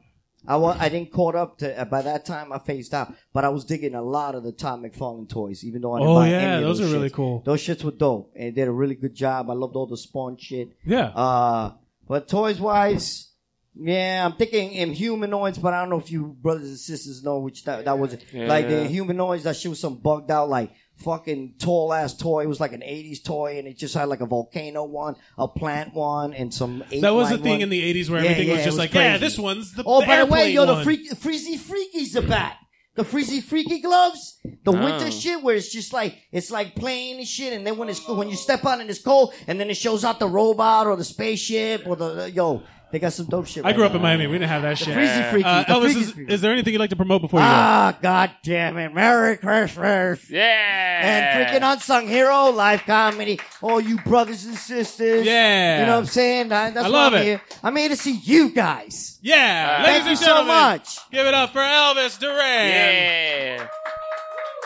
S9: I wa- I didn't caught up to. Uh, by that time, I phased out. But I was digging a lot of the Tom McFarlane toys, even though I didn't
S1: Oh
S9: buy
S1: yeah,
S9: any of
S1: those,
S9: those,
S1: are really
S9: shits.
S1: cool.
S9: Those shits were dope and did a really good job. I loved all the Spawn shit.
S1: Yeah.
S9: Uh, but toys wise, yeah, I'm thinking Inhumanoids, but I don't know if you brothers and sisters know which that, that was. Like the Inhumanoids, that shit was some bugged out, like fucking tall ass toy. It was like an 80s toy, and it just had like a volcano one, a plant one, and some.
S1: that was the
S9: ape-like
S1: thing
S9: one.
S1: in the '80s where
S9: Yeah,
S1: everything
S9: yeah,
S1: was
S9: it
S1: just
S9: was
S1: like,
S9: crazy.
S1: yeah, this one's the
S9: Oh, by the
S1: airplane
S9: way, yo, the
S1: one."
S9: freak, Freezy Freaky's are back. the freezy freaky gloves, the
S2: Oh.
S9: winter shit where it's just like it's like playing and shit, and then when it's when you step out and it's cold, and then it shows out the robot or the spaceship or the, the- yo, they got some dope shit.
S1: I
S9: right
S1: grew up
S9: now.
S1: in Miami. We didn't have that shit.
S9: Uh, Freezy freaky.
S1: Uh,
S9: the
S1: Elvis,
S9: freaky
S1: is,
S9: freaky.
S1: is there anything you'd like to promote before you go?
S9: ah, god damn it! Merry Christmas.
S2: Yeah.
S9: and freaking unsung hero live comedy. All you brothers and sisters.
S1: Yeah.
S9: you know what I'm saying. I, that's
S1: I love
S9: why I'm
S1: it.
S9: Here. I'm here to see you guys.
S1: Yeah,
S2: Uh,
S1: ladies
S9: Thank
S1: and
S9: you so
S1: gentlemen,
S9: much.
S1: give it up for Elvis Duran.
S2: Yeah.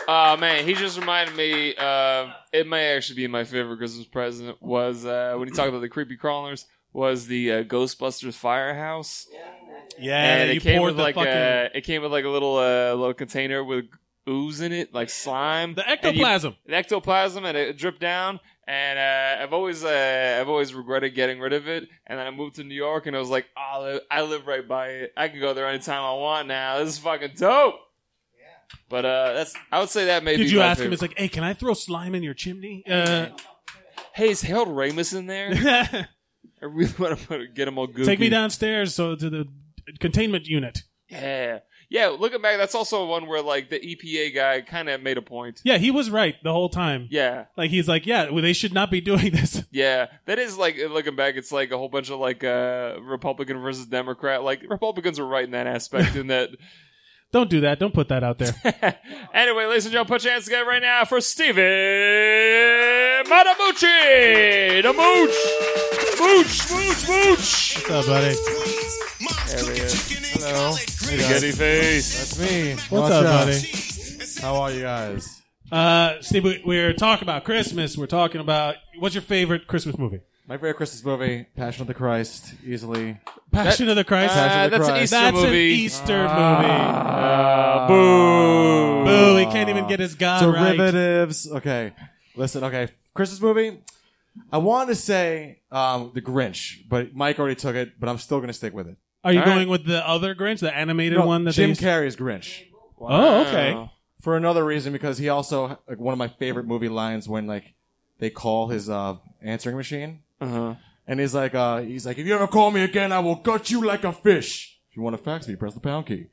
S2: Oh man, he just reminded me. Uh, it may actually be my favorite Christmas present. Was uh, when he talked about the creepy crawlers. Was the uh, Ghostbusters firehouse?
S1: Yeah,
S2: and
S1: you
S2: it came
S1: poured
S2: with
S1: the
S2: like
S1: fucking
S2: a. It came with like a little uh, little container with ooze in it, like slime.
S1: the
S2: And you-
S1: ectoplasm.
S2: an ectoplasm and it dripped down. And uh, I've always uh, I've always regretted getting rid of it. And then I moved to New York and I was like, oh, I live, I live right by it. I can go there anytime I want now. This is fucking dope. But uh, that's I would say that maybe.
S1: Did you ask him? It's like, hey, can I throw slime in your chimney? Uh,
S2: hey, is Harold Ramis in there? I really want to put, get him all good.
S1: take me downstairs so to the containment unit.
S2: Yeah, yeah. Looking back, that's also one where like the EPA guy kind of made a point.
S1: Yeah, he was right the whole time.
S2: Yeah,
S1: Like he's like, yeah, well, they should not be doing this.
S2: Yeah, that is like looking back, it's like a whole bunch of like uh, Republican versus Democrat. Like Republicans were right in that aspect. in that,
S1: Don't do that. Don't put that out there.
S2: anyway, ladies and gentlemen, put your hands together right now for Steven Matamucci, the Mooch, Mooch, Mooch,
S1: What's
S2: Mooch.
S1: up, buddy?
S2: There he is.
S10: Hello. Hey guys.
S2: Spaghetti face.
S10: That's me. What's,
S1: up, buddy?
S10: How are you guys?
S1: Uh, Steve, we- we're talking about Christmas. We're talking about what's your favorite Christmas movie?
S10: My favorite Christmas movie, Passion of the Christ, easily.
S1: Passion of the Christ.
S10: Passion
S2: Uh,
S10: of the
S2: that's an
S10: Christ.
S2: Easter
S1: That's an
S2: movie.
S1: Easter
S10: Ah.
S1: movie.
S2: Uh,
S1: Boo! He can't even get his god right.
S10: derivatives. Okay, listen. Okay, Christmas movie. I want to say um, the Grinch, but Mike already took it. But I'm still going to stick with it.
S1: Are you
S2: All right.
S1: going with the other Grinch, the animated
S10: No,
S1: one that they
S10: Jim
S1: used-
S10: Carrey's Grinch.
S1: Oh, okay.
S10: For another reason, because he also like one of my favorite movie lines when like they call his uh, answering machine,
S2: Uh-huh.
S10: and he's like, uh, he's like, if you ever call me again, I will gut you like a fish. If you want to fax me, press the pound key.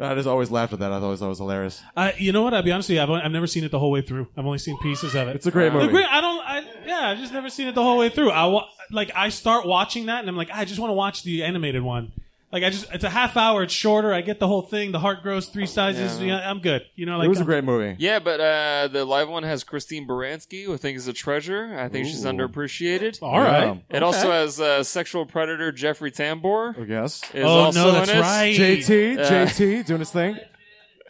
S10: I just always laughed at that. I thought that was hilarious.
S1: I, you know what? I'll be honest with you. I've, only- I've never seen it the whole way through. I've only seen pieces of it.
S10: It's a great movie.
S1: The Grinch- I don't. I, yeah, I've just never seen it the whole way through. I wa- like. I start watching that, and I'm like, "Ah, I just want to watch the animated one. Like, I just. It's a half hour. It's shorter. I get the whole thing. The heart grows three sizes. Yeah. I'm good. You know, like
S10: it was a
S1: I'm-
S10: great movie.
S2: Yeah, but uh, the live one has Christine Baranski, who I think is a treasure. I think she's underappreciated.
S1: All right.
S10: Um,
S2: It also has uh, sexual predator Jeffrey Tambor.
S10: I guess.
S2: is
S1: Oh
S2: also
S1: no, that's
S2: in it.
S1: right.
S10: JT,
S2: Uh,
S10: JT, doing his thing.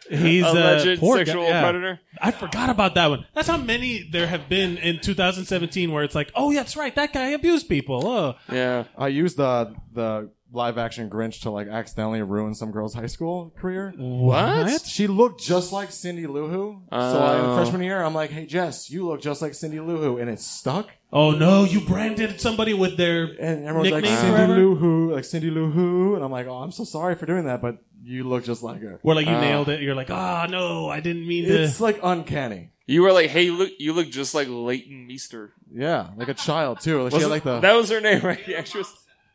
S1: He's a
S2: Alleged
S1: poor guy.
S2: sexual
S1: Yeah.
S2: predator.
S1: I forgot about that one. That's how many there have been in 2017 where it's like, oh yeah, that's right, that guy abused people. Oh,
S2: Yeah.
S10: I used the the live action Grinch to like accidentally ruin some girl's high school career.
S1: what?
S10: She looked just like Cindy Lou Who. So I, in
S2: Oh.
S10: freshman year, I'm like, hey Jess, you look just like Cindy Lou Who, and it stuck.
S1: Oh no, you branded somebody with their
S10: And everyone's
S1: Nickname
S10: like Cindy
S1: forever?
S10: Lou Who, like Cindy Lou Who, and I'm like, oh, I'm so sorry for doing that, but you look just like her.
S1: Where like you
S2: Ah.
S1: nailed it. You're like, ah, no, I didn't mean to.
S10: It's like uncanny.
S2: You were like, hey, look, you look just like Leighton Meester.
S10: Yeah, like a child too. Like she
S2: Was
S10: had
S2: it-
S10: like the
S2: That was her name, right? The actress.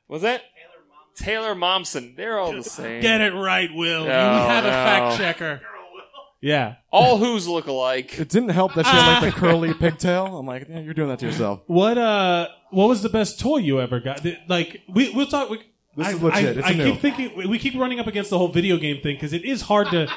S2: Was that? Taylor Momsen. They're all the same.
S1: Get it right, Will. you
S2: No,
S1: have a
S2: no.
S1: fact checker. Yeah.
S2: All who's look alike.
S10: It didn't help that she had like the curly pigtail. I'm like, Oh, yeah, you're doing that to yourself.
S1: What uh? What was the best toy you ever got? Th- Like we we'll talk. We,
S10: This is
S1: I,
S10: legit.
S1: I-
S10: It's
S1: I
S10: new.
S1: keep thinking we- we keep running up against the whole video game thing because it is hard to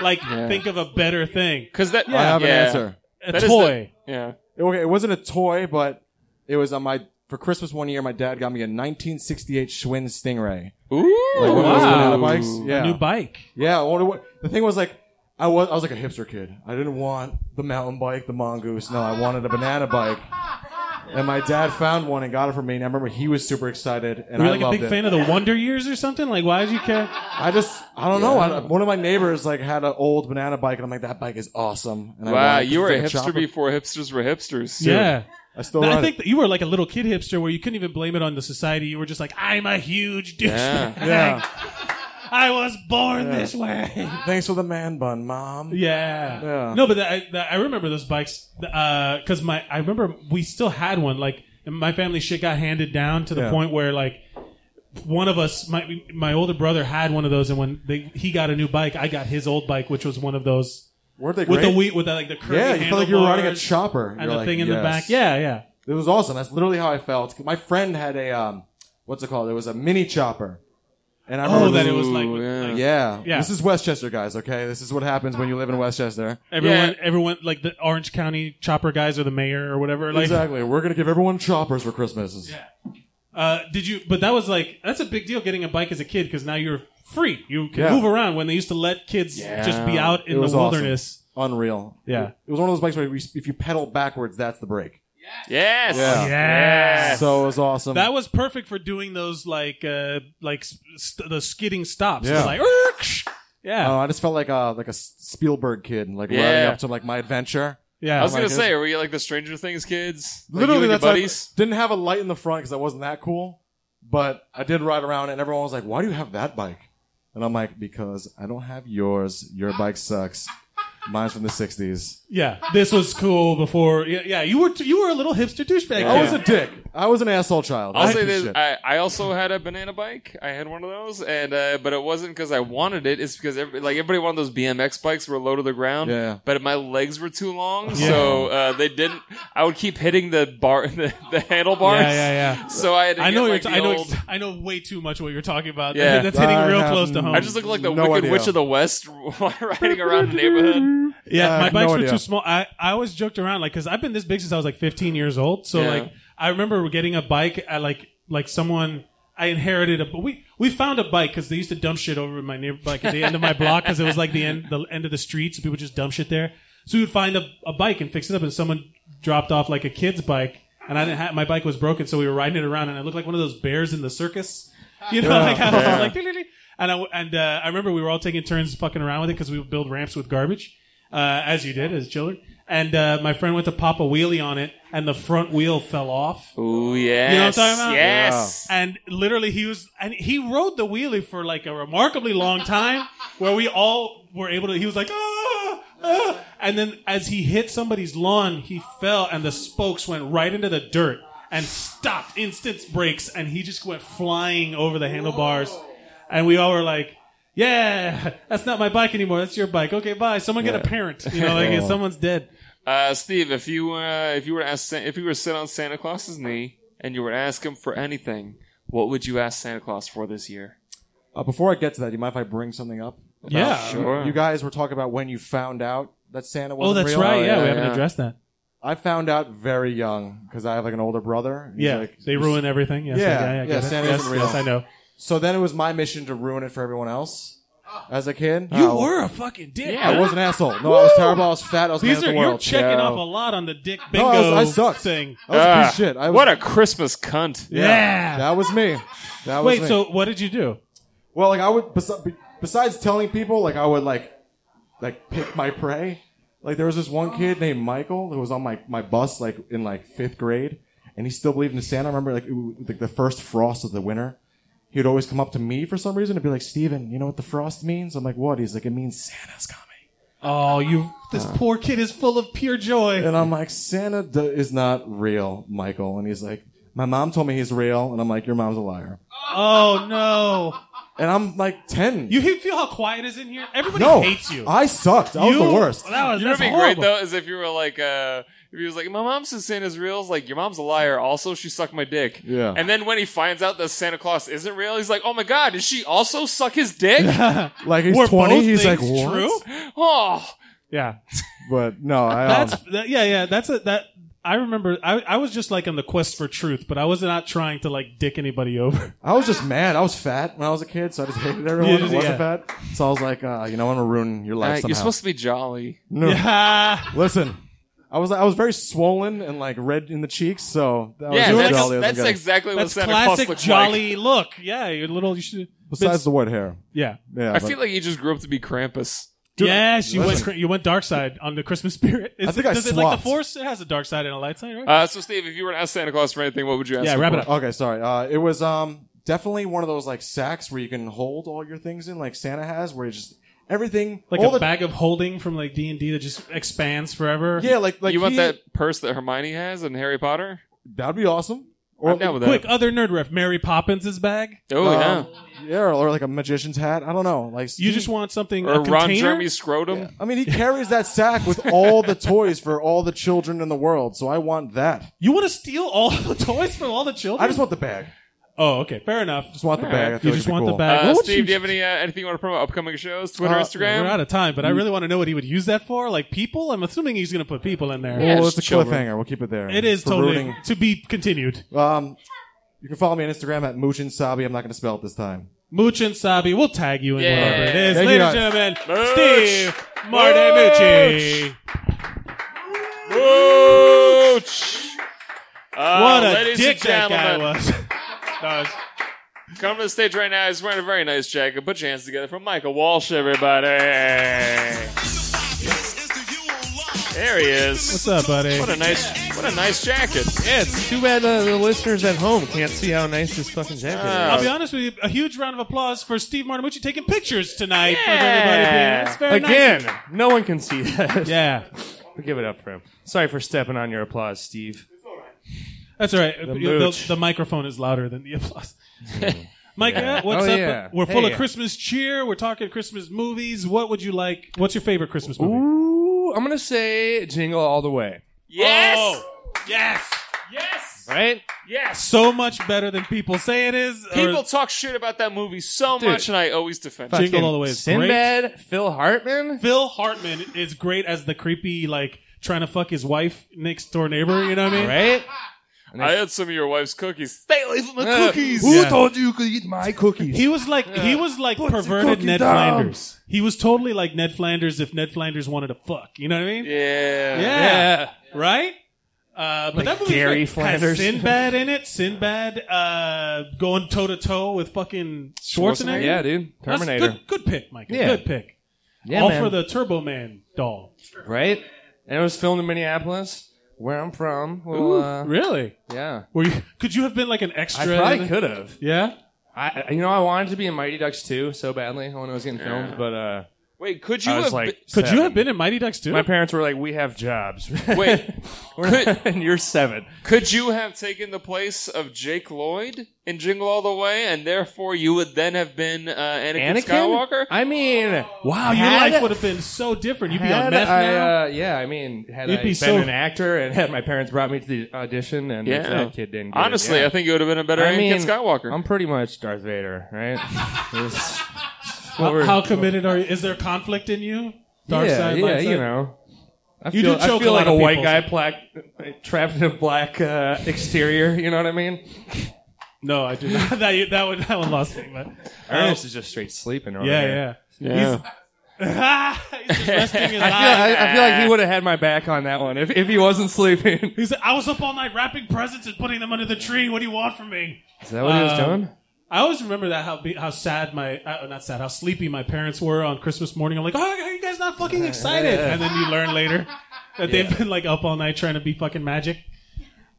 S1: like think of a better thing.
S2: Because that.
S10: I
S2: yeah,
S10: have
S2: yeah,
S10: an answer.
S1: A
S2: That is
S1: toy.
S2: the- yeah.
S10: Okay, it wasn't a toy, but it was on my for Christmas one year. My dad got me a 1968 Schwinn Stingray,
S2: Ooh.
S10: like one of those banana
S1: wow.
S10: bikes.
S1: A
S10: Yeah,
S1: new bike.
S10: yeah. I wonder what- the thing was like. I was I was like a hipster kid. I didn't want the mountain bike, the mongoose. No, I wanted a banana bike. And my dad found one and got it for me. And I remember he was super excited, and
S1: Were you
S10: I
S1: like a
S10: loved
S1: big
S10: it.
S1: fan of the Wonder Years or something? Like, why did you care?
S10: I just I don't know. I, one of my neighbors like had an old banana bike, and I'm like, that bike is awesome. And I
S2: Wow,
S10: wanted it.
S2: you were a
S10: It's like
S2: hipster
S10: chopper.
S2: before hipsters were hipsters.
S1: yeah.
S10: I still
S1: I
S10: ride it.
S1: think that you were like a little kid hipster where you couldn't even blame it on the society. You were just like, I'm a huge douchebag.
S10: Yeah.
S1: I was born this way.
S10: Thanks for the man bun, mom.
S1: Yeah.
S10: Yeah.
S1: No, but that, I, that, I remember those bikes because my I remember we still had one. Like and my family shit got handed down to the
S10: Yeah.
S1: point where like one of us, my my older brother had one of those, and when they, he got a new bike, I got his old bike, which was one of those
S10: Weren't they
S1: with the
S10: great?
S1: wheat with the, like the curvy
S10: Yeah, you felt like you were riding a
S1: handlebars
S10: chopper.
S1: and
S10: You're
S1: the
S10: like,
S1: thing in the
S10: yes.
S1: back. Yeah, yeah.
S10: It was awesome. That's literally how I felt. My friend had a um, what's it called? It was a mini chopper, and I remember
S1: Oh, that it
S10: this-
S1: was like,
S2: Ooh, yeah.
S1: like,
S10: Yeah.
S1: Yeah.
S10: This is Westchester, guys. Okay, this is what happens when you live in Westchester.
S1: everyone,
S2: Yeah.
S1: everyone like the Orange County chopper guys or the mayor or whatever. Like,
S10: exactly. We're gonna give everyone choppers for Christmas. Yeah.
S1: uh, did you? But that was like that's a big deal getting a bike as a kid because now you're free. You can
S10: Yeah.
S1: move around when they used to let kids just be out in
S10: It
S1: the
S10: was awesome.
S1: wilderness.
S10: Unreal.
S1: Yeah.
S10: It, it was one of those bikes where you- if you pedal backwards, that's the brake.
S2: Yes.
S10: Yeah.
S1: Yes.
S10: So it was awesome.
S1: That was perfect for doing those like uh like st- the skidding stops.
S10: Yeah.
S1: Like, "Urgh!" yeah,
S10: Oh, I just felt like a like a S- Spielberg kid, like
S2: Yeah.
S10: riding up to like my adventure.
S1: yeah.
S2: I was
S10: my
S2: gonna
S10: goodness.
S2: say, are we like the Stranger Things kids? Like, you
S10: Literally,
S2: and your
S10: that's how I-
S2: buddies.
S10: didn't have a light in the front because I wasn't that cool. But I did ride around, and everyone was like, "Why do you have that bike?" And I'm like, "Because I don't have yours. Your bike sucks. Mine's from the '60s.
S1: yeah, this was cool before. Yeah, yeah. You were t- you were a little hipster douchebag.
S10: I
S1: kid.
S10: was a dick. I was an asshole child.
S2: I'll
S10: I
S2: say
S10: hate
S2: this:
S10: Oh, shit.
S2: I, I also had a banana bike. I had one of those, and uh, but it wasn't because I wanted it. It's because every, like everybody wanted those BMX bikes were low to the ground.
S10: Yeah.
S2: But my legs were too long, so uh, they didn't. I would keep hitting the bar, the, the handlebars.
S1: yeah, yeah, yeah.
S2: So I had to
S1: I know
S2: get,
S1: you're
S2: like,
S1: t-
S2: the
S1: I know
S2: old-
S1: ex- I know way too much what you're talking about.
S2: Yeah.
S1: that's hitting
S10: I
S1: real
S10: have
S1: close to home.
S2: I just look like the
S10: No
S2: Wicked
S10: idea.
S2: Witch of the West riding around the neighborhood.
S1: Yeah,
S10: I
S1: my
S10: have
S1: bikes
S10: Uh, no
S1: were
S10: idea.
S1: too small. I, I always joked around like because I've been this big since I was like 15 years old. So
S2: Yeah.
S1: like I remember getting a bike at like like someone I inherited a we we found a bike because they used to dump shit over my near like at the end of my block because it was like the end the end of the street so people just dump shit there. So we would find a, a bike and fix it up and someone dropped off like a kid's bike and I didn't have my bike was broken so we were riding it around and I looked like one of those bears in the circus. You know, like I was just like, "Dee-dee-dee." and I, and uh, I remember we were all taking turns fucking around with it because we would build ramps with garbage, uh, as you did as children. And uh, my friend went to pop a wheelie on it, and the front wheel fell off.
S2: Ooh, yes.
S1: You know what I'm talking about?
S2: Yes.
S1: And literally, he was, and he rode the wheelie for like a remarkably long time, where we all were able to. He was like, ah, ah. and then as he hit somebody's lawn, he fell, and the spokes went right into the dirt and stopped. Instant brakes, and he just went flying over the handlebars, and we all were like. Yeah, that's not my bike anymore. That's your bike. Okay, bye. Someone get a parent. You know, like
S10: Oh.
S1: if someone's dead.
S2: Uh, Steve, if you uh, if you were asked if you were sitting on Santa Claus's knee and you were to ask him for anything, what would you ask Santa Claus for this year?
S10: Uh, before I get to that, do you mind if I bring something up?
S1: yeah.
S2: Sure.
S10: You guys were talking about when you found out that Santa
S1: Oh,
S10: wasn't
S1: that's
S10: real.
S1: right. Yeah,
S2: yeah,
S1: we haven't
S2: yeah.
S1: addressed that.
S10: I found out very young because I have like an older brother. He's
S1: Yeah,
S10: like-
S1: they ruin everything. Yes,
S10: Yeah,
S1: I- I
S10: yeah,
S1: get it.
S10: Santa
S1: yes,
S10: isn't real.
S1: yes, I know.
S10: So then it was my mission to ruin it for everyone else. As a kid,
S1: You
S10: Oh.
S1: were a fucking dick.
S2: Yeah,
S10: I was an asshole. No, I was terrible. I was fat. I was
S1: These
S10: mad at
S1: are
S10: the world.
S1: you're checking
S2: Yeah.
S1: off a lot on the dick
S10: No,
S1: bingo
S10: I, was, I sucked.
S1: thing.
S10: I was a piece
S2: Ah,
S10: of shit. I was,
S2: what a Christmas cunt!
S1: Yeah.
S10: That was me. That was
S1: Wait,
S10: me.
S1: so what did you do?
S10: well, like I would besi- be- besides telling people, like I would like like pick my prey. Like there was this one kid named Michael who was on my my bus like in like fifth grade, and he still believed in Santa. I remember like it was, like the first frost of the winter. He would always come up to me for some reason and be like, "Steven, you know what the frost means?" I'm like, "What?" He's like, "It means Santa's coming."
S1: Oh, you this poor kid is full of pure joy.
S10: Uh, And I'm like, Santa d- is not real, Michael. And he's like, my mom told me he's real. And I'm like, your mom's a liar.
S1: Oh no.
S10: And I'm like 10.
S1: You he- feel how quiet is in here? Everybody
S10: no,
S1: hates you.
S10: I sucked. I was
S1: You-
S10: the worst.
S1: That was
S2: You know
S1: that's
S2: what'd be
S1: horrible.
S2: great though is if you were like, uh, if he was like, my mom says Santa's real. It's like your mom's a liar. Also, she sucked my dick.
S10: Yeah.
S2: And then when he finds out that Santa Claus isn't real, he's like, oh my god, did she also suck his dick?
S10: Like he's
S1: Were
S10: 20.
S1: both
S10: He's like,
S1: things
S10: what?
S1: true?
S2: oh,
S1: Yeah.
S10: But no, I, um,
S1: That's that, yeah, yeah. That's a that I remember I, I was just like on the quest for truth, but I was not trying to like dick anybody over.
S10: I was just mad. I was fat when I was a kid. So I just hated everyone
S1: You
S10: that
S1: just-
S10: wasn't fat. So I was like, uh, you know, I'm going to ruin your life
S2: Uh,
S10: somehow.
S2: you're supposed to be jolly.
S10: no,
S1: Ah,
S10: listen. I was I was very swoln and like red in the cheeks, so that
S2: Yeah,
S10: was
S2: that's,
S10: jolly as I
S2: that's
S10: got.
S2: exactly what
S1: that's
S2: Santa Claus
S1: classic
S2: looks like.
S1: jolly look. Yeah, you're little you should
S10: Besides the white hair,
S1: Yeah.
S10: yeah.
S2: I
S10: but-
S2: feel like he just grew up to be Krampus.
S1: yes, you went
S10: listen.
S1: cra- you went dark side on the Christmas spirit. Is
S10: I think
S1: it,
S10: I
S1: does it like the
S10: swapped.
S1: Force? It has a dark side and a light side, right?
S2: Uh, so Steve, if you were to ask Santa Claus for anything, what would you ask?
S1: Yeah,
S2: him
S1: wrap
S2: for?
S1: it up.
S10: Okay, sorry. Uh, it was um definitely one of those like sacks where you can hold all your things in, like Santa has, where you just everything
S1: like
S10: all
S1: a
S10: the-
S1: bag of holding from like D and D that just expands forever.
S10: Yeah, like like
S2: you want
S10: he-
S2: that purse that Hermione has in Harry Potter?
S10: That'd be awesome. Or
S2: I'm down with
S1: Quick,
S2: that.
S1: other nerd ref, Mary Poppins' bag.
S2: Oh yeah.
S10: um, yeah, or, or like a magician's hat. I don't know. Like
S1: You
S10: he-
S1: just want something
S2: Or
S1: a
S2: Ron
S1: container?
S2: Jeremy's scrotum.
S10: I mean, he carries that sack with all the toys for all the children in the world. So I want that.
S1: You want to steal all the toys from all the children?
S10: I just want the bag.
S1: Oh, okay, fair enough.
S10: Just want the bag. I
S1: You
S10: feel like
S1: just
S10: it'd be
S1: want the
S10: cool.
S1: bag.
S2: Uh,
S1: What would
S2: Steve,
S1: you-
S2: do you have any uh, anything you want to promote? Upcoming shows, Twitter,
S10: Uh,
S2: Instagram. Mm.
S1: We're out of time, but I really want to know what he would use that for. Like people? I'm assuming he's going to put people in there.
S2: Yeah,
S10: Well,
S2: just
S10: it's a
S2: children.
S10: cliffhanger. We'll keep it there.
S1: It is
S10: For
S1: totally
S10: ruining-
S1: to be continued.
S10: Um, you can follow me on Instagram at Moochin Sabi. I'm not going to spell it this time.
S1: Mooch and Sabi, we'll tag you in
S2: Yeah.
S1: whatever it is.
S10: Thank you,
S1: Ladies and
S10: guys.
S1: gentlemen,
S2: Mooch.
S1: Steve Martinucci.
S2: Booch! Uh,
S1: What a
S2: ladies
S1: dick that
S2: and gentlemen,
S1: guy was. That was-
S2: Come to the stage right now. He's wearing a very nice jacket. Put your hands together for Michael Walsh, everybody. There he
S1: What's
S2: is.
S1: up, buddy?
S2: What a nice, what a nice jacket.
S6: Yeah, it's too bad uh, the listeners at home can't see how nice this fucking jacket
S2: Ah.
S1: I'll be honest with you. A huge round of applause for Steve Martinucci taking pictures tonight for
S2: Yeah.
S1: everybody. Being, it's
S6: is.
S1: very nice.
S6: Again, no one can see that.
S1: Yeah,
S6: We give it up for him. Sorry for stepping on your applause, Steve.
S1: that's all right. The, the,
S6: mooch.
S1: the microphone is louder than the applause. Mike, uh, what's
S6: Oh,
S1: up?
S6: yeah.
S1: We're full
S6: Hey.
S1: of Christmas cheer. We're talking Christmas movies. What would you like? What's your favorite Christmas movie?
S6: Ooh, I'm gonna say jingle all the way.
S2: Yes.
S1: Oh, yes.
S2: Yes.
S6: Right?
S2: Yes.
S1: So much better than people say it is. or-
S2: People talk shit about that movie so
S6: Dude.
S2: much, and I always defend it.
S1: Uh, Jingle All the Way is great.
S6: Sinbad, Phil Hartman.
S1: Phil Hartman is great as the creepy, like trying to fuck his wife next door neighbor. You know what I mean?
S6: Right?
S2: I had some of your wife's cookies. Stay away from the
S6: Uh,
S2: cookies.
S6: Who
S1: Yeah.
S6: told you you could eat my cookies?
S1: He was like he was like
S6: Put the
S1: perverted
S6: cookie
S1: Ned
S6: down.
S1: Flanders. He was totally like Ned Flanders if Ned Flanders wanted to fuck. You know what I mean?
S2: Yeah.
S1: Yeah.
S6: yeah.
S1: Right. Uh, but that movie
S6: Gary
S1: has
S6: Flanders.
S1: Sinbad in it. Sinbad uh, going toe to toe with fucking Schwarzenegger.
S6: Yeah, dude.
S1: That's
S6: Terminator.
S1: good, good pick, Mike.
S6: Yeah.
S1: Good pick.
S6: Yeah,
S1: All
S6: man.
S1: for the Turbo Man doll.
S6: right? And it was filmed in Minneapolis, where I'm from. Well, uh,
S1: really?
S6: yeah.
S1: Were you, could you have been like an
S6: I
S1: extra? in
S6: probably
S1: it?
S6: could have.
S1: Yeah.
S6: I, I- you know, I wanted to be in Mighty Ducks 2 so badly when it was getting filmed, but uh,
S2: Wait, could you
S6: I was
S2: have?
S6: like,
S1: Could
S6: seven.
S1: you have been in Mighty Ducks too?
S6: My parents were like, "We have jobs."
S2: been- wait,
S6: We're
S2: could-
S6: and you're seven.
S2: Could you have taken the place of Jake Lloyd in Jingle All the Way, and therefore you would then have been uh, Anakin,
S6: Anakin
S2: Skywalker?
S6: I mean,
S1: wow, your
S6: Had-
S1: life would have been so different. You'd be
S6: had
S1: on meth
S6: I,
S1: now.
S6: Uh, yeah, I mean, had
S1: You'd
S6: I
S1: be
S6: been
S1: so-
S6: an actor and had my parents brought me to the audition, and if
S2: Yeah.
S6: that kid didn't. Get
S2: Honestly,
S6: it, yeah.
S2: I think you would have been a better
S6: I
S2: Anakin
S6: mean,
S2: Skywalker.
S6: I'm pretty much Darth Vader, right? It's- it's what
S1: how,
S6: we're-
S1: how committed are you? Is there conflict in you? Dark
S6: yeah,
S1: side,
S6: yeah,
S1: light side?
S6: you know. I
S1: You
S6: feel,
S1: do choke
S6: I feel
S1: a lot
S6: like a
S1: of
S6: white
S1: people.
S6: guy plac- trapped in a black uh, exterior. You know what I mean?
S1: No, I do. not. that that one that one lost me. But
S6: Ernest is just straight sleeping. Over
S1: yeah,
S6: here.
S1: yeah.
S2: yeah.
S1: He's, he's just resting his
S6: I feel,
S1: eyes.
S6: I, I feel like he would have had my back on that one if, if he wasn't sleeping.
S1: He's like, I was up all night wrapping presents and putting them under the tree. What do you want from me?
S6: Is that what he was
S1: Um,
S6: doing?
S1: I always remember that how be- how sad my uh, not sad how sleepy my parents were on Christmas morning. I'm like, oh, are you guys not fucking excited? And then you learn later that they've been like up all night trying to be fucking magic.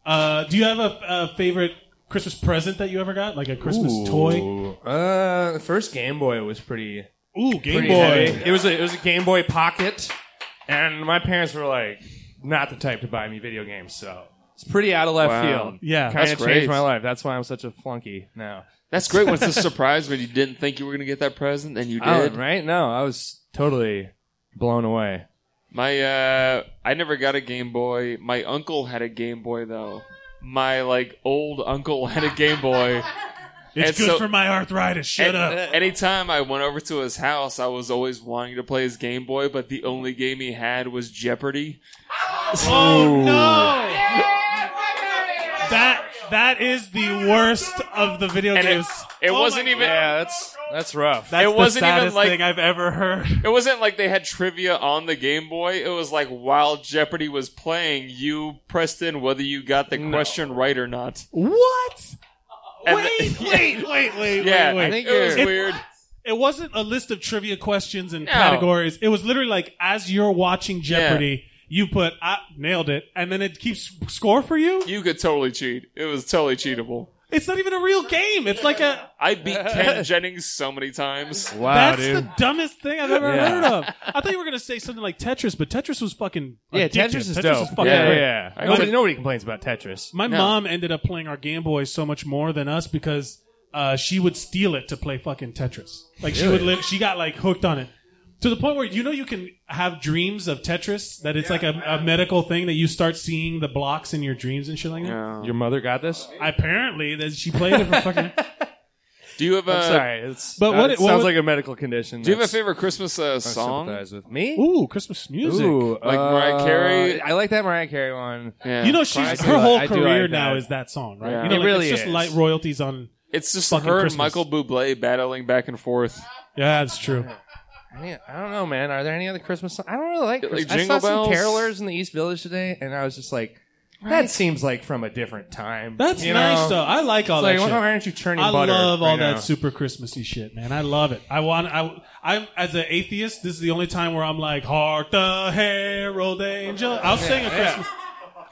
S1: Uh, do you have a, a favorite Christmas present that you ever got, like a Christmas toy?
S6: Ooh. Uh, the first Game Boy was pretty
S1: Ooh, Game
S6: pretty
S1: Boy.
S6: heavy. It was a it was a Game Boy Pocket, and my parents were like, not the type to buy me video games, so it's pretty out of left
S2: Wow.
S6: field.
S1: Yeah.
S6: kind of
S2: That's
S6: changed
S2: great.
S6: my life. That's why I'm such a flunky now.
S2: That's great. What's the surprise when you didn't think you were going to get that present and you did?
S6: Oh, right? No, I was totally blown away.
S2: My uh I never got a Game Boy. My uncle had a Game Boy though. My like old uncle had a Game Boy.
S1: It's
S2: And
S1: good
S2: so-
S1: for my arthritis. Shut
S2: And,
S1: up.
S2: uh, Anytime I went over to his house, I was always wanting to play his Game Boy, but the only game he had was Jeopardy.
S1: Oh no! That that is the worst of the video
S2: And it,
S1: games.
S2: it
S1: Oh my
S2: wasn't even
S6: Yeah, that's that's rough.
S1: That's
S2: it wasn't
S1: the
S2: even,
S1: saddest
S2: like-
S1: thing I've ever heard.
S2: it wasn't like they had trivia on the Game Boy. It was like while Jeopardy was playing, you pressed in whether you got the question right or not.
S1: What?
S2: And
S1: Wait,
S2: the-
S1: wait, wait, wait,
S2: Yeah,
S1: wait, wait.
S2: I think it was
S1: you're-
S2: weird.
S1: it wasn't a list of trivia questions and
S2: No.
S1: categories. It was literally like as you're watching Jeopardy, you put "Ah, I nailed it, and then it keeps score for you.
S2: You could totally cheat. It was totally cheatable.
S1: It's not even a real game. It's like a.
S2: I beat Ken Jennings so many times.
S6: Wow,
S1: That's
S6: dude.
S1: the dumbest thing I've ever
S6: Yeah.
S1: heard of. I thought you were gonna say something like Tetris, but Tetris was fucking.
S6: yeah,
S1: addictive.
S6: Tetris is
S1: Tetris
S6: dope.
S1: Was fucking
S6: yeah,
S1: great.
S6: yeah.
S2: I
S6: Nobody,
S2: said-
S6: nobody complains about Tetris.
S1: My mom ended up playing our Game Boy so much more than us because uh, she would steal it to play fucking Tetris. Like she would live, she got like hooked on it to the point where you know you can have dreams of Tetris that it's like a, a medical thing that you start seeing the blocks in your dreams and shit like that.
S6: Your mother got this.
S1: Apparently, that she played it for fucking.
S2: Do you have a
S6: I'm sorry. It's,
S1: But
S6: uh,
S1: what-
S6: it
S1: what
S6: sounds
S1: would-
S6: like a medical condition.
S2: Do you have a
S6: that's-
S2: favorite Christmas uh,
S6: I
S2: song?
S6: sympathize with me.
S1: Ooh, Christmas music.
S6: Ooh,
S2: Like Mariah Carey?
S6: uh, I like that Mariah Carey one.
S2: Yeah.
S1: You know, she's
S6: Classic.
S1: her whole
S6: I do like
S1: career
S6: that.
S1: now is that song, right?
S2: Yeah.
S1: You know,
S6: It
S1: like,
S6: really
S1: it's just
S6: is.
S1: light royalties on.
S2: it's just
S1: Fucking
S2: her
S1: Christmas.
S2: and Michael Bublé battling back and forth.
S1: Yeah, that's true.
S6: I mean, I don't know, man. Are there any other Christmas songs? I don't really like.
S2: Like
S6: Christmas. I
S2: Jingle
S6: saw
S2: Bells?
S6: some carolers in the East Village today, and I was just like, that seems like from a different time.
S1: That's
S6: you
S1: nice
S6: know?
S1: though. I like all
S6: It's like,
S1: that.
S6: why
S1: shit.
S6: aren't you churning
S1: I
S6: butter?
S1: love all
S6: right
S1: that
S6: now?
S1: super Christmassy shit, man. I love it. I want. I. I'm as an atheist. This is the only time where I'm like, "Hark the herald angel." I'll sing a Christmas.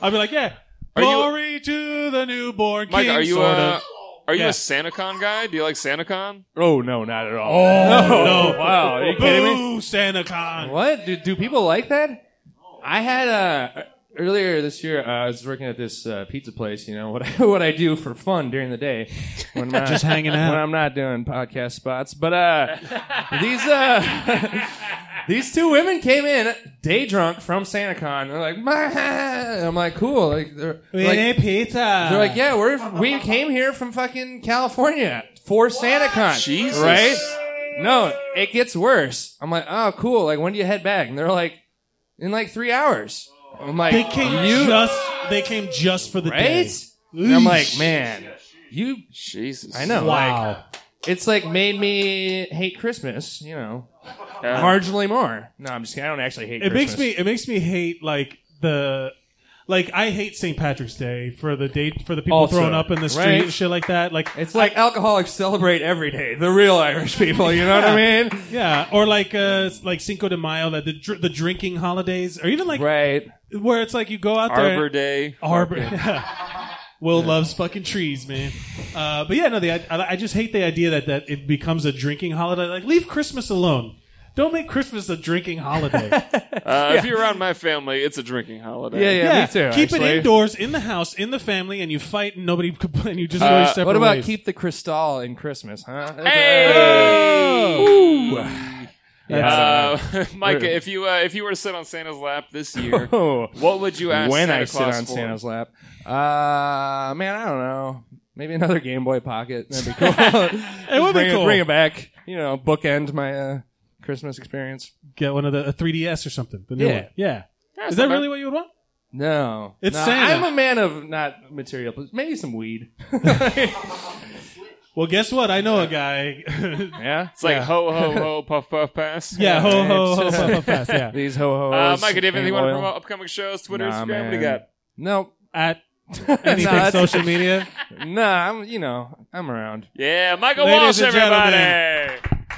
S1: I'll be like, "Yeah,
S2: Are you-
S1: glory to the newborn
S2: Mike,
S1: king."
S2: are you
S1: sort
S2: a
S1: of.
S2: are you
S1: Yeah.
S2: a SantaCon guy? Do you like SantaCon?
S6: Oh no, not at all.
S1: Oh no!
S6: Wow, are you kidding me?
S1: Boo, Santa Con.
S6: What do, do people like that? I had uh, earlier this year. Uh, I was working at this uh, pizza place. You know what I, what I do for fun during the day when I'm just
S1: hanging out.
S6: when I'm not doing podcast spots. But uh, these uh, these two women came in day drunk from SantaCon. They're like, "Mah." I'm like, cool. Like they're like,
S1: pizza.
S6: they're like, yeah, we're we came here from fucking California for SantaCon.
S2: Jesus.
S6: right? No, it gets worse. I'm like, oh, cool. Like, when do you head back? And they're like, in like three hours. I'm like,
S1: They came
S6: you
S1: just. They came just for the
S6: right?
S1: day.
S6: And I'm like, man, you.
S2: Jesus.
S6: I know. Like,
S1: Wow.
S6: it's like made me hate Christmas. You know,
S2: Yeah.
S6: marginally more. No, I'm just kidding. I don't actually hate.
S1: it
S6: Christmas.
S1: makes me it makes me hate like the like I hate St. Patrick's Day for the date for the people
S6: Also,
S1: throwing up in the street
S6: right?
S1: and shit like that. Like
S6: It's like alcoholics celebrate every day. The real Irish people. You know what I mean?
S1: yeah, or like uh like Cinco de Mayo, that the dr- the drinking holidays, or even like
S6: Right.
S1: where it's like you go out there
S2: Arbor Day.
S1: Arbor. yeah. Will loves fucking trees, man. Uh, but yeah, no, the, I, I just hate the idea that, that it becomes a drinking holiday. Like, leave Christmas alone. Don't make Christmas a drinking holiday.
S2: Uh, If you're around my family, it's a drinking holiday.
S6: Yeah, yeah. me too.
S1: Keep it
S6: actually.
S1: indoors, in the house, in the family, and you fight and nobody compl- and You just go
S2: Uh,
S1: your separate
S6: What about
S1: ways.
S6: keep the crystal in Christmas, huh?
S2: Hey!
S6: Yeah.
S2: Uh, Micah, if you uh, if you were to sit on Santa's lap this year,
S6: Oh.
S2: what would you ask
S6: when
S2: Santa
S6: I sit
S2: Claus
S6: on
S2: for?
S6: Santa's lap. Uh, man, I don't know. Maybe another Game Boy Pocket. That'd be cool. it
S1: would be
S6: bring
S1: cool.
S6: It, bring it back. You know, bookend my uh, Christmas experience.
S1: get one of the a 3DS or something? The new
S6: Yeah.
S1: one. Yeah.
S2: Yeah,
S1: Is
S2: it's
S1: that
S2: not bad.
S1: really what you would want?
S6: No,
S1: It's
S6: no,
S1: Santa.
S6: I'm a man of not material, but maybe some weed.
S1: Well, guess what? I know a guy.
S6: yeah,
S2: It's like ho ho ho puff puff pass.
S1: yeah, ho ho ho,
S6: It's-
S1: ho, ho, fast, yeah.
S6: these ho ho.
S2: Uh, Micah, do you have anything you want to
S6: oil.
S2: promote? Upcoming shows, Twitter,
S6: Nah,
S2: Instagram. What do you
S6: man.
S2: got?
S6: Nope.
S1: At
S6: No,
S1: anything
S6: that's-
S1: social media,
S6: Nah, I'm you know I'm around.
S2: Yeah, Michael
S1: Ladies
S2: Walsh,
S1: and
S2: everybody.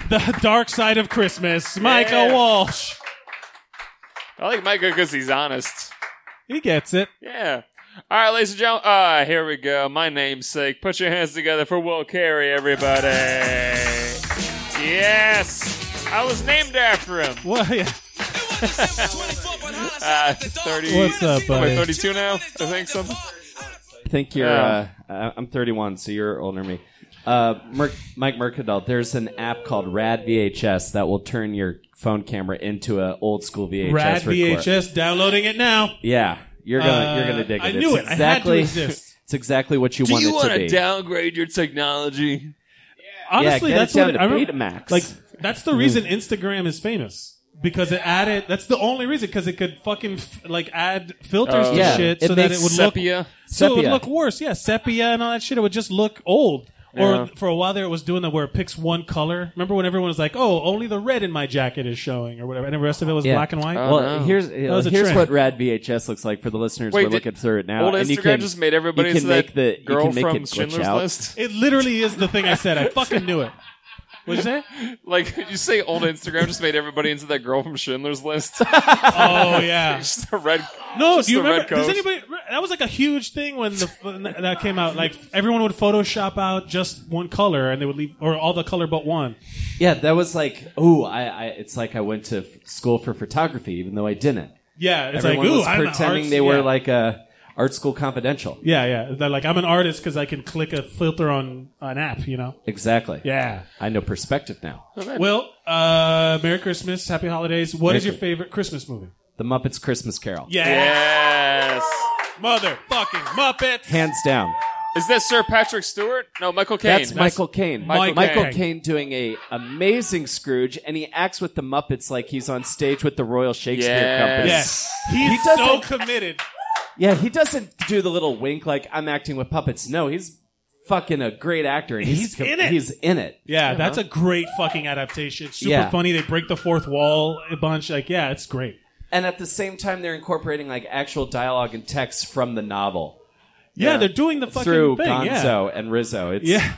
S1: the dark side of Christmas. Michael
S2: Yeah.
S1: Walsh,
S2: I like Micah because he's honest.
S1: he gets it.
S2: Yeah. All right, ladies and gentlemen. Ah, here we go. My namesake. Put your hands together for Will Carey, everybody. yes, I was named after him.
S1: Well, yeah.
S2: Uh, 30,
S1: What's up,
S2: am I
S1: buddy?
S2: 32 now? I think something.
S8: I think you're.
S2: Yeah.
S8: Uh, I- I'm 31, so you're older than me. Uh, Mer- Mike Mercadal, there's an app called Rad VHS that will turn your phone camera into an old school VHS
S1: Rad
S8: recorder.
S1: VHS, downloading it now.
S8: Yeah, you're gonna
S1: Uh,
S8: you're gonna dig it.
S1: I
S8: It's
S1: knew it. I had to
S8: exactly,
S1: exist.
S8: It's exactly what you want it to
S2: wanna
S8: be.
S2: downgrade your technology?
S1: Honestly,
S8: Yeah, get
S1: that's
S8: it down
S1: what it,
S8: to
S1: I remember,
S8: Betamax. Mm.
S1: Like that's the reason Instagram is famous because it added. That's the only reason because it could fucking f- like add filters
S2: Oh,
S1: to
S8: yeah.
S1: shit
S8: It
S1: so that it
S8: makes
S1: would look
S2: Sepia.
S1: so it would
S8: Sepia.
S1: look worse. Yeah, sepia and all that shit. It would just look old.
S2: Yeah.
S1: Or for a while there, it was doing that where it picks one color. Remember when everyone was like, "Oh, only the red in my jacket is showing," or whatever, and the rest of it was
S8: Yeah.
S1: black and white.
S2: Oh,
S8: well,
S2: no.
S8: here's
S1: was a
S8: here's
S1: trend.
S8: what Rad VHS looks like for the listeners.
S2: Wait,
S8: We're
S2: did-
S8: looking through it now.
S2: Old
S8: and
S2: Instagram
S8: you can,
S2: just made everybody
S8: you can
S2: so
S8: make the
S2: that girl
S8: you can make
S2: from
S8: it glitch
S2: Schindler's
S8: out.
S2: List.
S1: It literally is the thing I said. I fucking knew it. What'd you say?
S2: Like you say, old Instagram just made everybody into that girl from Schindler's List.
S1: Oh yeah.
S2: just a red.
S1: No,
S2: just
S1: do you
S2: the red
S1: remember? Does
S2: coat.
S1: anybody? that was like a huge thing when the when that came out. Like everyone would Photoshop out just one color, and they would leave or all the color but one.
S11: Yeah, that was like, oh, I, I, it's like I went to f- school for photography, even though I didn't.
S1: Yeah, it's
S11: Everyone
S1: like ooh,
S11: was
S1: I'm an
S11: pretending
S1: arts-
S11: they were
S1: yeah.
S11: like a art school confidential.
S1: yeah, yeah. They're like I'm an artist because I can click a filter on an app. You know.
S11: Exactly.
S1: Yeah.
S11: I know perspective now.
S1: Well, uh, Merry Christmas, Happy Holidays. What is your favorite Christmas movie?
S11: The Muppets Christmas Carol.
S1: Yeah,
S2: Yes.
S1: motherfucking Muppets.
S11: Hands down.
S2: Is that Sir Patrick Stewart? No, Michael Caine.
S11: That's Michael Caine.
S2: Michael
S11: Michael
S1: Caine.
S11: Caine doing a amazing Scrooge, and he acts with the Muppets like he's on stage with the Royal Shakespeare
S2: Yes.
S11: Company.
S1: Yes,
S11: He
S1: he's
S11: doesn't-
S1: so committed.
S11: Yeah, he doesn't do the little wink like I'm acting with puppets. No, he's fucking a great actor. and
S1: He's in it.
S11: He's in it. Uh-huh.
S1: Yeah, that's a great fucking adaptation. Super
S11: Yeah.
S1: funny. They break the fourth wall a bunch. Like, yeah, it's great.
S11: And at the same time, they're incorporating like actual dialogue and text from the novel
S1: Yeah, they're doing the fucking
S11: through
S1: thing. Yeah,
S11: Gonzo and Rizzo. It's
S1: yeah,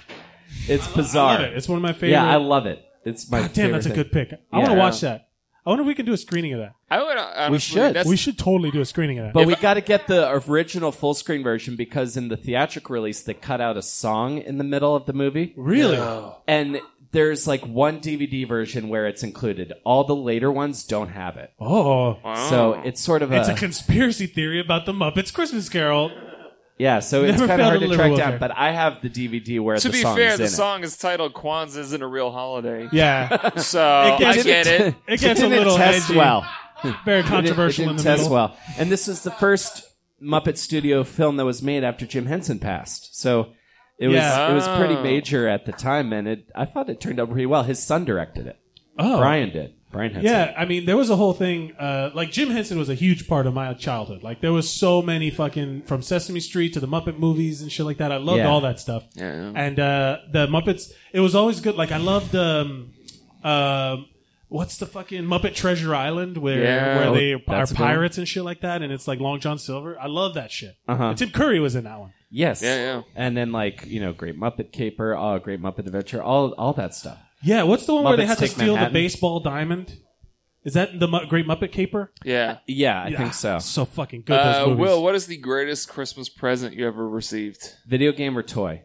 S11: it's
S1: I
S11: bizarre.
S1: love it. It's one of my favorite.
S11: yeah, I love it. It's my
S1: God damn, that's a
S11: favorite
S1: good pick. I
S11: Yeah.
S1: want to watch that. I wonder if we can do a screening of that.
S2: I would uh, honestly,
S11: should.
S2: That's,
S1: We should totally do a screening of that.
S11: But we got to get the original full screen version because in the theatrical release they cut out a song in the middle of the movie,
S1: really?
S11: and there's like one DVD version where it's included. All the later ones don't have it,
S1: Oh,
S11: so it's sort of
S1: it's a conspiracy theory about the Muppets Christmas Carol.
S11: yeah. So it's
S1: Never
S11: kind of
S1: felt
S11: hard
S1: a
S11: to
S1: little
S11: track down.
S1: there.
S11: But I have the DVD where
S2: to
S11: the
S2: be
S11: song's
S2: fair,
S11: in
S2: the
S11: it.
S2: song is titled "Kwanzaa Isn't a Real Holiday,"
S1: Yeah,
S2: so
S1: It gets-
S2: I get it.
S1: it gets a
S11: didn't
S1: little
S11: test
S1: edgy.
S11: well.
S1: Very
S11: It didn't-
S1: controversial
S11: it
S1: in
S11: didn't
S1: the
S11: test
S1: middle.
S11: well. And this is the first Muppet Studio film that was made after Jim Henson passed. So it was
S1: Yeah.
S11: it was pretty
S2: Oh.
S11: major at the time, and it I thought it turned out pretty well. His son directed it.
S1: Oh,
S11: Brian did. Brian Henson.
S1: Yeah, I mean, there was a whole thing. Uh, like Jim Henson was a huge part of my childhood. Like there was so many fucking from Sesame Street to the Muppet movies and shit like that. I loved
S11: Yeah.
S1: all that stuff.
S2: Yeah.
S1: And uh, the Muppets, it was always good. Like I loved. Um, um, What's the fucking Muppet Treasure Island where
S2: Yeah.
S1: where
S11: Oh,
S1: they are
S11: that's a good one.
S1: pirates and shit like that, and it's like Long John Silver. I love that shit.
S11: Uh-huh.
S1: And Tim Curry was in that one.
S11: Yes.
S2: Yeah, yeah.
S11: And then like you know, Great Muppet Caper, oh, Great Muppet Adventure, all all that stuff.
S1: Yeah, what's the one where they
S11: Muppets
S1: had to
S11: Take
S1: steal
S11: Manhattan?
S1: the baseball diamond? Is that the Mu- Great Muppet Caper?
S2: Yeah.
S11: Yeah, I think so.
S1: So fucking good.
S2: Uh,
S1: those movies.
S2: Will, what is the greatest Christmas present you ever received?
S11: Video game or toy?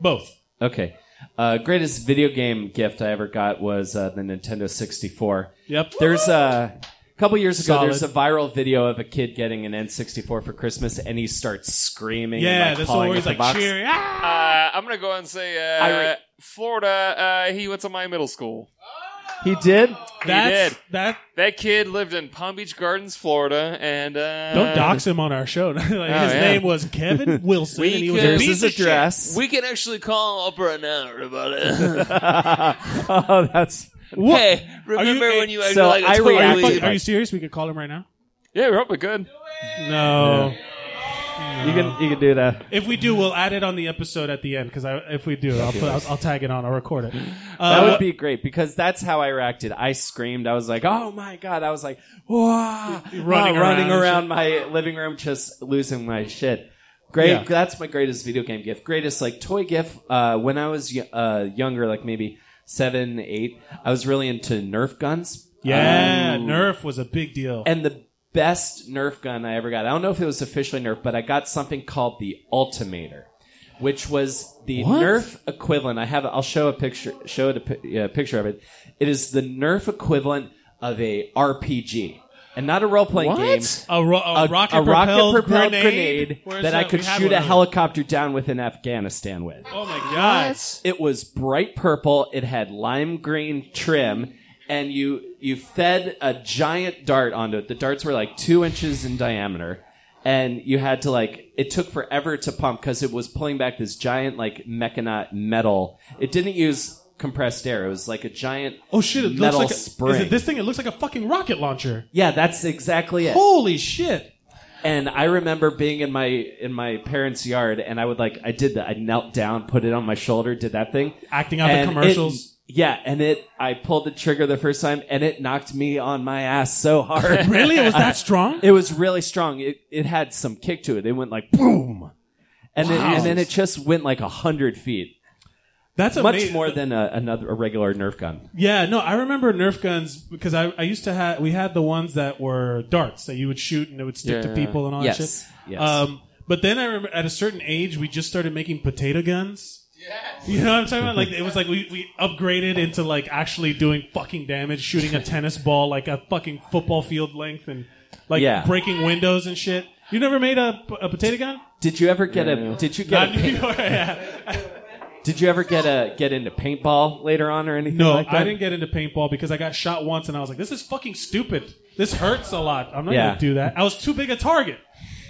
S1: both.
S11: Okay. Uh, greatest video game gift I ever got was uh, the Nintendo 64.
S1: Yep.
S11: There's a, couple years ago.
S1: Solid.
S11: There's a viral video of a kid getting an N64 for Christmas, and he starts screaming.
S1: Yeah,
S11: and, like,
S1: that's
S11: pawing
S1: always
S11: at the
S1: like
S11: box.
S1: cheering. Ah!
S2: Uh, I'm gonna go and say uh,
S11: Ira-
S2: Florida. Uh, he went to my middle school.
S11: He did.
S1: That's
S2: did.
S1: that.
S2: That kid lived in Palm Beach Gardens, Florida, and uh, Oh,
S1: Don't dox him on our show. like, his
S2: yeah.
S1: name was Kevin Wilson,
S2: We
S1: and he was
S2: could-
S1: a
S11: There's
S1: piece
S11: his
S1: of shit.
S11: address.
S2: We can actually call up right now, everybody.
S11: oh, that's
S1: What?
S2: hey, remember
S1: you-
S2: when you acted
S11: so
S2: like a
S11: I
S1: Are,
S2: totally-
S1: you
S11: reacted-
S1: fucking- are you serious? We could call him right now.
S2: Yeah, we're probably good.
S1: No.
S11: you can you can do that.
S1: If we do, we'll add it on the episode at the end. Because if we do, I'll, put, I'll, I'll tag it on. I'll record it. Uh,
S11: That would be great because that's how I reacted. I screamed. I was like, "Oh my god!" I was like, "Whoa!"
S1: Running
S11: Uh, running
S1: around and
S11: around my living room, just losing my shit. Great.
S1: Yeah.
S11: That's my greatest video game gift. Greatest like toy gift. Uh, when I was y- uh, younger, like maybe seven, eight, I was really into Nerf guns.
S1: yeah,
S11: Um,
S1: Nerf was a big deal.
S11: and the best Nerf gun I ever got. I don't know if it was officially Nerf, but I got something called the Ultimator, which was the Nerf equivalent. I have. I'll show a picture. Show it a pi- uh, picture of it. It is the Nerf equivalent of a RPG, and not a role playing game.
S1: a, ro- a, rocket propelled
S11: rocket-propelled
S1: grenade, Where's
S11: that I could
S1: We had
S11: shoot
S1: one
S11: a
S1: of those.
S11: helicopter down with in Afghanistan with.
S1: Oh my god!
S11: It was bright purple. It had lime green trim, and you you fed a giant dart onto it. The darts were like two inches in diameter, and you had to like. It took forever to pump because it was pulling back this giant like mechanot metal. It didn't use compressed air. It was like a giant.
S1: Oh shit! It looks
S11: metal
S1: like a,
S11: spring.
S1: Is it this thing? It looks like a fucking rocket launcher.
S11: yeah, that's exactly it.
S1: Holy shit!
S11: And I remember being in my in my parents' yard, and I would like I did that. I knelt down, put it on my shoulder, did that thing.
S1: Acting out
S11: And
S1: the commercials.
S11: it- yeah, and it I pulled the trigger the first time, and it knocked me on my ass so hard.
S1: Really? It was that strong?
S11: It was really strong. It it had some kick to it. It went like boom, and then and then it just went like a hundred feet.
S1: That's
S11: much
S1: amazing.
S11: more than a, another a regular Nerf gun.
S1: Yeah, no, I remember Nerf guns because I, I used to have we had the ones that were darts that you would shoot and it would stick to
S2: Yeah.
S1: people and all
S11: Yes,
S1: that shit.
S11: yes.
S1: Um, but then I remember at a certain age we just started making potato guns. You know what I'm talking about? Like it was like we, we upgraded into like actually doing fucking damage, shooting a tennis ball like a fucking football field length and like
S11: Yeah.
S1: breaking windows and shit. You never made a, a potato gun?
S11: Did you ever get a? Did you get? A
S1: Not in New
S11: paint,
S1: York. Yeah.
S11: did you ever get a get into paintball later on or anything?
S1: No,
S11: like that?
S1: I didn't get into paintball because I got shot once and I was like, this is fucking stupid. This hurts a lot. I'm not
S11: Yeah.
S1: going to do that. I was too big a target.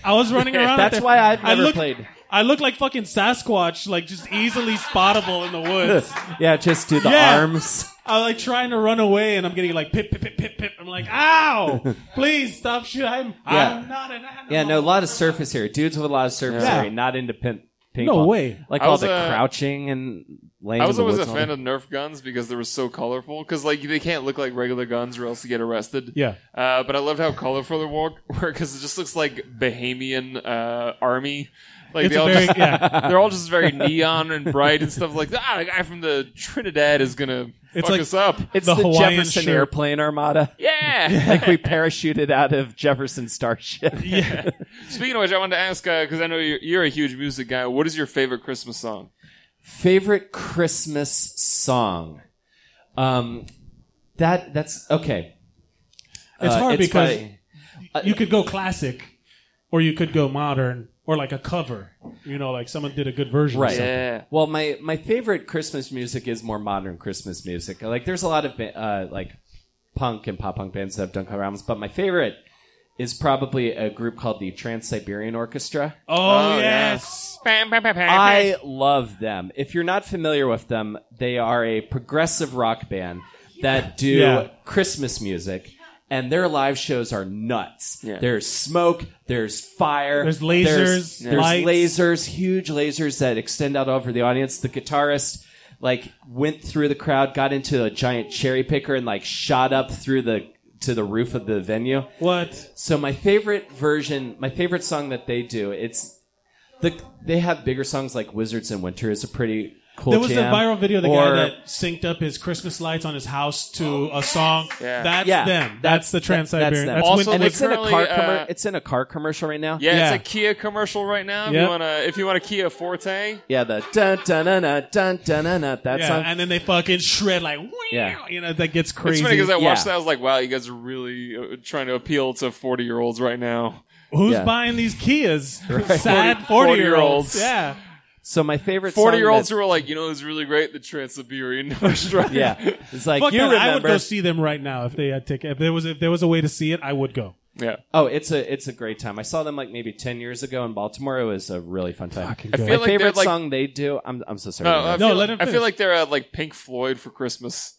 S1: I was running around. out
S11: That's
S1: there.
S11: why I've
S1: I
S11: never
S1: look-
S11: played.
S1: I look like fucking Sasquatch, like just easily spottable in the woods.
S11: yeah, just do the
S1: Yeah.
S11: arms.
S1: I'm like trying to run away and I'm getting like pip, pip, pip, pip, pip. I'm like, ow, please stop shooting. I'm,
S11: Yeah.
S1: I'm not an animal.
S11: Yeah, no, a lot of surface area. Dudes with a lot of surface
S1: Yeah.
S11: area, not into pin, paintball.
S1: No way.
S11: Like
S2: I
S11: all
S2: was,
S11: the
S2: uh,
S11: crouching and laying.
S2: I was
S11: in the
S2: always a
S11: woods and all
S2: fan
S11: that.
S2: of Nerf guns because they were so colorful. Because like they can't look like regular guns, or else you get arrested.
S1: Yeah.
S2: Uh, but I loved how colorful they were because it just looks like Bahamian uh, army. Like
S1: It's
S2: they
S1: a
S2: all
S1: very,
S2: just,
S1: yeah.
S2: they're all just very neon and bright and stuff like that. Ah, the guy from the Trinidad is gonna
S1: It's
S2: fuck
S1: like-
S2: us up.
S11: It's
S1: the
S11: the,
S1: Hawaiian
S11: Jefferson
S1: shirt.
S11: airplane armada.
S2: Yeah.
S11: like we parachuted out of Jefferson Starship.
S1: yeah.
S2: Speaking of which, I wanted to ask because I know you're, you're a huge music guy. What is your favorite Christmas song?
S11: Favorite Christmas song? Um, that that's okay.
S1: It's
S11: Uh,
S1: hard because
S11: by-
S1: you could go classic or you could go modern or like a cover. You know, like someone did a good version.
S11: Right.
S1: Of something.
S2: Yeah.
S11: Well, my my favorite Christmas music is more modern Christmas music. Like, there's a lot of ba- uh, like punk and pop punk bands that have done cover albums, but my favorite is probably a group called the Trans Siberian Orchestra.
S1: Oh,
S2: Oh,
S1: yes.
S11: I love them. If you're not familiar with them, they are a progressive rock band that do
S1: Yeah.
S11: Christmas music. And their live shows are nuts.
S2: Yeah.
S11: There's smoke, there's fire,
S1: There's lasers,
S11: there's, there's
S1: lights.
S11: lasers, huge lasers that extend out over the audience. The guitarist like went through the crowd, got into a giant cherry picker, and like shot up through the to the roof of the venue.
S1: What?
S11: So my favorite version, my favorite song that they do, it's the they have bigger songs like Wizards in Winter is a pretty cool.
S1: There was
S11: jam.
S1: a viral video of the guy
S11: Or-
S1: that synked up his Christmas lights on his house to a song.
S2: Yeah.
S1: That's
S11: yeah,
S1: them. That's, the Trans
S11: that-
S1: Siberian.
S11: them.
S1: That's,
S2: Also,
S1: when
S11: and
S2: they're
S11: it's in a car.
S2: currently,
S11: commer-
S2: uh,
S11: it's in a car commercial right now.
S2: Yeah,
S1: Yeah.
S2: it's a Kia commercial right now. If
S1: Yep.
S2: you wanna, if you want a Kia Forte,
S11: yeah. The dun dun dun dun dun dun dun. dun that
S1: yeah,
S11: song.
S1: and then they fucking shred like, wow,
S11: Yeah.
S1: you know, that gets
S2: it's
S1: crazy.
S2: funny because I
S11: Yeah.
S2: watched that. I was like, wow, you guys are really uh, trying to appeal to forty year olds right now.
S1: Who's
S11: Yeah.
S1: buying these Kias? Sad 40 year olds.
S2: 40-year-olds.
S1: Yeah.
S11: so my favorite
S2: Forty year olds
S11: Song
S2: who are like, you know, it's really great the Trans Siberian Orchestra.
S11: that, yeah, it's like
S1: Fuck
S11: you
S1: that.
S11: remember.
S1: I would go see them right now if they had ticket. If there was if there was a way to see it, I would go.
S2: yeah.
S11: oh, it's a it's a great time. I saw them like maybe ten years ago in Baltimore. It was a really fun time. My
S2: I feel like they're
S11: favorite
S2: like.
S11: song they do. I'm I'm so sorry.
S2: no,
S11: to interrupt.
S2: I,
S1: No,
S2: feel,
S1: let him
S2: I feel
S1: finish.
S2: like they're at like Pink Floyd for Christmas.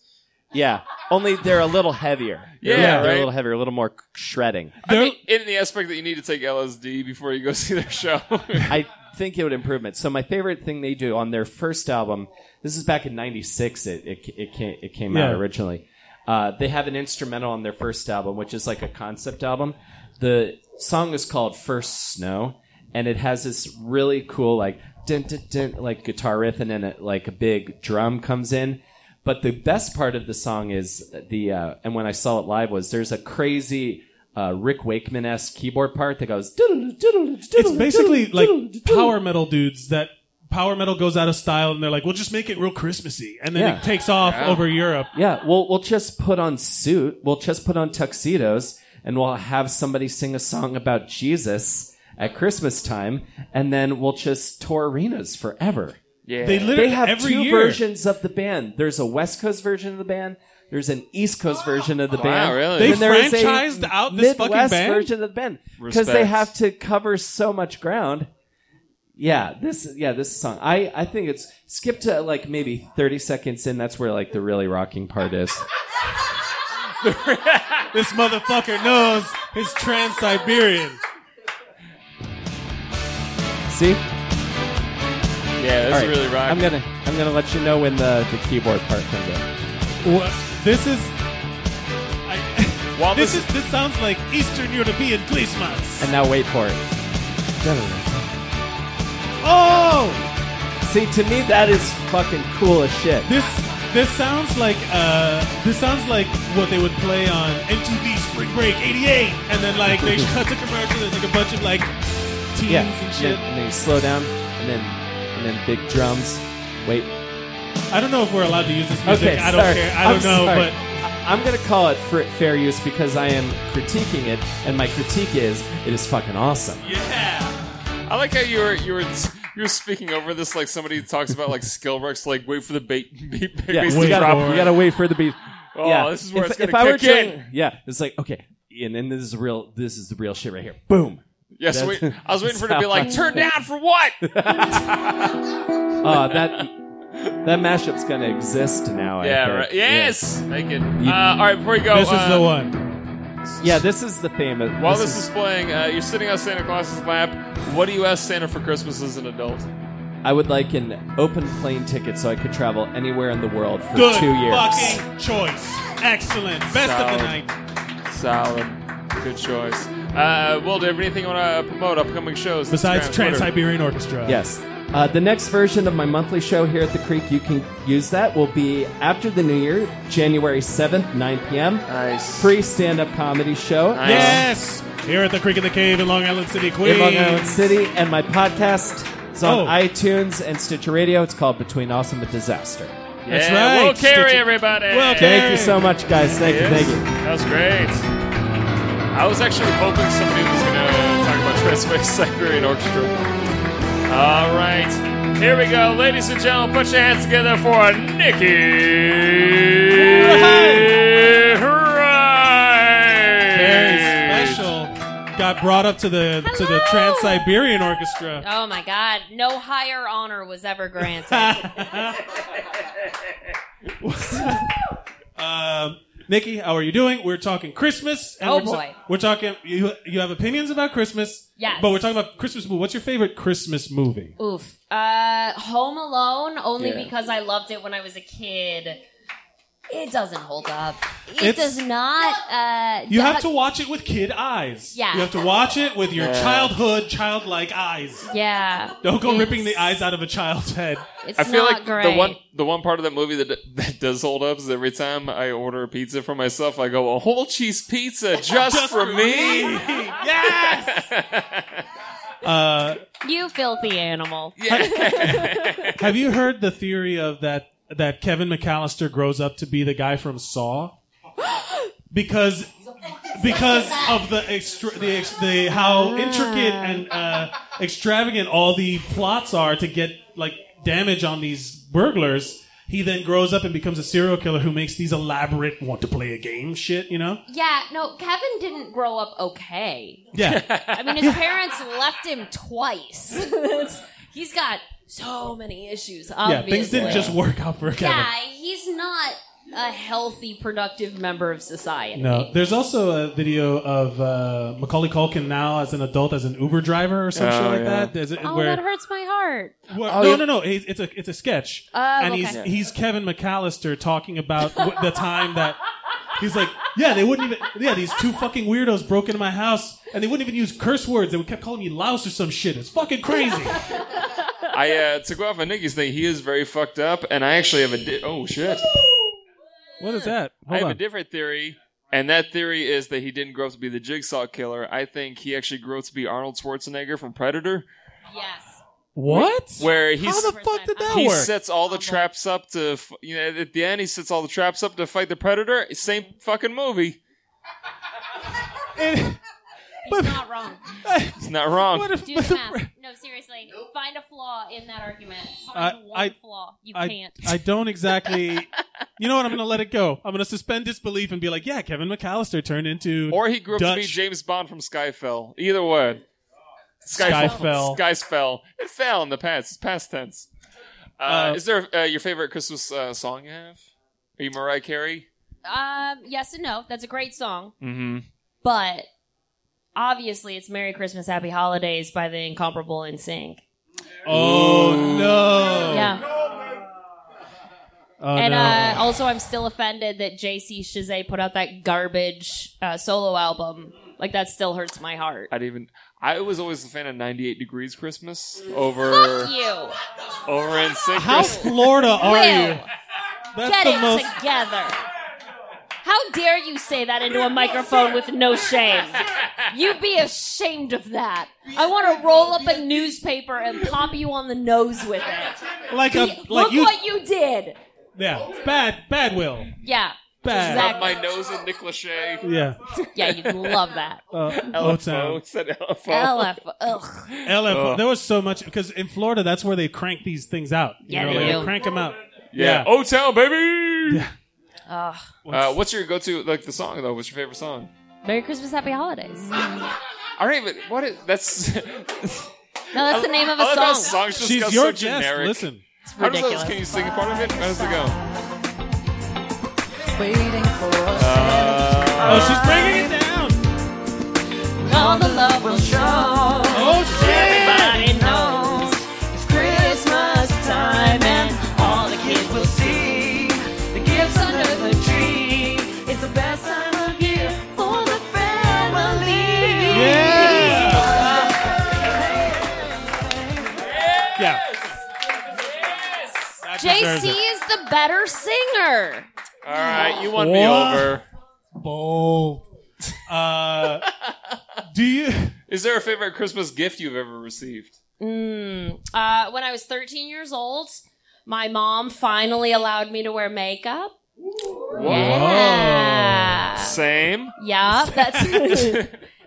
S11: Yeah, only they're a little heavier. They're-
S2: Yeah,
S11: they're
S2: right.
S11: a little heavier, a little more shredding.
S2: I
S1: They're-
S2: mean, in the aspect that you need to take LSD before you go see their show.
S11: I think it would improve it. So my favorite thing they do on their first album, this is back in '96. It it it came, it came out
S1: Yeah.
S11: originally. Uh, they have an instrumental on their first album, which is like a concept album. The song is called First Snow, and it has this really cool like dun, dun, dun, like guitar riff, and then it, like a big drum comes in. But the best part of the song is the uh, and when I saw it live was there's a crazy uh, Rick Wakeman esque keyboard part that goes. It's
S1: It's basically like power metal dudes that power metal goes out of style and they're like, we'll just make it real Christmassy. And then
S11: Yeah.
S1: it takes off over Europe.
S11: Yeah, we'll we'll just put on suit. We'll just put on tuxedos, and we'll have somebody sing a song about Jesus at Christmas time, and then we'll just tour arenas forever.
S2: yeah.
S1: They literally
S11: They have
S1: every
S11: two
S1: year.
S11: versions of the band. There's a West Coast version of the band. There's an East Coast version of the band.
S2: really?
S11: and
S2: They
S11: then there is a
S1: franchised out this fucking
S11: Midwest
S1: band?
S11: version of the band because
S2: Respect.
S11: they have to cover so much ground. Yeah, this yeah this song. I I think it's skip to like maybe thirty seconds in. That's where like the really rocking part is.
S1: This motherfucker knows his Trans Siberian.
S11: See.
S2: yeah, that's
S11: All right.
S2: really rock.
S11: I'm gonna I'm gonna let you know when the, the keyboard part comes in.
S1: Wha- This is. I,
S2: While
S1: this
S2: this-
S1: is. This sounds like Eastern European Christmas.
S11: And now wait for it.
S1: Oh,
S11: See, to me, that is fucking cool as shit.
S1: This this sounds like uh, this sounds like what they would play on MTV Spring Break '88, and then like they cut to commercial. There's like a bunch of like teens
S11: Yeah,
S1: and
S11: and
S1: shit.
S11: then, and then you slow down, and then and then big drums. Wait.
S1: I don't know if we're allowed to use this music.
S11: okay,
S1: I don't
S11: sorry.
S1: care. I don't
S11: I'm
S1: know,
S11: sorry.
S1: but
S11: I- I'm gonna call it fr- fair use because I am critiquing it, and my critique is it is fucking awesome.
S2: I like how you were you were you were speaking over this like somebody talks about like skill works like wait for the bait beat
S11: Yeah,
S2: bass
S11: we
S2: to drop.
S11: gotta, we gotta wait for the beat.
S2: Oh, this is where
S11: if,
S2: it's gonna
S11: if I were
S2: kick in.
S11: doing- yeah, it's like okay, and then this is real. This is the real shit right here. Boom.
S2: Yes,
S11: That's-
S2: wait, I was waiting for it to
S11: that's
S2: be
S11: how I-
S2: like turn down for what?
S11: Uh, that that mashup's gonna exist now. I
S2: Yeah,
S11: think.
S2: right. Yes, make it. Uh, all right, before you go,
S1: this is
S2: uh,
S1: the one.
S11: Yeah. Yeah, this is the famous.
S2: While this is playing, uh, you're sitting on Santa Claus's lap. What do you ask Santa for Christmas as an adult?
S11: I would like an open plane ticket so I could travel anywhere in the world for
S1: Good
S11: two years.
S1: fucking choice. Excellent. Best of
S2: Solid.
S1: the night.
S2: Solid, good choice. Uh, Will, do you have anything you want to promote? Upcoming shows?
S1: Besides
S2: Instagram,
S1: Trans
S2: Twitter.
S1: Siberian Orchestra.
S11: Yes. Uh, the next version of my monthly show here at the Creek, you can use that, will be after the New Year, January 7th, 9 p.m.
S2: Nice.
S11: Free stand up comedy show.
S2: Nice.
S1: Yes. Here at the Creek in the Cave in Long Island City, Queens.
S11: in Long Island City, and my podcast is on
S1: Oh.
S11: iTunes and Stitcher Radio. It's called Between Awesome and Disaster.
S1: That's
S2: Yeah,
S1: right.
S2: Will Carey,
S1: Stitch-
S2: everybody.
S1: Will Carey.
S11: Thank you so much, guys. Thank you. Thank
S2: Yes.
S11: you.
S2: That was great. I was actually hoping somebody was going to talk about Transways Siberian Orchestra. All right. Here we go. Ladies and gentlemen, put your hands together for Nikki.
S1: Very
S2: Right.
S1: special. Got brought up to the to the
S12: Hello.
S1: Trans Siberian Orchestra.
S12: Oh my God! No higher honor was ever granted.
S1: um, Nikki, how are you doing? We're talking Christmas.
S12: Oh,
S1: we're
S12: boy.
S1: we're talking. You you have opinions about Christmas.
S12: Yes.
S1: But we're talking about Christmas movie. What's your favorite Christmas movie?
S12: Oof. Uh, Home Alone, only
S11: Yeah.
S12: because I loved it when I was a kid. It doesn't hold up. It
S1: It's-
S12: does not. Uh,
S1: You
S12: d-
S1: have to watch it with kid eyes.
S12: Yeah.
S1: You have to watch it with your childhood, childlike eyes.
S12: Yeah.
S1: Don't go
S12: It's-
S1: ripping the eyes out of a child's head.
S12: It's
S2: I feel
S12: not
S2: like
S12: great.
S2: the one the one part of that movie that that does hold up is every time I order a pizza for myself, I go a whole cheese pizza just, for me.
S1: yes. Uh,
S12: You filthy animal.
S1: Have you heard the theory of that that Kevin McAllister grows up to be the guy from Saw? Because because of the extra, the, ex- the how intricate and uh, extravagant all the plots are to get like damage on these burglars. He then grows up and becomes a serial killer who makes these elaborate want to play a game shit, you know?
S12: Yeah, no, Kevin didn't grow up okay.
S1: Yeah.
S12: I mean, his parents left him twice. It's- He's got so many issues,
S1: yeah,
S12: obviously.
S1: things didn't just work out for Kevin.
S12: Yeah, he's not a healthy, productive member of society.
S1: No, there's also a video of uh, Macaulay Culkin now as an adult as an Uber driver or
S2: Oh,
S1: some shit like that. There's a-
S12: Oh,
S1: where,
S12: that hurts my heart.
S1: where- no, no, no, It's it's a it's a sketch,
S12: Oh,
S1: and
S12: okay.
S1: he's he's Kevin McAllister talking about w- the time that he's like, yeah, they wouldn't even, yeah, these two fucking weirdos broke into my house, and they wouldn't even use curse words. They would kept calling me louse or some shit. It's fucking crazy.
S2: I uh, to go off on Nikki's thing, he is very fucked up, and I actually have a di- oh shit.
S1: what is that?
S2: I
S1: Hold
S2: have a
S1: on.
S2: different theory, and that theory is that he didn't grow up to be the Jigsaw killer. I think he actually grew up to be Arnold Schwarzenegger from Predator,
S12: Yes.
S1: what?
S2: where he's.
S1: How the fuck did that
S2: he
S1: work?
S2: sets all the traps up to, f- you know, at the end he sets all the traps up to fight the predator. Same fucking movie.
S12: He's not wrong.
S2: It's not wrong.
S1: What if-
S12: Do the
S1: but the
S12: math.
S1: pre-
S12: No, seriously. Find a flaw in that argument.
S1: I-
S12: Find one
S1: I-
S12: flaw. You
S1: I,
S12: can't.
S1: I don't exactly. You know what? I'm going to let it go. I'm going to suspend disbelief and be like, yeah, Kevin McAllister turned into.
S2: Or he grew up to be
S1: Dutch.
S2: James Bond from Skyfell. Either way.
S1: Skyfell.
S2: Skyfell. It fell in the past. It's past tense. Uh,
S1: Uh,
S2: is there uh, your favorite Christmas uh, song you have? Are you Mariah Carey?
S12: Um, yes and no. That's a great song,
S2: Mm-hmm.
S12: but obviously it's "Merry Christmas, Happy Holidays" by the incomparable In Sync.
S1: Oh no!
S12: Yeah,
S1: Oh,
S12: and
S1: no.
S12: uh, also I'm still offended that JC Chazet put out that garbage uh, solo album Like that still hurts my heart.
S2: I'd even. I was always a fan of 98 Degrees Christmas over
S12: Mm. Fuck you.
S2: over in sick
S1: How Florida are you? That's
S12: Get
S1: the
S12: it
S1: most.
S12: together. How dare you say that into a microphone with no shame? You be ashamed of that. I want to roll up a newspaper and pop you on the nose with it.
S1: Like a-
S12: Look
S1: like you-
S12: what you did.
S1: Yeah, bad, bad will.
S12: Yeah.
S1: Bad.
S2: Rub my nose in Nick Lachey.
S1: Yeah.
S12: Yeah, you'd love that.
S1: Uh,
S2: LFO.
S1: O-Town.
S2: It said LFO.
S12: LF. Ugh.
S1: LF.
S2: Ugh.
S1: There was so much because in Florida, that's where they crank these things out. You
S12: Yeah,
S1: know,
S12: they
S1: like,
S12: do.
S1: crank them out. Yeah.
S2: Yeah. O Town, baby.
S12: Ugh.
S2: Uh, what's your go-to like the song though? What's your favorite song?
S12: Merry Christmas, Happy Holidays. No,
S2: I don't even. What is that's?
S12: that's the name of a
S2: I love
S12: song.
S2: how Oh, Songs just
S1: She's
S2: got
S1: your
S2: so
S1: guest.
S2: generic.
S1: Listen,
S12: It's
S2: How does
S12: ridiculous.
S2: that? Can you sing a part of it? How does it go?
S9: Waiting for us.
S2: Uh,
S1: oh, she's bringing it down.
S12: All the love will show.
S1: Oh shit!
S12: Everybody knows it's Christmas time and all the kids will see the gifts under the tree. It's the best time of year for the family.
S1: Yeah. Yeah. That deserves
S12: JC
S1: it.
S12: is the better singer.
S2: All right, you won me
S1: What?
S2: over.
S1: Bold. Uh, do you?
S2: Is there a favorite Christmas gift you've ever received?
S12: Mm, uh, when I was 13 years old, my mom finally allowed me to wear makeup. Yeah.
S2: Same.
S12: Yeah, that's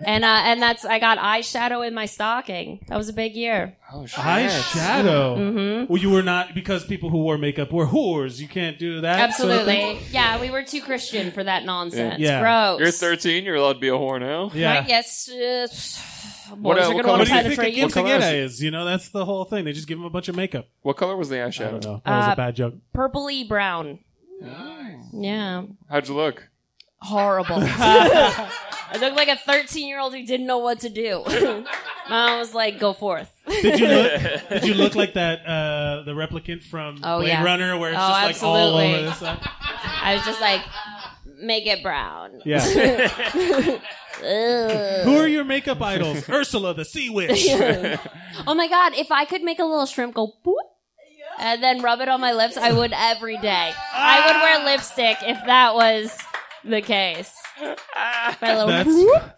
S12: and uh, and that's I got eyeshadow in my stocking. That was a big year.
S2: Oh shit.
S1: Eyeshadow.
S12: hmm
S1: Well, you were not because people who wore makeup were whores. You can't do that. sort of thing.
S12: Absolutely. Yeah, we were too Christian for that nonsense.
S1: Yeah.
S12: Gross.
S2: You're 13. You're allowed to be a whore now.
S1: Yeah.
S12: Right? Yes. Uh, boys
S2: What, uh,
S12: are gonna
S2: what color
S1: What
S12: want
S1: do you think
S12: to penetrate you.
S1: against
S2: What color is
S1: Agueda is? You know, that's the whole thing. They just give him a bunch of makeup.
S2: What color was the
S1: I don't
S2: eyeshadow?
S1: know. That was
S12: Uh,
S1: a bad joke.
S12: Purpley brown. Yeah.
S2: How'd you look?
S12: horrible. I looked like a 13 year old who didn't know what to do. Mom was like, go forth.
S1: Did you look? Did you look like that? Uh, the replicant from
S12: Oh,
S1: Blade
S12: yeah.
S1: Runner, where it's
S12: Oh,
S1: just like all
S12: absolutely.
S1: over the side.
S12: I was just like, make it brown.
S1: Yeah.
S12: Ugh.
S1: Who are your makeup idols? Ursula the Sea Witch.
S12: oh my God, if I could make a little shrimp go boop and then rub it on my lips, I would every day. I would wear lipstick if that was the case. My little
S1: That's.
S12: boop.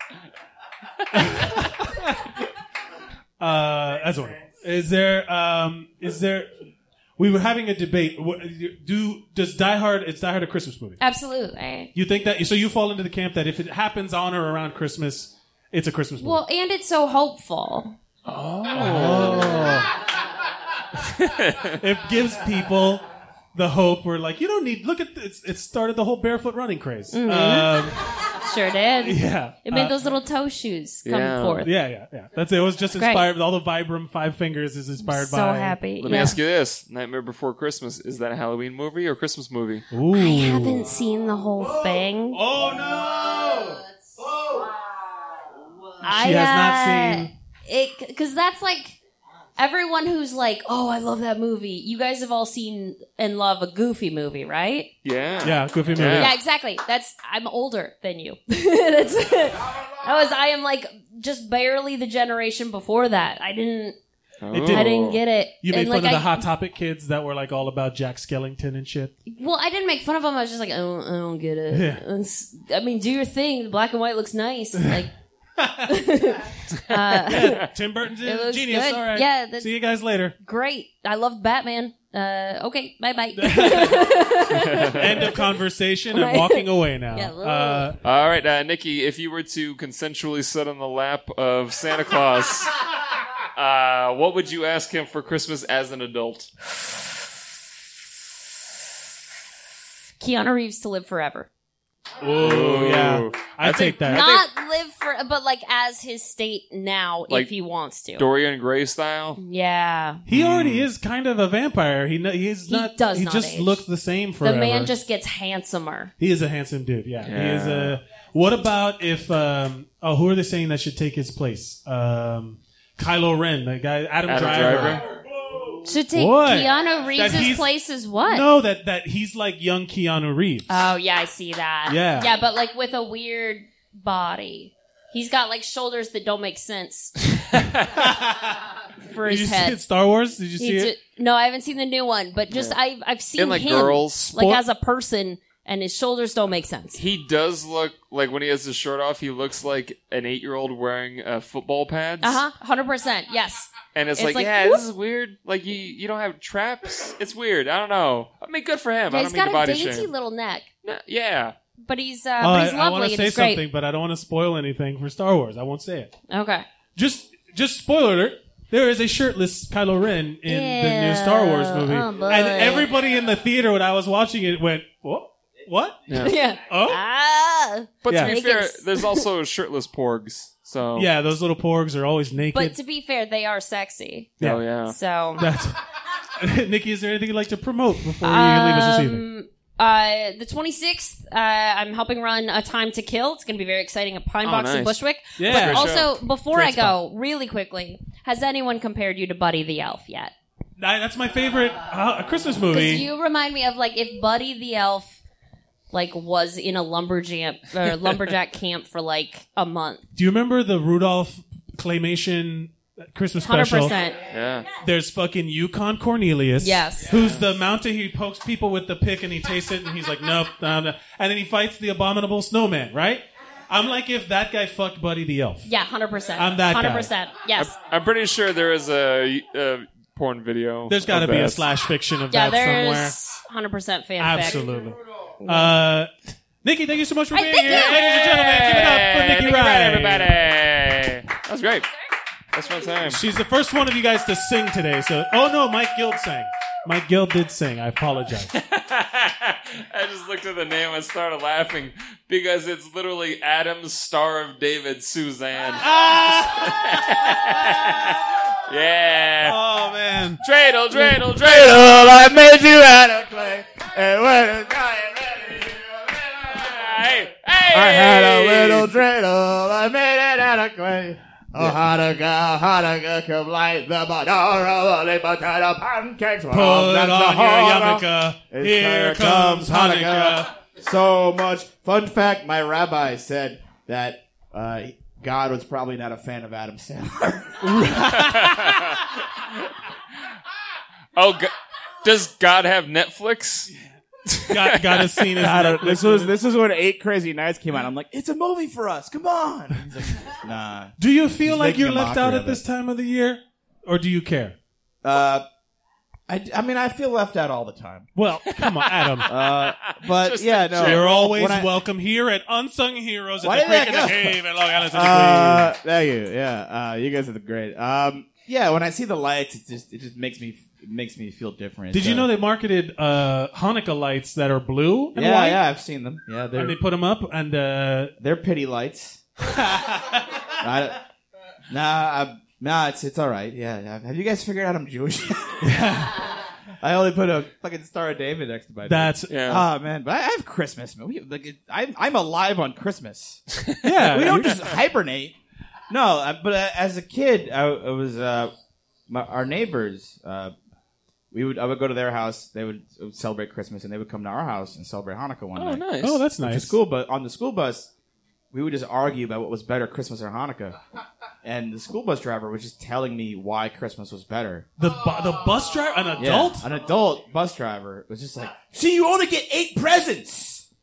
S1: uh, that's one. Is there? Um, is there? We were having a debate. What- Do does Die Hard? It's Die Hard a Christmas movie?
S12: Absolutely.
S1: You think that? So you fall into the camp that if it happens on or around Christmas, it's a Christmas movie.
S12: Well, and it's so hopeful.
S1: it gives people the hope. We're like, you don't need. Look at it's. It started the whole barefoot running craze.
S12: Mm-hmm.
S1: Um,
S12: Sure did.
S1: yeah.
S12: It made
S1: Uh,
S12: those little toe shoes come
S2: Yeah.
S12: forth.
S1: yeah, yeah, yeah. That's it. It was just
S12: Great.
S1: inspired. All the Vibram Five Fingers is inspired
S12: so
S1: by.
S12: happy.
S2: Let me
S12: yeah.
S2: ask you this: Nightmare Before Christmas is that a Halloween movie or a Christmas movie?
S1: Ooh.
S12: I haven't seen the whole thing.
S1: Oh no!
S12: I
S1: She has not
S12: uh,
S1: seen-
S12: it because that's like everyone who's like, "Oh, I love that movie." You guys have all seen and love a goofy movie, right?
S2: Yeah.
S1: Yeah, Goofy movie.
S2: Yeah.
S12: Yeah, exactly. That's I'm older than you. that's that was I am like just barely the generation before that. I didn't
S1: It
S12: I
S1: didn't-
S12: didn't get it.
S1: You made
S12: And,
S1: fun of
S12: like,
S1: the
S12: I-
S1: Hot Topic kids that were like all about Jack Skellington and shit.
S12: Well, I didn't make fun of him. I was just like, I don't, I don't get it.
S1: Yeah.
S12: It's- I mean, do your thing. The black and white looks nice. Like, uh,
S1: Yeah, Tim Burton's
S12: It looks
S1: genius.
S12: good.
S1: All right.
S12: Yeah, that's-
S1: See you guys later.
S12: great. I love Batman. Uh, okay, bye bye.
S1: End of conversation. I'm walking away now.
S12: Yeah,
S1: uh,
S2: All right, uh, Nikki, if you were to consensually sit on the lap of Santa Claus, uh, what would you ask him for Christmas as an adult?
S12: Keanu Reeves to live forever.
S1: oh yeah. I,
S2: I
S1: take
S2: think-
S1: that.
S12: Not live for, but like as his state now,
S2: Like
S12: if he wants to.
S2: Dorian Gray style?
S12: yeah.
S1: He already is kind of a vampire. He no, he's
S12: He
S1: not.
S12: does
S1: he
S12: not
S1: just
S12: age.
S1: looks the same forever.
S12: The man just gets handsomer.
S1: He is a handsome dude. Yeah. He is
S2: Yeah.
S1: a. What about if? Um, oh, who are they saying that should take his place? Um, Kylo Ren, the guy, Adam,
S2: Adam Driver?
S12: Should take
S1: What?
S12: Keanu Reeves'
S1: he's-
S12: place as what?
S1: No, that that he's like young Keanu Reeves.
S12: Oh yeah, I see that.
S1: Yeah.
S12: Yeah, but like with a weird body. He's got like shoulders that don't make sense for
S1: Did
S12: his
S1: you
S12: head.
S1: see it, Star Wars? Did you
S12: He
S1: see
S12: ju-
S1: it?
S12: No, I haven't seen the new one, but just I've I've seen
S2: like,
S12: him
S2: girls.
S12: like
S2: Spoil-
S12: as a person, and his shoulders don't make sense.
S2: He does look like when he has his shirt off, he looks like an eight-year-old wearing uh, football pads.
S12: Uh huh, hundred percent, yes.
S2: And it's,
S12: It's
S2: like,
S12: like,
S2: yeah,
S12: whoop.
S2: this is weird. Like you, you don't have traps. It's weird. I don't know. I mean, good for him.
S12: Yeah,
S2: I
S12: he's got
S2: don't mean to
S12: a
S2: body
S12: dainty
S2: shame.
S12: little neck,
S2: Yeah.
S12: but he's uh,
S1: Oh,
S12: but
S1: I,
S12: he's lovely
S1: want to
S12: and
S1: say
S12: he's great.
S1: something, but I don't want to spoil anything for Star Wars. I won't say it.
S12: Okay.
S1: Just, just spoiler alert. There is a shirtless Kylo Ren in the new Star Wars
S12: Ew,
S1: movie,
S12: oh boy.
S1: and everybody in the theater when I was watching it went, "What? What?
S12: Yeah.
S1: Oh,
S12: Ah.
S2: But
S1: Yeah.
S2: to be
S1: Make
S2: fair,
S12: it s-
S2: there's also shirtless porgs. So
S1: yeah." Those little porgs are always
S12: But
S1: naked.
S12: to be fair, they are sexy.
S2: Yeah. Oh, yeah.
S12: So
S1: That's Nikki. Is there anything you'd like to promote before you leave us this evening?
S12: Um, uh, the 26th, uh, I'm helping run A Time to Kill. It's going to be very exciting at Pine
S9: Oh,
S12: Box in
S9: nice.
S12: Bushwick.
S9: Yeah.
S12: But
S9: Great
S12: also,
S9: show.
S12: before
S9: Great
S12: I go, really quickly, has anyone compared you to Buddy the Elf yet?
S1: I- that's my favorite uh, Christmas movie.
S12: Because you remind me of like if Buddy the Elf like was in a lumberjack or lumberjack camp for like a month.
S1: Do you remember the Rudolph claymation Christmas special?
S12: 100%.
S2: Yeah.
S1: There's fucking Yukon Cornelius.
S12: Yes.
S1: Who's the mountain? He pokes people with the pick and he tastes it and he's like, nope, nah, nah. and then he fights the abominable snowman. Right? I'm like, if that guy fucked Buddy the Elf.
S12: Yeah, 100%.
S1: I'm that guy.
S12: 100%. Yes.
S2: I'm, I'm pretty sure there is a, a porn video.
S1: There's got to
S2: of
S1: be a
S2: that.
S1: slash fiction of
S12: yeah,
S1: that somewhere.
S12: there's 100% fanfic.
S1: Absolutely. Uh, Nikki, thank you so much for
S12: Hey,
S1: being
S12: thank
S1: here,
S12: you.
S1: ladies and gentlemen. Give it up for
S2: Hey,
S1: Nikki
S2: Nikki Wright,
S1: Ryan,
S2: everybody. That was great. That's my time.
S1: She's the first one of you guys to sing today. So, oh no, Mike Guild sang. Mike Guild did sing. I apologize.
S2: I just looked at the name and started laughing because it's literally Adam Star of David Suzanne. yeah.
S1: Ah! Oh man.
S2: Dreidel, dreidel, dreidel.
S9: I made you out of
S2: clay.
S9: And when it's
S2: Hey,
S9: I had a little
S2: dreidel.
S9: I made it out of clay. Oh, how to go, how to go, come like the Madara, the potato pancakes.
S13: Put it on your
S1: yarmulke.
S13: It's
S1: Here comes Hanukkah.
S13: So much fun fact. My rabbi said that uh, God was probably not a fan of Adam Sandler.
S2: Oh, God. does God have Netflix?
S1: God, God has seen his
S13: uh,
S1: Netflix
S14: This was this is when Eight Crazy Nights came out. I'm like, it's a movie for us. Come on. He's like,
S13: nah.
S1: Do you feel
S13: He's
S1: like
S13: making
S1: you're
S13: a
S1: left
S13: mockery
S1: out
S13: of
S1: at this
S13: it.
S1: time of the year, or do you care?
S13: Uh, I, I mean, I feel left out all the time.
S1: Well, come on, Adam.
S13: Uh, but yeah, no,
S1: you're always
S13: when I-
S1: welcome here at Unsung Heroes
S13: Why
S1: at the
S13: did
S1: Creek in the
S13: that go?
S1: Cave at Long Island City.
S13: Uh, thank you. Yeah, uh, you guys are the great. Um, yeah, when I see the lights, it just it just makes me it makes me feel different.
S1: Did you
S13: Uh,
S1: know they marketed uh, Hanukkah lights that are blue and
S13: Yeah,
S1: white?
S13: yeah, I've seen them. Yeah, they're
S1: and they put them up, and uh,
S13: they're pity lights. I, nah, I, nah, it's it's all right. Yeah, have you guys figured out I'm Jewish? I only put a fucking Star of David next to my. name.
S1: That's- Yeah.
S13: oh man, but I have Christmas. man. We, like, it, I'm I'm alive on Christmas.
S1: Yeah.
S13: we don't just hibernate. No, I- but uh, as a kid, I, I was uh, my, our neighbors. Uh, we would I would go to their house. They would celebrate Christmas, and they would come to our house and celebrate Hanukkah one
S2: Oh,
S13: night.
S2: nice. Oh, that's
S13: With the
S1: nice.
S13: school bus on the school bus, we would just argue about what was better, Christmas or Hanukkah. And the school bus driver was just telling me why Christmas was better.
S1: The bu- the bus driver, an
S13: Yeah,
S1: adult.
S13: an adult bus driver was just like, "See, you only get eight presents."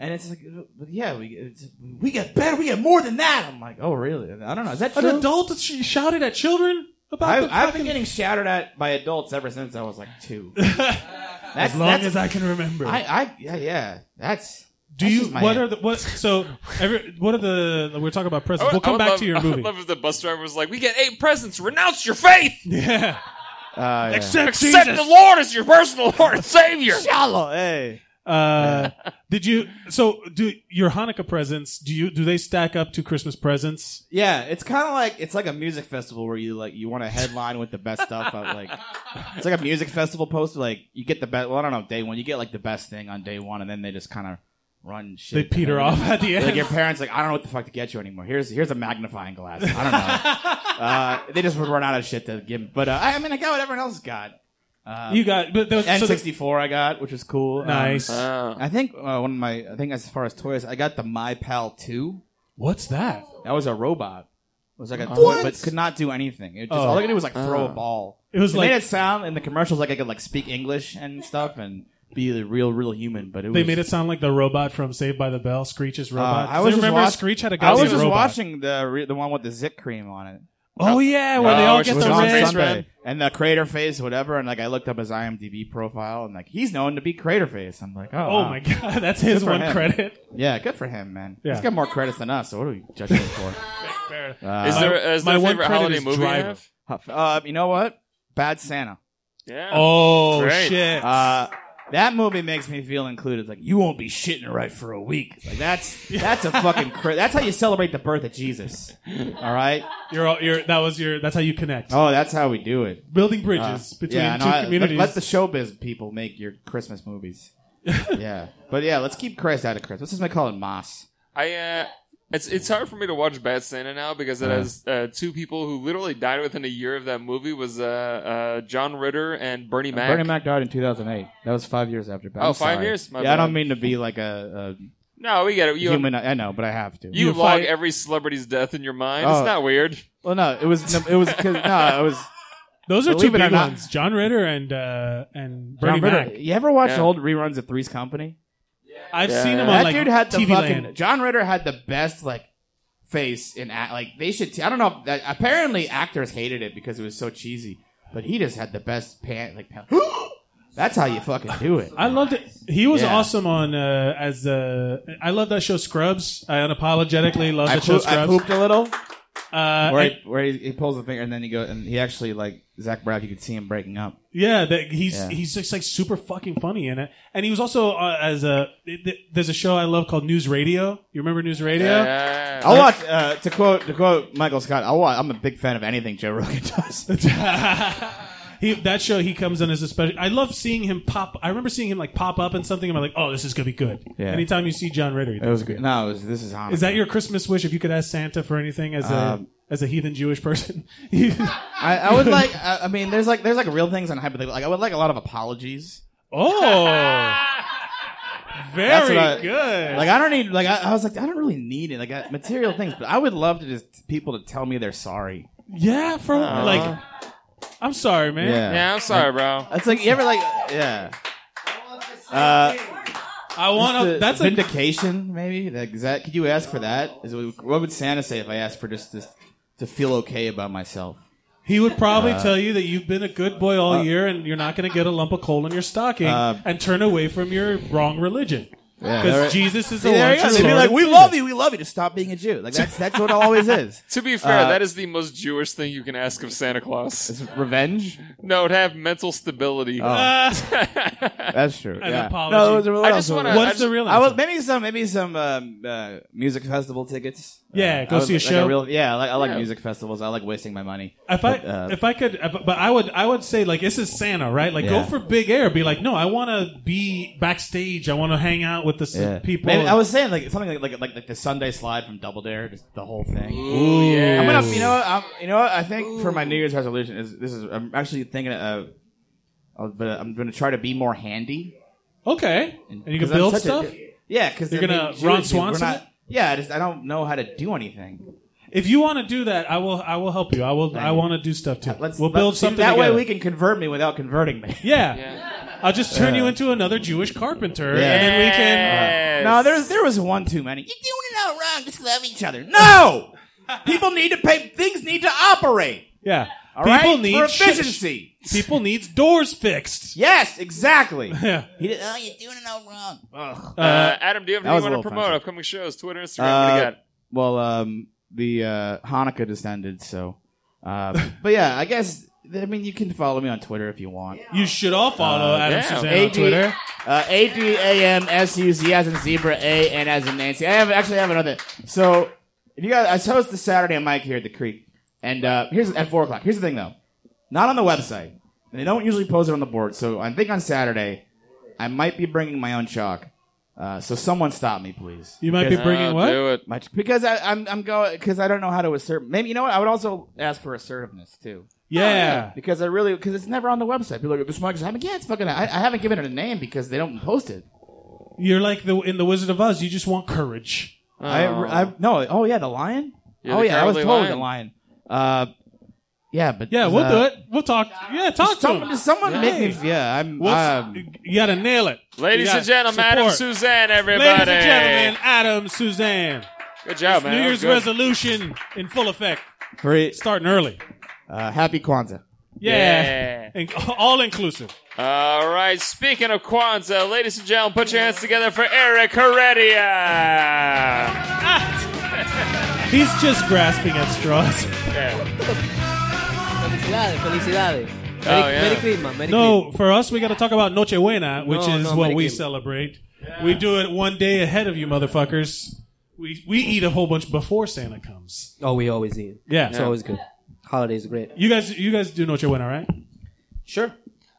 S13: And it's like, but yeah, we it's, we get better, we get more than that. I'm like, oh really? I don't know. Is that
S1: An
S13: true?
S1: adult sh- shouted at children about
S13: I,
S1: the
S13: I've
S1: fucking-
S13: been getting shouted at by adults ever since I was like two. That's-
S1: as long
S13: that's-
S1: as I can remember.
S13: I, I yeah, yeah. That's.
S1: Do
S13: that's
S1: you?
S13: just my-
S1: What are the what? So, every, what are the? We're talking about
S2: I would-
S1: presents. We'll
S2: I
S1: come
S2: would
S1: back
S2: love-
S1: to your
S2: I
S1: movie.
S2: would love if the bus driver was like, "We get eight presents. Renounce your faith.
S1: Oh, Yeah.
S13: Uh, yeah.
S2: Accept,
S1: Jesus.
S2: accept the Lord as your personal Lord and Savior."
S13: Shallow, hey.
S1: Uh, did you? So, do your Hanukkah presents? Do you? Do they stack up to Christmas presents?
S13: Yeah, it's kind of like it's like a music festival where you like you want to headline with the best stuff. Out, like it's like a music festival poster. Like you get the best. Well, I don't know day one. You get like the best thing on day one, and then they just kind of run shit.
S1: They peter off at the end.
S13: Like your parents, like I don't know what the fuck to get you anymore. Here's here's a magnifying glass. I don't know. uh, they just would run out of shit to give. But uh, I, I mean, I got what everyone else got. Uh,
S1: You got- but those- so the-
S13: N64 I got, which is cool. Um,
S1: Nice.
S13: I think uh, one of my I think as far as toys, I got the My Pal 2.
S1: What's that?
S13: That was a robot. It was like a
S1: What?
S13: toy, but could not do anything. It just
S1: Oh.
S13: all I could do was like throw a
S1: Oh.
S13: ball.
S1: It was
S13: they
S1: like-
S13: made it sound in the commercials like I could like speak English and stuff and be the real, real human. But it
S1: They
S13: was,
S1: made it sound like the robot from Saved by the Bell, Screech's
S13: Uh,
S1: robot.
S13: I was
S1: Does
S13: just
S1: remember
S13: watch-
S1: Screech had a
S13: I
S1: goddamn
S13: was just
S1: robot.
S13: watching the re- the one with the zit cream on it. Uh,
S1: Oh, yeah, where they all
S13: it
S1: get
S13: was
S1: the
S13: on
S1: red.
S13: Sunday. and the crater face, whatever. And like I looked up his IMDb profile, and like he's known to be crater face. I'm like, oh,
S1: Oh
S13: wow.
S1: my God, that's his
S13: Good for
S1: one
S13: him.
S1: credit.
S13: Yeah, good for him, man.
S1: Yeah.
S13: He's got more credits than us. So what are we judging him for?
S1: Fair.
S13: Uh,
S2: Is there- is there a
S13: one
S2: favorite
S13: credit
S2: holiday
S13: is
S2: movie you
S13: Driver. Uh, you know what? Bad Santa.
S2: Yeah.
S1: Oh, Great. shit.
S13: Uh, that movie makes me feel included. It's Like you won't be shitting right for a week. Like that's that's a fucking cra- that's how you celebrate the birth of Jesus. All right.
S1: You're, all, you're that was your that's how you connect.
S13: Oh, that's how we do it.
S1: Building bridges
S13: Uh,
S1: between
S13: yeah, no,
S1: two
S13: I- let-
S1: communities.
S13: Let, the showbiz people make your Christmas movies. yeah, but yeah, let's keep Christ out of Christmas. What's this man calling Moss?
S2: I uh, it's it's hard for me to watch Bad Santa now because it
S13: Yeah.
S2: has uh, two people who literally died within a year of that movie was uh, uh, John Ritter and Bernie Mac.
S13: Uh, Bernie Mac died in 2008. That was five years after. But
S2: Oh,
S13: I'm
S2: five
S13: sorry.
S2: years? My
S13: yeah, I
S2: bad.
S13: don't mean to be like a, a
S2: No, we get it. You
S13: human. I know, but I have to.
S2: you, log every celebrity's death in your mind.
S13: Oh.
S2: It's not weird.
S13: Well, no, it was it was 'cause- no, it was.
S1: Those are two
S13: believe it or
S1: big
S13: not-
S1: ones: John Ritter and uh, and
S13: John
S1: Bernie
S13: Ritter.
S1: Mac.
S13: You ever watch
S1: Yeah.
S13: old reruns of Three's Company?
S1: I've seen him on
S13: that
S1: like
S13: dude had the
S1: TV
S13: fucking
S1: Land.
S13: John Ritter had the best like face in act. Like they should. T- I don't know. If that, apparently, actors hated it because it was so cheesy. But he just had the best pant. Like pan- that's how you fucking do it.
S1: I loved it. He was
S13: Yeah.
S1: awesome on uh, as uh, I love that show Scrubs. I unapologetically love
S13: I
S1: the show
S13: poop- I
S1: Scrubs.
S13: pooped a little.
S1: Uh,
S13: where
S1: and-
S13: he, where he, he pulls the finger and then he goes and he actually like Zach Braff. You could see him breaking up.
S1: yeah, that he's
S13: Yeah.
S1: he's just like super fucking funny in it. And he was also uh, as a th- th- there's a show I love called News Radio. You remember News Radio?
S13: I'll watch. Uh, to quote to quote Michael Scott, I'll watch, I'm a big fan of anything Joe Rogan does.
S1: He, that show he comes in as a special. I love seeing him pop. I remember seeing him like pop up in something. and I'm like, oh, this is gonna be good.
S13: Yeah.
S1: Anytime you see John Ritter, you
S13: It
S1: think
S13: was
S1: it's
S13: good. No, it was, this is Hanukkah.
S1: Is that your Christmas wish? If you could ask Santa for anything as a
S13: Um,
S1: as a heathen Jewish person,
S13: I, I would like. I, I mean, there's like there's like real things on hypothetical. Like I would like a lot of apologies.
S1: Oh,
S13: That's
S1: very
S13: what I-
S1: good.
S13: Like I don't need. Like I, I was like I don't really need it. Like I, material things, but I would love to just people to tell me they're sorry.
S1: yeah, from
S13: Uh,
S1: like, I'm sorry, man.
S13: Yeah. Yeah, I'm sorry,
S2: bro.
S13: That's like you ever like yeah. Uh,
S1: I want
S13: just
S1: a-
S13: the
S1: that's a-
S13: vindication. maybe like, is that could you ask for that? Is it, what would Santa say if I asked for just this to feel okay about myself?
S1: He would probably
S13: Uh,
S1: tell you that you've been a good boy all
S13: uh,
S1: year, and you're not going to get a lump of coal in your stocking,
S13: Uh,
S1: and turn away from your wrong religion
S13: Yeah,
S1: because
S13: there-
S1: Jesus is the
S13: See, there
S1: one.
S13: you go.
S1: true
S13: They'd be
S1: Lord
S13: like,
S1: and
S13: "We
S1: Savior."
S13: love you. We love you. Just stop being a Jew." Like that's that's what it always is.
S2: To be fair,
S13: Uh,
S2: that is the most Jewish thing you can ask of Santa Claus. Is
S13: revenge?
S2: No, to have mental stability.
S13: Oh. That's true.
S2: An
S13: yeah.
S2: apology.
S13: No, it was a real
S2: I just
S13: answer.
S2: wanna- What's I just- the real
S13: I was,
S2: answer?
S13: maybe some maybe some um, uh, music festival tickets.
S1: Yeah,
S13: Uh,
S1: go
S13: I would
S1: see a
S13: like
S1: show.
S13: real, yeah, I like, I like
S1: Yeah.
S13: music festivals. I like wasting my money.
S1: If I
S13: But, uh,
S1: if I could, but I would I would say like this is Santa, right? Like go
S13: Yeah.
S1: for big air. Be like, no, I want to be backstage. I want to hang out with the s-
S13: yeah.
S1: people.
S13: Maybe- I was saying like something like, like like like the Sunday slide from Double Dare, just the whole thing.
S1: Ooh, yes.
S13: I'm gonna, you know, what, I'm, you know, what, I think for my New Year's resolution is this is I'm actually thinking of, uh, but I'm gonna try to be more handy.
S1: Okay, and you can
S13: 'cause I'm
S1: build
S13: such a-
S1: stuff.
S13: yeah, because
S1: you're gonna Ron Swanson. it?
S13: Yeah, I just I don't know how to do anything.
S1: If you want to do that, I will. I will help you. I will. I want to do stuff too. Let's, we'll build
S13: See,
S1: something
S13: that
S1: together.
S13: way we can convert me without converting me.
S1: Yeah. I'll just turn
S13: Yeah.
S1: you into another Jewish carpenter, and then we can.
S13: Uh, no, there's there was one too many. You're doing it all wrong. Just love each other. No, people need to pay. Things need to operate.
S1: Yeah.
S13: All
S1: people
S13: right?
S1: need
S13: for
S1: sh-
S13: efficiency.
S1: people needs doors fixed.
S13: Yes, exactly.
S1: Yeah.
S13: He did, oh, you're doing it all wrong. Ugh.
S2: Uh, Adam, do you have
S13: That was a
S2: anything you want to
S13: little
S2: promote?
S13: offensive.
S2: Upcoming shows, Twitter, Instagram. what do you
S13: Uh,
S2: got?
S13: Well, um, the uh, Hanukkah just ended, so. Uh, but yeah, I guess I mean you can follow me on Twitter if you want.
S1: You should all follow Adam Suzanne on
S13: AD
S1: Twitter.
S13: Uh, A D A M S U Z as in zebra, A and as in Nancy. I have actually have another. So if you guys, I host the Saturday mic here at the Creek, and uh, here's at four o'clock. Here's the thing though, not on the website. And They don't usually post it on the board, so I think on Saturday I might be bringing my own chalk. Uh, so someone stop me, please.
S1: You might be
S13: Because-
S1: bringing what?
S13: My- because I, I'm I'm going because I don't know how to assert. Maybe you know what? I would also ask for assertiveness too.
S1: Yeah.
S13: because I really because it's never on the website. People are like, this mic's I'm like, yeah, it's fucking. I, I haven't given it a name because they don't post it.
S1: You're like the in the Wizard of Oz. You just want courage.
S13: I, I no. Oh yeah, the lion.
S1: Yeah,
S13: oh
S1: the
S13: yeah, I was
S1: cowardly
S13: totally the lion. Uh, yeah, but
S1: Yeah, we'll
S13: uh,
S1: do it. We'll talk. Yeah, talk to
S13: someone-
S1: him.
S13: does someone make me- yeah, I'm- um,
S1: you gotta nail it, You
S2: Ladies
S1: gotta
S2: and gentlemen, Adam
S1: support.
S2: Suzanne, everybody.
S1: Ladies and gentlemen, Adam Suzanne.
S2: Good job,
S1: It's
S2: man.
S1: New
S2: That
S1: Year's
S2: was good.
S1: resolution in full effect.
S13: Great.
S1: Starting early.
S13: Uh, happy Kwanzaa.
S1: Yeah, In- all inclusive.
S2: All right. Speaking of Kwanzaa, ladies and gentlemen, put your hands together for Eric Heredia.
S1: He's just grasping at straws.
S15: Felicidades, felicidades. Merry,
S1: Oh, yeah.
S15: Merry Christmas, Merry
S1: No, for us, we got to talk about Noche Buena, which
S15: No,
S1: is
S15: no,
S1: what
S15: Merry
S1: we
S15: Christmas.
S1: celebrate. We do it one day ahead of you, motherfuckers. We we eat a whole bunch before Santa comes.
S15: Oh, we always eat.
S1: Yeah,
S15: It's always good. Holidays are great.
S1: You guys, you guys do Noche Buena, right?
S15: Sure.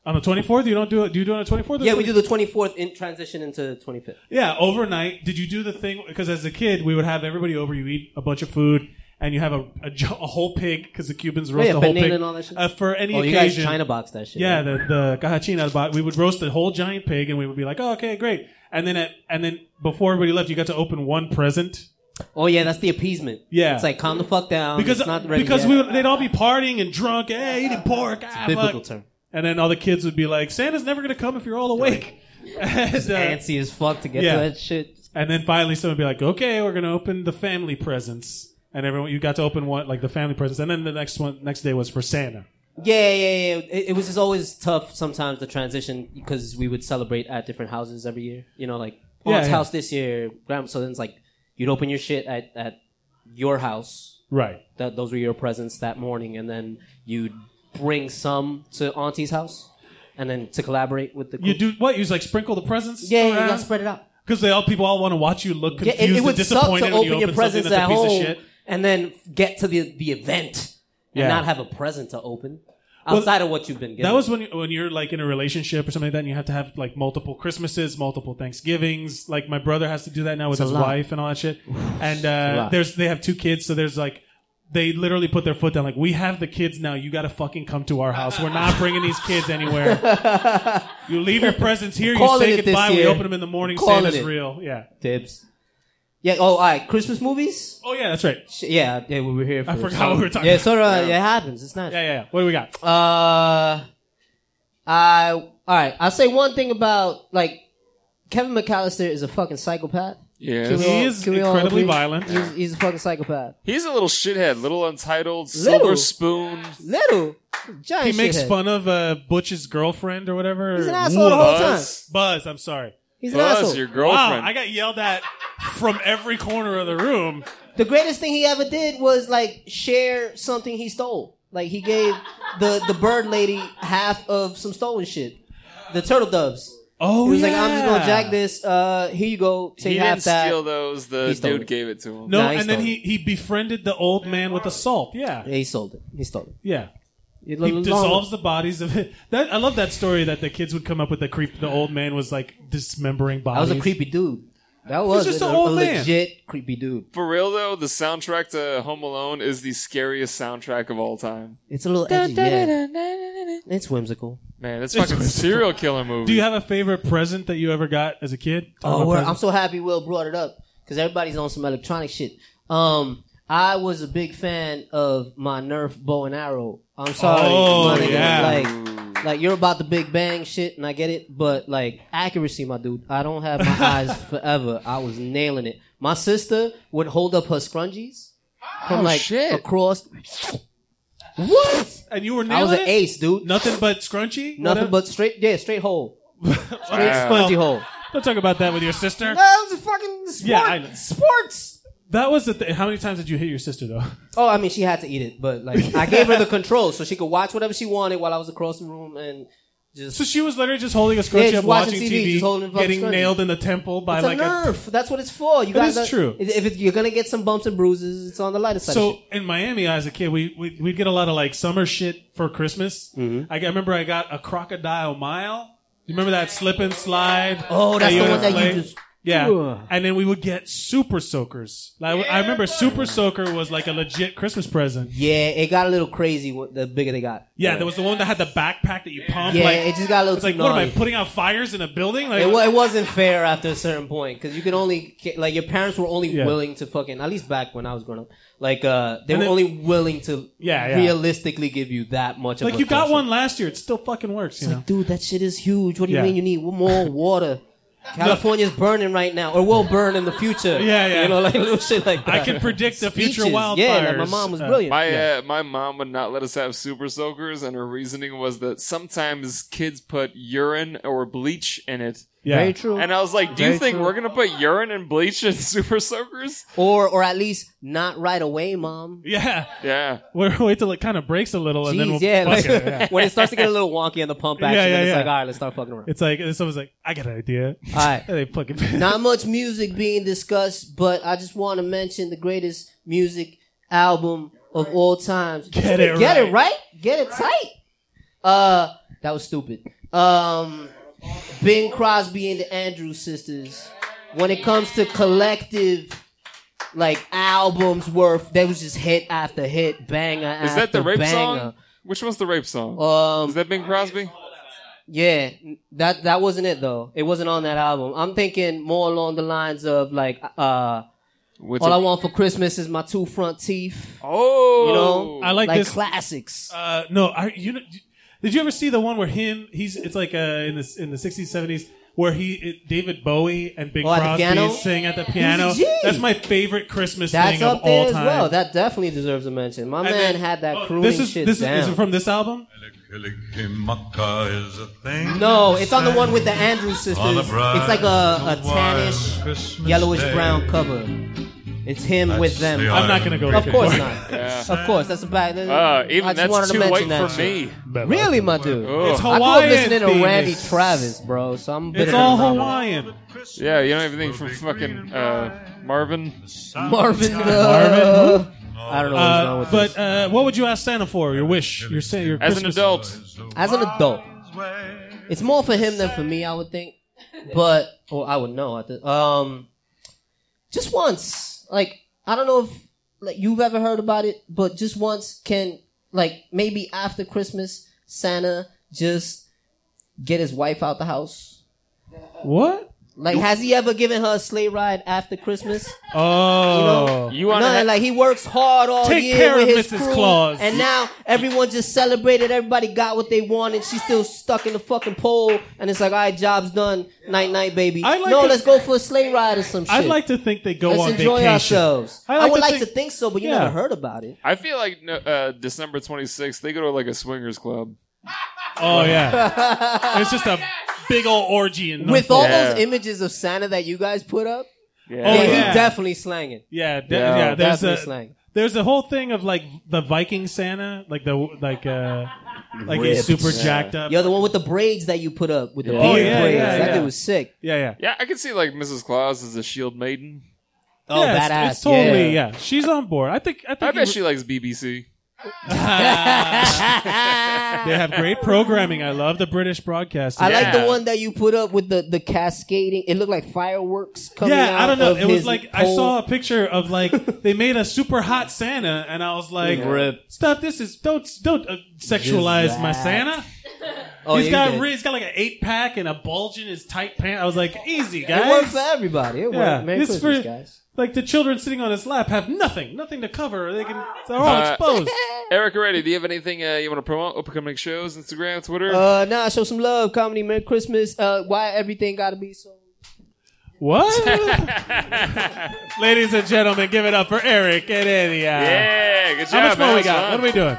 S1: On the twenty fourth, you don't do it. Do you do it on the twenty fourth?
S15: Yeah, we do the 24th in transition into the 25th.
S1: Yeah, overnight. Did you do the thing? Because as a kid, we would have everybody over. You eat a bunch of food, and you have a a, jo- a whole pig because the Cubans roast
S15: Oh, yeah,
S1: a whole
S15: banana
S1: pig
S15: and all that shit.
S1: Uh, for any
S15: Oh, you
S1: occasion.
S15: guys China box that shit,
S1: Yeah,
S15: right?
S1: the the cajachina box. We would roast a whole giant pig, and we would be like, "Oh, okay, great." And then at and then before everybody left, you got to open one present.
S15: Oh yeah, that's the appeasement.
S1: Yeah.
S15: It's like calm the fuck down.
S1: because
S15: Um, it's not ready
S1: because
S15: yet.
S1: we would, they'd all be partying and drunk, hey, eating pork. Ah,
S15: biblical
S1: fuck.
S15: term.
S1: And then all the kids would be like, "Santa's never gonna come if you're all awake." Just
S15: antsy as fuck to get to that shit.
S1: And then finally, someone would be like, "Okay, we're gonna open the family presents." And everyone, you got to open one like the family presents, and then the next one, next day was for Santa.
S15: Yeah, yeah, yeah. It, it was just always tough sometimes the transition because we would celebrate at different houses every year. You know, like
S1: Yeah,
S15: aunt's
S1: yeah.
S15: house this year, grandma. So then it's like you'd open your shit at at your house.
S1: Right.
S15: That those were your presents that morning, and then you'd bring some to auntie's house, and then to collaborate with the.
S1: You do what? You just like sprinkle the presents?
S15: Yeah, yeah, you gotta spread it out.
S1: Because they all people all want to watch you look
S15: Yeah,
S1: confused
S15: it, it
S1: and
S15: would suck
S1: disappointed
S15: to
S1: when you
S15: open your
S1: open something
S15: presents
S1: that's a
S15: at
S1: piece
S15: home
S1: of shit.
S15: and then get to the the event and
S1: Yeah.
S15: not have a present to open
S1: Well,
S15: outside of what you've been given.
S1: That was when you, when you're like in a relationship or something like that, and you have to have like multiple Christmases, multiple Thanksgivings. Like my brother has to do that now with
S15: It's
S1: his
S15: a lot.
S1: wife and all that shit. And
S15: a
S1: uh,
S15: lot.
S1: there's they have two kids, so there's like they literally put their foot down. Like we have the kids now. You got to fucking come to our house. We're not bringing these kids anywhere. you leave your presents here. You
S15: Calling
S1: say
S15: it this
S1: goodbye. We
S15: year.
S1: open them in the morning.
S15: Calling
S1: Santa's
S15: it.
S1: real. Yeah.
S15: Dibs. Yeah. Oh, all right. Christmas movies.
S1: Oh yeah, that's right.
S15: yeah, yeah, we were here. For
S1: I forgot what we were talking.
S15: Yeah,
S1: about.
S15: sort of. Yeah, it happens. It's not.
S1: Yeah, yeah. yeah. What do we got?
S15: Uh, I all right. I'll say one thing about like Kevin McAllister is a fucking psychopath.
S2: Yes.
S15: Can we
S2: He
S15: all-
S2: is
S15: can we all
S2: incredibly
S15: agree?
S2: violent.
S15: He's, he's a fucking psychopath.
S2: He's a little shithead, little untitled,
S15: Little.
S2: silver spoon.
S15: Little giant.
S1: he makes
S15: shithead.
S1: fun of uh, Butch's girlfriend or whatever.
S15: He's an asshole the whole
S1: Buzz. Buzz, I'm sorry.
S15: He's an Buzz, asshole. your girlfriend.
S1: Wow, I got yelled at from every corner of the room.
S15: The greatest thing he ever did was like share something he stole. Like he gave the the bird lady half of some stolen shit. The turtle doves.
S1: Oh,
S15: He was like, I'm just gonna
S1: yeah.
S15: jack this. Uh, here you go. Take
S2: he
S15: half
S2: didn't
S15: that.
S2: steal those. The
S15: He stole
S2: dude
S15: it.
S2: gave it to him.
S1: No, and then he, he befriended the old man with the salt. Yeah.
S15: Yeah, he sold it. He stole it.
S1: Yeah.
S15: He,
S1: He dissolves the bodies of it. That I love that story that the kids would come up with the creep. The old man was like dismembering
S15: That was
S1: bodies.
S15: a creepy dude. That
S1: He's
S15: was
S1: just
S15: a,
S1: an old
S15: a
S1: man.
S15: legit creepy dude.
S2: For real though, the soundtrack to Home Alone is the scariest soundtrack of all time.
S15: It's a little edgy. Yeah. It's whimsical.
S2: Man, that's fucking serial killer movie.
S1: Do you have a favorite present that you ever got as a kid? Talk
S15: Oh,
S1: about
S15: word. I'm
S1: presents.
S15: so happy Will brought it up because everybody's on some electronic shit. Um, I was a big fan of my Nerf bow and arrow. I'm sorry,
S1: Oh,
S15: my nigga,
S1: yeah.
S15: like, like you're about the Big Bang shit, and I get it, but like accuracy, my dude, I don't have my eyes forever. I was nailing it. My sister would hold up her scrungies from
S1: Oh,
S15: like
S1: shit.
S15: across. What?
S1: And you were
S15: I was
S1: nailing
S15: an
S1: it?
S15: ace, dude.
S1: Nothing but scrunchy.
S15: Nothing
S1: Whatever?
S15: but straight, yeah, straight hole. straight
S1: Wow.
S15: scrunchy hole.
S1: Don't talk about that with your sister.
S15: That was a fucking sport.
S1: Yeah, I know.
S15: sports.
S1: That was the thing. How many times did you hit your sister though?
S15: Oh, I mean, she had to eat it, but like I gave her the control so she could watch whatever she wanted while I was across the room and just.
S1: So she was literally just holding a
S15: Yeah,
S1: scrunchie
S15: just
S1: up, watching
S15: watching TV,
S1: TV,
S15: just holding a fucking
S1: getting
S15: scrunchie.
S1: nailed in the temple by
S15: it's
S1: like
S15: a nerf. That's what it's for. You
S1: It
S15: guys
S1: is
S15: are-
S1: true.
S15: If it, you're gonna get some bumps and bruises, it's on the lighter side. of
S1: So
S15: shit.
S1: in Miami, as a kid, we we we'd get a lot of like summer shit for Christmas.
S15: Mm-hmm.
S1: I, g- I remember I got a crocodile mile. You remember that slip and slide?
S15: Oh, that's
S1: you
S15: the
S1: would
S15: one that you
S1: play?
S15: just-
S1: Yeah,
S12: Ugh.
S1: and then we would get super soakers. Like, I remember super soaker was like a legit Christmas present.
S15: Yeah, it got a little crazy. wh- The bigger they got.
S1: Yeah, there was the one that had the backpack that you pump.
S15: Yeah,
S1: like,
S15: it just got a little
S1: It's like,
S15: too
S1: what am I
S15: naughty.
S1: putting out fires in a building? Like,
S15: it, wa- it wasn't fair after a certain point because you could only ca- like your parents were only
S1: Yeah.
S15: willing to fucking at least back when I was growing up like uh they
S1: And
S15: were
S1: then-
S15: only willing to
S1: Yeah, yeah.
S15: realistically give you that much of
S1: like
S15: a
S1: you got
S15: portion.
S1: one last year. It still fucking works. You know,
S15: dude that shit is huge what do you
S1: Yeah.
S15: mean you need more water California's burning right now or will burn in the future
S1: Yeah, yeah.
S15: you know like little shit like that
S1: I can predict the future
S15: Speeches. yeah like, my
S1: wildfires.
S15: mom was
S1: Uh,
S15: brilliant
S2: My
S15: Yeah.
S2: uh, my mom would not let us have super soakers, and her reasoning was that sometimes kids put urine or bleach in it.
S15: Yeah. Very true.
S2: And I was like, "Do you
S15: Very
S2: think
S15: true.
S2: we're gonna put urine and bleach in super soakers?"
S15: or or at least not right away mom
S1: yeah
S2: Yeah.
S1: We're, wait till it kind of breaks a little, and then we'll
S15: Jeez, yeah,
S1: fuck
S15: like,
S1: it, yeah.
S15: when it starts to get a little wonky on the pump action,
S1: Yeah, yeah,
S15: then it's
S1: yeah.
S15: like, all right, let's start fucking around.
S1: It's like someone's like, I got an idea.
S15: All right.
S1: And they fucking
S15: Not much music being discussed, but I just want to mention the greatest music album of all times.
S1: Get it
S15: Get
S1: right.
S15: it right. Get it tight. Uh, that was stupid. Um, Bing Crosby and the Andrews sisters. When it comes to collective, like albums worth, they was just hit after hit, banger
S2: Is that the
S15: after
S2: rape
S15: Ah, banger.
S2: song? Which one's the rape song?
S15: Um,
S2: Is that Bing Crosby?
S15: Yeah, that that wasn't it though. It wasn't on that album. I'm thinking more along the lines of like, uh, all
S1: a-
S15: I want for Christmas is my two front teeth.
S2: Oh,
S15: you know,
S1: I like, this
S15: classics.
S1: Uh, no, I you know, did you ever see the one where him? He's it's like uh, in the in the sixties seventies where he it, David Bowie and Big
S15: Oh, at the piano?
S1: Crosby sing at the piano.
S15: He's a G.
S1: That's my favorite Christmas
S15: That's
S1: thing
S15: up
S1: of
S15: there
S1: all
S15: as
S1: time. oh,
S15: well. That definitely deserves a mention. My man had that crooning
S1: this is
S15: shit
S1: this
S15: down.
S1: is, is it from this album.
S16: Helicimacca is a thing.
S15: no, it's on the one with the Andrews
S16: On
S15: sisters.
S16: a
S15: It's
S16: bright
S15: like a, a
S16: wild
S15: tannish,
S16: Christmas
S15: yellowish
S16: day.
S15: brown cover. It's him
S16: That's
S15: with them.
S16: the I'm not gonna go
S15: Of
S16: there.
S15: course not.
S16: Yeah.
S15: Of course, that's a bad.
S2: Uh, even
S15: I just
S2: that's
S15: wanted
S2: too
S15: to
S2: white
S15: mention that
S2: for
S15: shit.
S2: me.
S15: Really, my dude.
S2: Oh. It's
S15: I grew up
S2: Hawaiian
S15: listening to
S2: theme.
S15: Randy
S2: It's-
S15: Travis, bro. So I'm. bitter
S2: It's all
S15: about it.
S1: Hawaiian.
S2: Yeah, you don't have anything from fucking uh, Marvin.
S15: Marvin, uh,
S1: Marvin,
S15: I don't know what's
S1: Uh,
S15: wrong with
S1: but uh, what would you ask Santa for? Your wish, your Sa- your
S2: As an
S1: Christmas.
S2: adult.
S15: As an adult, it's more for him than for me, I would think. But or I would know. I think. Um, just once, like I don't know if like you've ever heard about it, but just once can like maybe after Christmas, Santa just get his wife out the house.
S1: What?
S15: Like, has he ever given her a sleigh ride after Christmas?
S1: Oh,
S15: You wanna No, ha- like, he works hard all
S1: Take
S15: year
S1: care
S15: with
S1: of
S15: his
S1: Mrs.
S15: crew,
S1: Claus.
S15: and now everyone just celebrated. Everybody got what they wanted. She's still stuck in the fucking pole, and it's like, all right, job's done. Night, night, baby.
S1: I like
S15: no,
S1: to-
S15: let's go for a sleigh ride or some shit.
S1: I'd like to think they go
S15: let's
S1: on
S15: enjoy
S1: vacation.
S15: ourselves. I,
S1: like
S15: would
S1: to
S15: like
S1: think-
S15: to think so, but you
S1: Yeah.
S15: never heard about it.
S2: I feel like no, uh, December 26th, they go to like a swingers club.
S1: Oh yeah, it's just a big old orgy and
S15: With all
S2: Yeah.
S15: those images of Santa that you guys put up,
S2: Yeah.
S1: Oh,
S15: he
S1: yeah.
S15: definitely slanging.
S1: Yeah, de- yeah, There's
S15: definitely
S1: a
S15: slang.
S1: there's a whole thing of like the Viking Santa, like the like uh like he's
S15: Ripped.
S1: super jacked up.
S15: Yo, the one with the braids that you put up with the
S1: Yeah.
S15: beard
S1: Oh, yeah,
S15: braids.
S1: yeah,
S15: that
S1: yeah.
S15: dude was sick.
S1: Yeah, yeah.
S2: Yeah, I could see like Mrs. Claus as a shield E maiden.
S15: Oh,
S1: Yeah, it's-
S15: badass.
S1: It's, totally yeah. She's on board. I think I think he
S2: I bet
S1: re-
S2: she likes BBC.
S1: they have great programming. I love the British broadcast.
S15: I like the one that you put up with the, the cascading. It looked like fireworks coming out.
S1: yeah, I don't know.
S15: of
S1: It was
S15: his
S1: like I
S15: pole.
S1: saw a picture of like they made a super hot Santa, and I was like,
S15: Yeah. Rip.
S1: "Stop! This is don't don't uh, sexualize my
S15: that.
S1: Santa."
S15: Oh,
S1: he's
S15: yeah, you
S1: got
S15: did.
S1: re- he's got like an eight pack and a bulge in his tight pants. I was like, "Easy,
S15: It
S1: guys."
S15: worked for everybody. It worked. Merry
S1: it's
S15: Christmas, guys.
S1: Like the children sitting on his lap have nothing, nothing to cover. They can they're all
S2: Uh,
S1: exposed.
S2: Eric Already, do you have anything uh, you want to promote? Upcoming shows, Instagram, Twitter?
S15: Uh, nah, show some love, comedy, Merry Christmas. Uh, why everything gotta be so?
S1: What? Ladies and gentlemen, give it up for Eric and Eddie.
S2: Yeah, good
S1: How much
S2: job,
S1: more
S2: man.
S1: we got?
S2: Fun.
S1: What are we doing?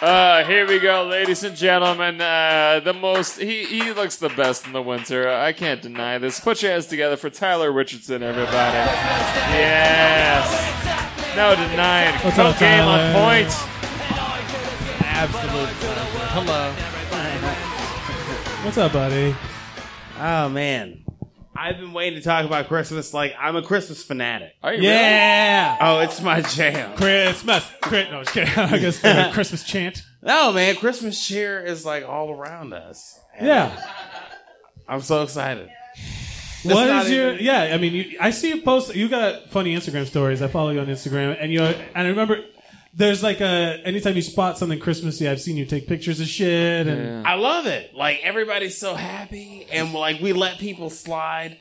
S2: Uh, here we go, ladies and gentlemen. Uh, the most he he looks the best in the winter. I can't deny this. Put your hands together for Tyler Richardson, everybody. Yes, no denying.
S12: What's
S2: Come
S12: up,
S2: game on
S12: Tyler?
S2: point.
S12: Absolute. Hello.
S1: What's up, buddy?
S4: Oh man, I've been waiting to talk about Christmas. Like I'm a Christmas fanatic.
S2: Are
S1: you Yeah.
S4: Oh, it's my jam.
S1: Christmas. Cri- no, just kidding. I guess uh, Christmas chant.
S4: No man, Christmas cheer is like all around us.
S1: Yeah.
S4: I'm so excited.
S1: What is
S4: That's not
S1: your?
S4: even-
S1: Yeah, I mean, you, I see you post. You got funny Instagram stories. I follow you on Instagram, and you and I remember there's like a anytime you spot something Christmassy, I've seen you take pictures of shit, and
S4: I love it. Like everybody's so happy, and like we let people slide.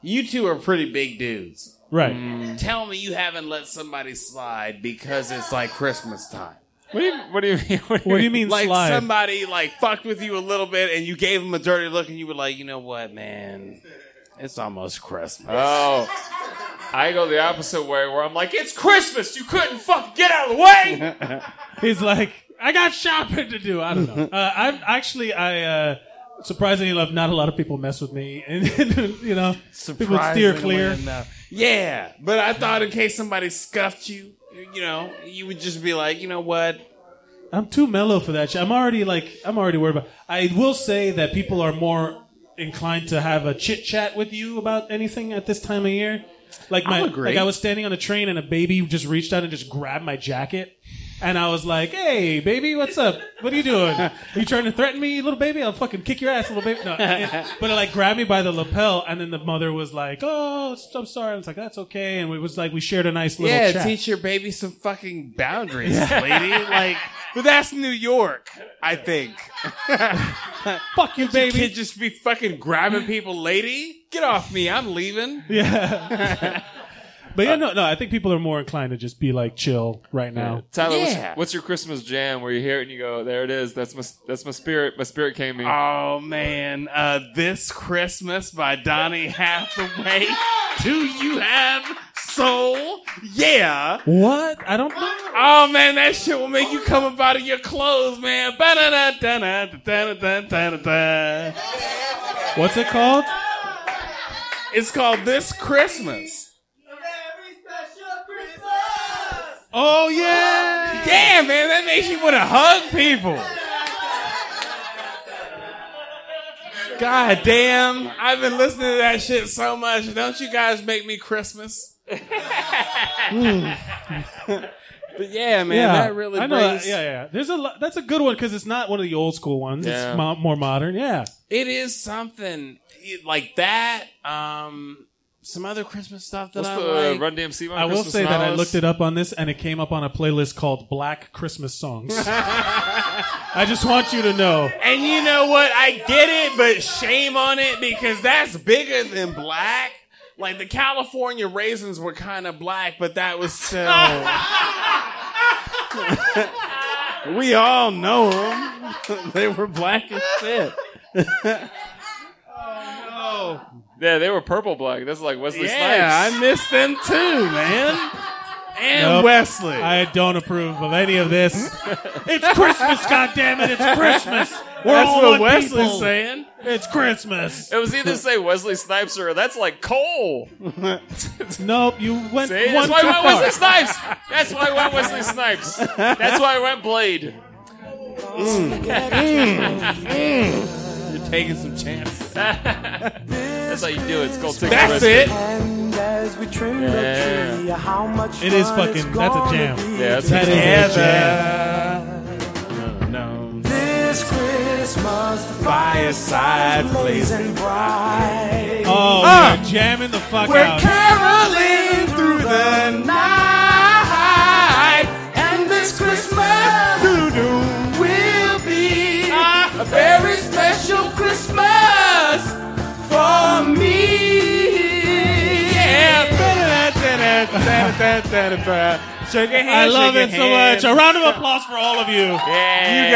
S4: You two are pretty big dudes,
S1: Right.
S2: Mm.
S4: Tell me you haven't let somebody slide because it's like Christmas time.
S2: What do you What do you mean? What
S1: do you mean
S4: like
S1: slide?
S4: somebody like fucked with you a little bit, and you gave them a dirty look, and you were like, you know what, man, it's almost Christmas.
S2: Oh. I go the opposite way where I'm like, it's Christmas. You couldn't fucking get out of the way.
S1: he's like, I got shopping to do. I don't know. Uh, I'm actually I. uh Surprisingly enough, not a lot of people mess with me, and you know, people steer clear.
S4: Surprisingly enough. Yeah, but I thought in case somebody scuffed you, you know, you would just be like, you know what?
S1: I'm too mellow for that shit. I'm already like I'm already worried about. I will say that people are more inclined to have a chit chat with you about anything at this time of year. Like my
S4: I'll agree.
S1: like I was standing on a train and a baby just reached out and just grabbed my jacket. And I was like, "Hey, baby, what's up? What are you doing? Are you trying to threaten me, little baby? I'll fucking kick your ass, little baby." No, it- but it like grabbed me by the lapel, and then the mother was like, "Oh, I'm sorry." I was like, "That's okay," and we was like, we shared a nice little
S4: yeah,
S1: chat.
S4: teach your baby some fucking boundaries, lady. Like, but that's New York, I think.
S1: Fuck you, baby.
S4: You can't just be fucking grabbing people, lady. Get off me. I'm leaving.
S1: Yeah. But yeah, no, no. I think people are more inclined to just be like chill right now.
S2: Tyler,
S1: Yeah.
S2: what's, what's your Christmas jam where you hear it and you go, there it is. That's my, that's my spirit. My spirit came in.
S4: Oh man, uh, this Christmas by Donnie Hathaway. Do you have soul? Yeah.
S1: What? I don't know.
S4: Oh man, that shit will make you come up out of your clothes, man. Ba-da-da-da-da-da-da-da-da-da.
S1: What's it called?
S4: It's called This Christmas.
S1: Oh yeah.
S4: Yeah, man, that makes you want to hug people. God damn, I've been listening to that shit so much. Don't you guys make me Christmas? But yeah, man, that really
S1: I know that-
S4: brings-
S1: Yeah, yeah. There's a lot, that's a good one because it's not one of the old school ones.
S4: Yeah.
S1: It's mo- more modern. Yeah.
S4: It is something it- like that. Um, some other Christmas stuff that
S2: What's
S4: I
S2: the uh,
S4: like.
S2: Run DMC one?
S1: I will
S2: Christmas
S1: say that I
S2: Solace?
S1: looked it up on this and it came up on a playlist called Black Christmas Songs. I just want you to know.
S4: And you know what? I get it, but shame on it because that's bigger than black. Like the California raisins were kind of black, but that was still. we all know them. they were black as shit.
S2: Yeah, they were purple black. That's like Wesley
S4: Yeah,
S2: Snipes.
S4: I miss them too, man. And
S1: Nope.
S4: Wesley.
S1: I don't approve of any of this. it's Christmas, goddammit! It's Christmas. We're
S2: That's
S1: all
S2: what
S1: one
S2: Wesley's
S1: people.
S2: saying.
S1: It's Christmas.
S2: It was either say Wesley Snipes or that's like Cole.
S1: nope, you went
S2: See,
S1: one
S2: that's why I
S1: too
S2: went
S1: far.
S2: Wesley Snipes. That's why I went Wesley Snipes. That's why I went Blade.
S4: Mm. You're taking some chances.
S2: that's how you do it. It's called taking
S4: That's
S2: a
S4: it.
S2: risk.
S4: Yeah.
S1: It is fucking. That's a jam.
S2: Yeah, that's
S1: that
S2: a
S1: is a
S4: jam. No, no.
S12: This Christmas, the
S4: Fireside
S12: blazing bright.
S1: Oh,
S4: Ah!
S12: Uh,
S1: we're jamming the fuck
S12: We're
S1: out.
S12: caroling through the night, and this Christmas doo-doo will be a very special Christmas for me.
S4: Yeah. Shake a hand.
S1: I love
S4: shake
S1: it
S4: a
S1: so
S4: hand.
S1: much. A round of applause for all of you.
S2: Yeah.
S4: You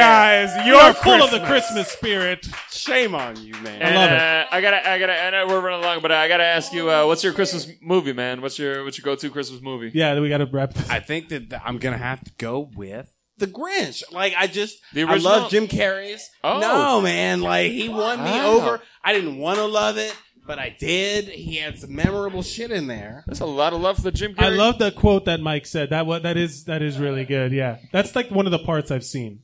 S4: guys,
S1: You
S4: your
S1: are full of the
S4: Christmas
S1: spirit.
S4: Shame on you, man.
S2: And, uh, I gotta, I gotta. I know we're running along, but I gotta ask you, uh, what's your Christmas movie, man? What's your, what's your go-to Christmas movie?
S1: Yeah, we got to wrap.
S4: I think that th- I'm gonna have to go with the Grinch. Like I just,
S2: The
S4: I
S2: original?
S4: love Jim Carrey's.
S2: Oh.
S4: no, man! Like he won me
S2: Wow.
S4: over. I didn't want to love it, but I did. He had some memorable shit in there.
S2: That's a lot of love for the Jim
S1: I love the quote that Mike said. That what that is that is really good. Yeah, that's like one of the parts I've seen.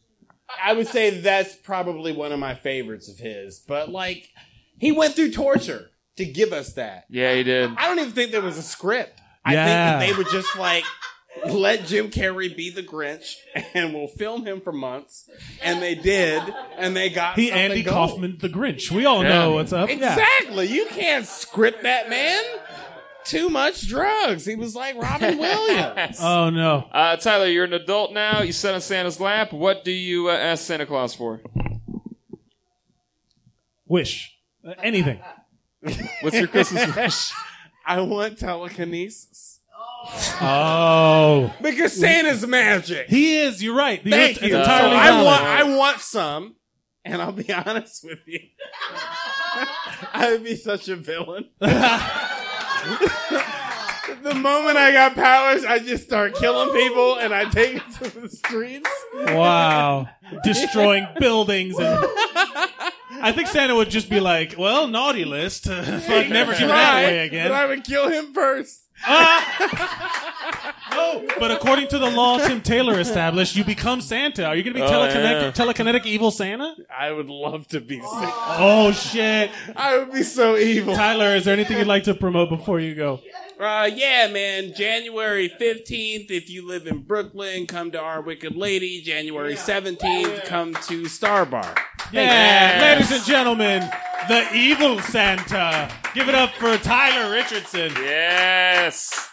S4: I would say that's probably one of my favorites of his. But like, he went through torture to give us that.
S2: Yeah, he did.
S4: I don't even think there was a script. I
S1: Yeah.
S4: think that they were just like, let Jim Carrey be the Grinch, and we'll film him for months. And they did, and they got
S1: He
S4: something
S1: Andy
S4: going.
S1: Kaufman the Grinch. We all know what's up.
S4: Exactly. You can't script that man. Too much drugs. He was like Robin Williams.
S1: Oh no.
S2: Uh, Tyler, you're an adult now. You sit on Santa's lap. What do you uh, ask Santa Claus for?
S1: Wish. Uh, anything.
S2: What's your Christmas wish?
S4: I want telekinesis.
S1: Oh.
S4: Because Santa's magic.
S1: He is. You're right. You're-
S4: Thank
S1: it's
S4: you.
S1: entirely
S4: So I
S1: valid.
S4: want. I want some, and I'll be honest with you. I would be such a villain. the moment I got powers, I just start killing people, and I take it to the streets.
S1: Wow. Destroying buildings and I think Santa would just be like, "Well, naughty list. Fuck, never give it that
S4: Try,
S1: way again."
S4: But I would kill him first.
S1: But according to the law Tim Taylor established, you become Santa. Are you going to be
S4: Oh, yeah.
S1: telekinetic, telekinetic evil Santa?
S4: I would love to be sick.
S1: Oh shit!
S4: I would be so evil.
S1: Tyler, is there anything you'd like to promote before you go?
S4: Uh, yeah, man. January 15th, if you live in Brooklyn, come to Our Wicked Lady. January 17th, come to Star Bar.
S1: Yeah, ladies and gentlemen, the evil Santa. Give it up for Tyler Richardson.
S2: Yes.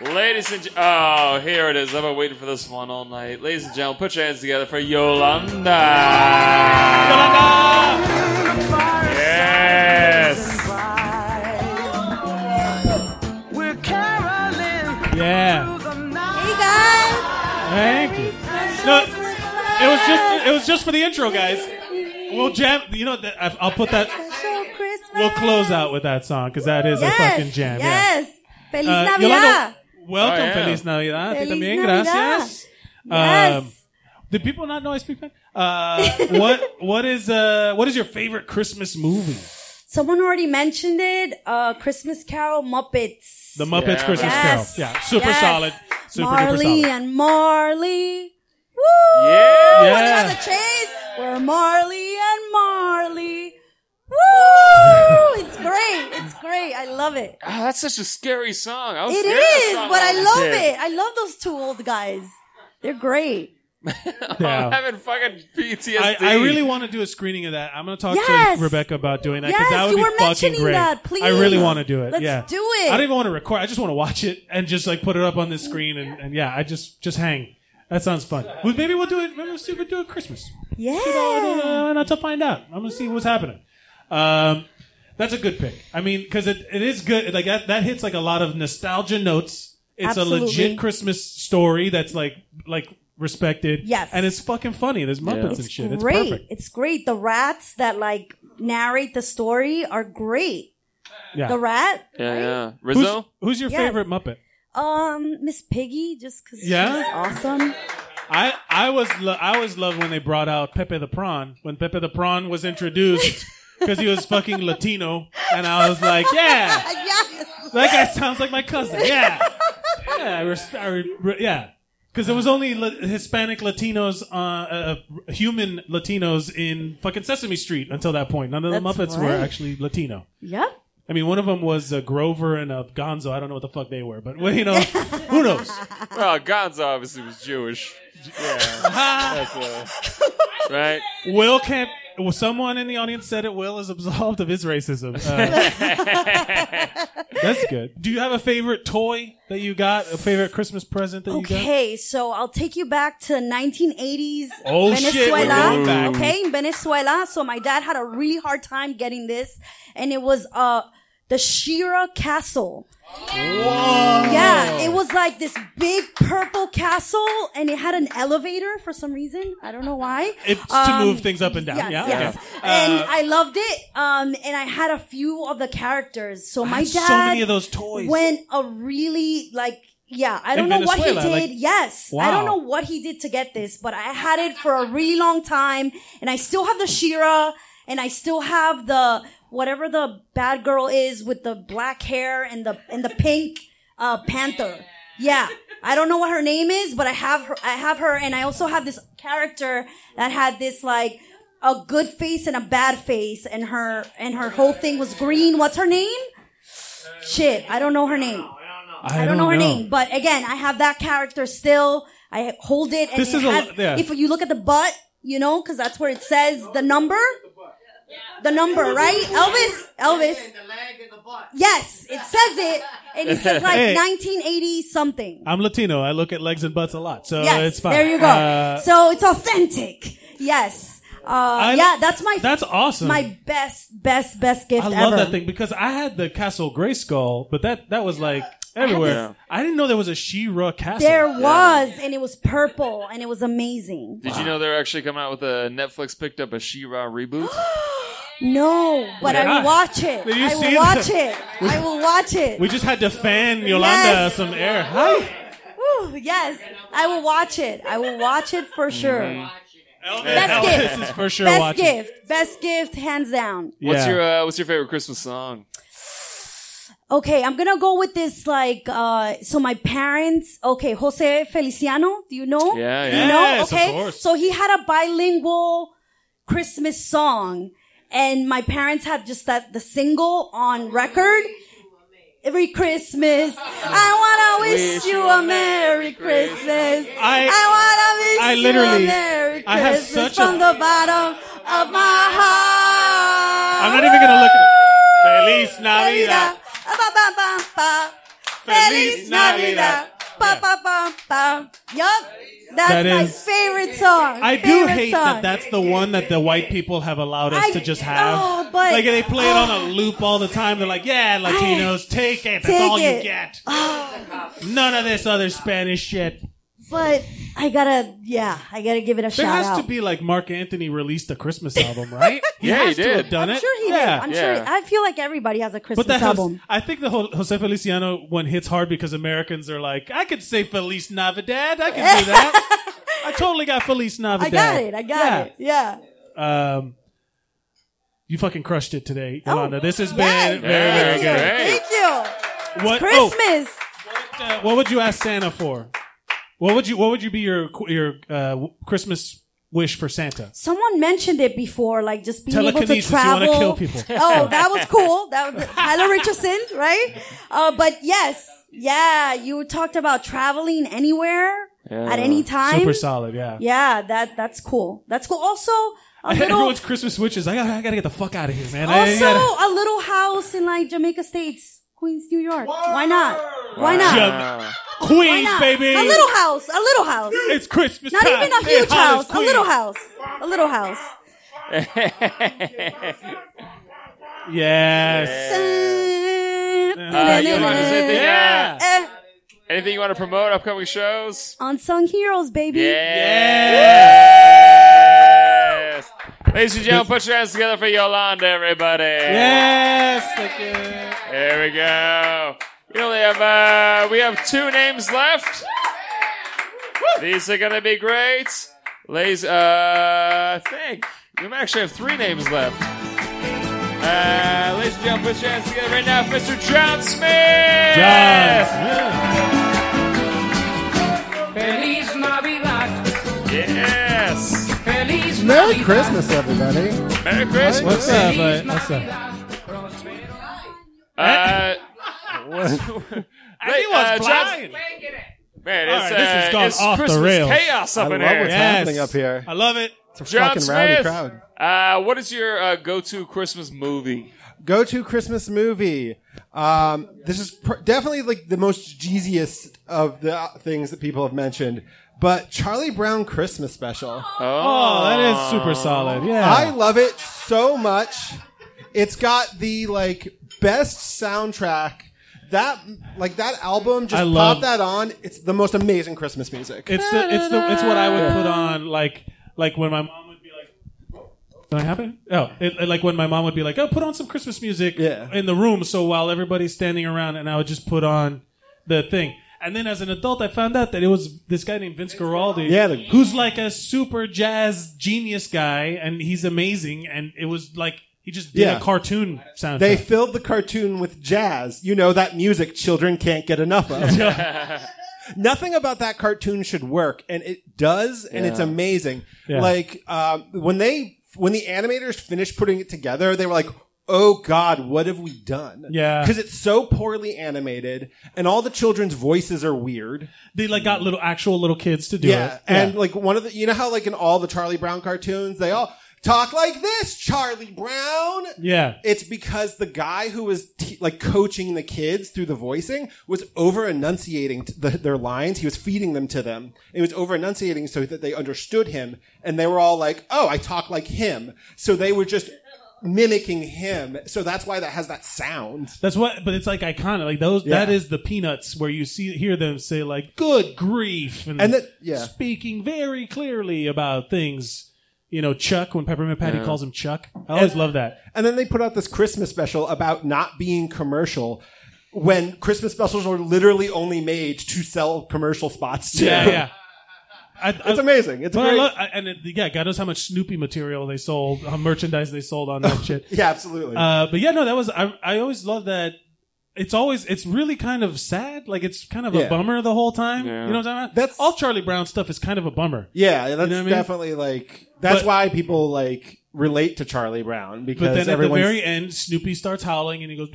S2: Ladies and gen- oh, here it is. I've been waiting for this one all night. Ladies and gentlemen, put your hands together for Yolanda. Yes.
S12: We're caroling.
S1: Yeah.
S12: Hey guys.
S1: Thank you. No, it was just it was just for the intro, guys. We'll jam. You know, that- I- I'll put that. We'll close out with that song because that is
S17: Yes,
S1: a fucking jam.
S17: Yes. Feliz
S1: Uh,
S17: Navidad.
S1: Yolanda, welcome,
S17: Oh, yeah.
S1: Feliz Navidad.
S17: Feliz
S1: También,
S17: Navidad.
S1: gracias.
S17: Yes.
S1: Um, did people not know I speak Spanish? Uh, what what is uh what is your favorite Christmas movie?
S17: Someone already mentioned it. Uh, Christmas Carol Muppets.
S1: The Muppets
S17: Yeah.
S1: Christmas
S17: Yes.
S1: Carol. Yeah, super
S17: Yes.
S1: solid. Super duper
S17: Marley
S1: solid.
S17: and Marley. Woo!
S1: Yeah.
S17: When
S1: Yeah.
S17: they're on the chase, we're Marley and Marley. Woo! It's great. It's great. I love it.
S2: Oh, that's such a scary song. I was
S17: It
S2: scared of that
S17: is,
S2: song
S17: but I
S2: when was a
S17: love
S2: kid.
S17: it. I love those two old guys. They're great.
S2: I'm having fucking PTSD.
S1: I, I really want to do a screening of that. I'm going to talk
S17: Yes.
S1: to Rebecca about doing that because
S17: Yes,
S1: that would
S17: you
S1: be
S17: were
S1: fucking
S17: mentioning
S1: great.
S17: that. Please.
S1: I really want to do it.
S17: Let's
S1: yeah,
S17: do it.
S1: I don't even want to record. I just want to watch it and just like put it up on this screen and, and yeah, I just just hang. That sounds fun. Well, maybe we'll do it. Maybe we'll see if we do it Christmas.
S17: Yeah,
S1: not to find out. I'm going to see what's happening. Um, that's a good pick. I mean, because it, it is good. Like that, that hits like a lot of nostalgia notes. It's
S17: Absolutely.
S1: a legit Christmas story that's like like respected.
S17: Yes.
S1: and it's fucking funny. There's Muppets
S17: It's
S1: and shit. It's
S17: great.
S1: perfect.
S17: It's great. The rats that like narrate the story are great.
S1: Yeah.
S17: The rat,
S2: Yeah, yeah.
S1: Who's-
S2: Rizzo?
S1: Who's, your
S17: Yes.
S1: favorite Muppet?
S17: um, Miss Piggy, just because
S1: Yeah?
S17: she's awesome.
S1: I I was lo- I always loved when they brought out Pepe the Prawn when Pepe the Prawn was introduced because he was fucking Latino and I was like, yeah,
S17: yes.
S1: that guy sounds like my cousin. Yeah, yeah, I res- I re- re- yeah. Because there was only La- Hispanic Latinos, uh, uh, uh, human Latinos in fucking Sesame Street until that point. None of the
S17: That's
S1: Muppets were
S17: right.
S1: actually Latino.
S17: Yeah.
S1: I mean, one of them was uh, Grover and uh, Gonzo. I don't know what the fuck they were, but well, you know, who knows?
S2: Well, Oh, Gonzo obviously was Jewish. Yeah. That's, uh, right?
S1: Will can't. Well, someone in the audience said it. Will is absolved of his racism. Uh, that's good. Do you have a favorite toy that you got? A favorite Christmas present that you got?
S17: Okay, so I'll take you back to 1980s
S1: Oh, shit, we're
S17: Venezuela.
S1: going back.
S17: Okay, in Venezuela. So my dad had a really hard time getting this, and it was uh the Shira Castle. Yeah, it was like this big purple castle, and it had an elevator for some reason. I don't know why.
S1: It's to
S17: Um,
S1: move things up and down.
S17: yes,
S1: yeah.
S17: yes.
S1: Okay.
S17: and
S1: Uh,
S17: I loved it. Um, and I had a few of the characters. So
S1: I
S17: my
S1: had so
S17: dad
S1: many of those toys.
S17: went a really like yeah. I
S1: In
S17: don't know what he did.
S1: Venezuela, like-
S17: yes, I don't know
S1: Wow.
S17: what he did to get this, but I had it for a really long time, and I still have the Shira, and I still have the whatever the bad girl is with the black hair and the and the pink uh, panther. Yeah. I don't know what her name is, but I have her, I have her, and I also have this character that had this like a good face and a bad face, and her and her whole thing was green. What's her name? Shit, I don't know her name. I, don't know her name, but again, I have that character still. I hold it, and
S1: This
S17: it
S1: is a-
S17: has-
S1: yeah.
S17: if you look at the butt, you know, because that's where it says the number, the number, right? Elvis, Elvis. Yes, it says it, and it says like
S1: Hey.
S17: 1980 something.
S1: I'm Latino. I look at legs and butts a lot, so
S17: yes,
S1: Oh, it's fine.
S17: there you go.
S1: Uh,
S17: so it's authentic. Yes. Uh,
S1: I-
S17: yeah, that's my.
S1: that's awesome.
S17: My best, best, best gift
S1: I love
S17: ever.
S1: that thing because I had the Castle Grayskull, but that that was like everywhere. I didn't know there was a She-Ra castle.
S17: There was, and it was purple, and it was amazing.
S2: Did you know they're actually coming out with a Netflix picked up a She-Ra reboot?
S17: No, but I
S1: Yeah.
S17: will watch it.
S1: Did you
S17: I will
S1: see
S17: watch
S1: that?
S17: it. I will watch it.
S1: We just had to fan Yolanda
S17: Yes.
S1: some air. Hi.
S17: Woo, yes, I will watch it. I will watch it for sure.
S2: Mhm.
S17: Best
S1: Elvis
S17: gift.
S1: is for Mm-hmm. sure
S17: Best
S1: watching.
S17: gift. Best gift, hands down.
S2: What's
S1: Yeah.
S2: your uh, What's your favorite Christmas song?
S17: Okay, I'm gonna go with this. Like, uh, so my parents. Okay, Jose Feliciano. Do you know?
S2: Yeah,
S17: Do you
S2: yeah.
S17: know?
S2: Yes, of
S17: okay.
S2: course.
S17: So he had a bilingual Christmas song, and my parents had just that the single on record. Every Christmas, I wanna wish,
S12: Wish
S17: you a Merry Christmas. I, wanna wish
S12: I
S17: you
S12: literally-
S17: a Merry
S12: I have
S17: Christmas
S12: such a-
S17: from the bottom of my heart.
S1: I'm not even gonna look.
S17: Ah,
S1: at it. Feliz Navidad.
S17: Ba, ba, ba, ba. Feliz Navidad. Ba, ba, ba, ba. Yup. That's
S1: That
S17: my
S1: is-
S17: favorite song.
S1: I do
S17: Favorite
S1: hate
S17: song.
S1: that that's the one that the white people have allowed us
S17: I-
S1: to just have.
S17: Oh, but-
S1: like they play it
S17: oh.
S1: on a loop all the time. They're like, "Yeah, Latinos, take it. That's
S17: Take
S1: all
S17: it. Oh,
S1: you get. None of this other Spanish shit."
S17: But I gotta, yeah, I gotta give it a
S1: There
S17: shout
S1: has
S17: out.
S1: to be like Mark Anthony released a Christmas album, right?
S2: Yeah, he
S1: has to
S2: did.
S1: have done
S17: I'm
S1: it.
S17: sure he
S1: yeah.
S17: did. I'm sure. I feel like everybody has a Christmas
S1: But that has,
S17: album.
S1: I think the whole Jose Feliciano one hits hard because Americans are like, I could say Feliz Navidad. I can do that. I totally got Feliz Navidad.
S17: I got it. I got
S1: Yeah.
S17: it. Yeah.
S1: Um, you fucking crushed it today, Yolanda. this has been
S17: Oh, yes.
S1: very, very
S17: Thank
S1: good.
S17: Thank you.
S1: What, oh,
S17: Christmas.
S1: uh, what would you ask Santa for? What would you What would you be your your uh, w- Christmas wish for Santa?
S17: Someone mentioned it before, like just being able to
S1: Telekinesis, you wanna
S17: travel.
S1: kill people.
S17: Oh, that was cool. That was Tyler Richardson, right? Uh, but yes, yeah, you talked about traveling anywhere at any time.
S1: Super solid, yeah.
S17: Yeah, that that's cool. That's cool. Also, a little,
S1: Everyone's Christmas wishes. I gotta, I gotta get the fuck out of here, man. I- I
S17: also
S1: gotta-
S17: a little house in like Jamaica States, Queens, New York. Why not? Why not?
S1: Jam-
S17: Why
S1: Queens,
S17: not?
S1: baby.
S17: A little house. A little house.
S1: It's Christmas
S17: Not
S1: time.
S17: even a
S1: Hey,
S17: huge
S1: Hollis,
S17: house. A
S1: Queens.
S17: little house. A little house.
S1: Yes.
S2: Uh, Yolanda, is anything,
S17: Yeah.
S2: uh, anything you want to promote? Upcoming shows?
S17: Unsung heroes, baby.
S2: Yes. Ladies and gentlemen, put your hands together for Yolanda, everybody.
S1: Yes, thank you.
S2: There we go. We only have uh, we have two names left. These are gonna be great, ladies. Uh, I think we actually have three names left. Uh, ladies and gentlemen, put your hands together right now, for Mr. John Smith.
S12: John
S2: Feliz Navidad. Yes. Feliz
S18: Merry Christmas, everybody.
S2: Merry Christmas.
S18: What's up, bud? What's up?
S2: Uh,
S12: Anyone's
S2: John-
S12: blind.
S2: Man,
S12: All
S2: it's,
S12: right, this has
S2: uh,
S18: gone
S2: it's
S18: off the
S2: Christmas
S18: rails.
S2: chaos up
S18: I
S2: in
S18: love
S2: here.
S18: what's Yes. happening up here.
S1: I love it.
S18: It's a
S2: John
S18: fucking rowdy
S2: Smith,
S18: crowd.
S2: Uh, what is your uh, go-to Christmas movie?
S18: Go to Christmas movie. Um, this is pr- definitely like the most cheesiest of the uh, things that people have mentioned. But Charlie Brown Christmas special.
S1: Oh, that is super solid. Yeah.
S18: I love it so much. It's got the like best soundtrack. That like that album just
S1: I
S18: pop
S1: love-
S18: that on. It's the most amazing Christmas music.
S1: It's the, it's the it's what I would put on like like when my mom would be like, "Did I happen?" Oh, it, it- like when my mom would be like, "Oh, put on some Christmas music in the room." So while everybody's standing around, and I would just put on the thing. And then as an adult, I found out that it was this guy named Vince Guaraldi,
S18: Yeah, the-
S1: who's like a super jazz genius guy, and he's amazing. And it was like he just did
S18: Yeah.
S1: a cartoon soundtrack.
S18: They filled the cartoon with jazz. You know that music children can't get enough of. Nothing about that cartoon should work, and it does, and
S1: Yeah.
S18: it's amazing.
S1: Yeah.
S18: Like um, when they when the animators finished putting it together, they were like, oh god, what have we done?
S1: Yeah.
S18: because it's so poorly animated, and all the children's voices are weird.
S1: They like got little actual little kids to do
S18: yeah,
S1: it.
S18: and like one of the, you know how like in all the Charlie Brown cartoons, they all talk like this, Charlie Brown.
S1: Yeah.
S18: It's because the guy who was te- like coaching the kids through the voicing was over enunciating t- the, their lines. He was feeding them to them. It was over enunciating so that they understood him, and they were all like, "Oh, I talk like him." So they were just mimicking him. So that's why that has that sound.
S1: That's what, but it's like iconic. Like those,
S18: Yeah.
S1: that is the peanuts where you see hear them say like "Good grief" and,
S18: And that- yeah.
S1: speaking very clearly about things. You know, Chuck when Peppermint Patty calls him Chuck. I always love that.
S18: And then they put out this Christmas special about not being commercial when Christmas specials are literally only made to sell commercial spots. To
S1: Yeah, yeah.
S18: it's amazing. It's
S1: but
S18: great.
S1: I love, I, and it, yeah, God knows how much Snoopy material they sold, how merchandise they sold on that shit.
S18: yeah, absolutely.
S1: Uh, but yeah, no, that was I. I always love that. It's always it's really kind of sad. Like it's kind of
S18: Yeah.
S1: a bummer the whole time.
S18: Yeah.
S1: You know what I'm talking about? That's all Charlie Brown stuff is kind of a bummer.
S18: yeah, that's
S1: You know what I mean?
S18: definitely like that's
S1: But-
S18: why people like relate to Charlie Brown because
S1: But then at the
S18: everyone's
S1: very end, Snoopy starts howling and he goes,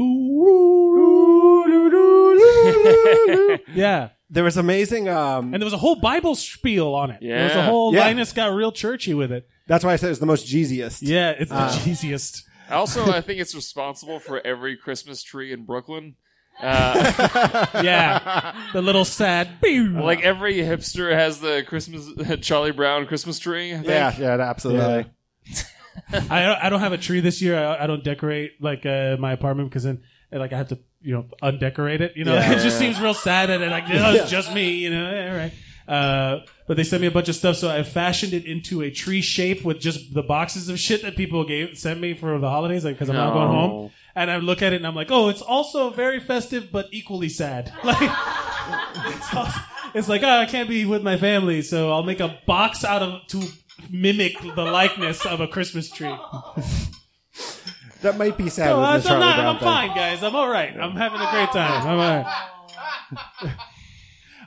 S1: yeah.
S18: There was amazing, um,
S1: and there was a whole Bible spiel on it. there was a
S18: Yeah.
S1: whole
S18: Yeah.
S1: Linus got real churchy with it.
S18: That's why I said it's the most jeeziest.
S1: Yeah, it's the
S18: Uh,
S1: cheesiest.
S2: Also, I think it's responsible for every Christmas tree in Brooklyn. Uh,
S1: yeah, the little sad.
S2: Like every hipster has the Christmas Charlie Brown Christmas tree. I think.
S18: Yeah, yeah, absolutely.
S1: I don't, I don't have a tree this year. I, I don't decorate like uh, my apartment because then uh, like I have to you know undecorate it. You know,
S6: Yeah.
S1: it just seems real sad and like oh, it's
S6: Yeah.
S1: just me. You know, eh, all right. Uh, but they sent me a bunch of stuff, so I fashioned it into a tree shape with just the boxes of shit that people gave sent me for the holidays, like because I'm not going
S6: No.
S1: home. And I look at it and I'm like, oh, it's also very festive but equally sad. Like it's, also- it's like, oh, I can't be with my family, so I'll make a box out of to mimic the likeness of a Christmas tree.
S18: That might be sad.
S1: No,
S18: with
S1: I'm,
S18: the
S1: I'm
S18: Charlie
S1: not-
S18: Brown
S1: I'm
S18: thing.
S1: fine, guys. I'm all right. I'm having a great time. I'm all right.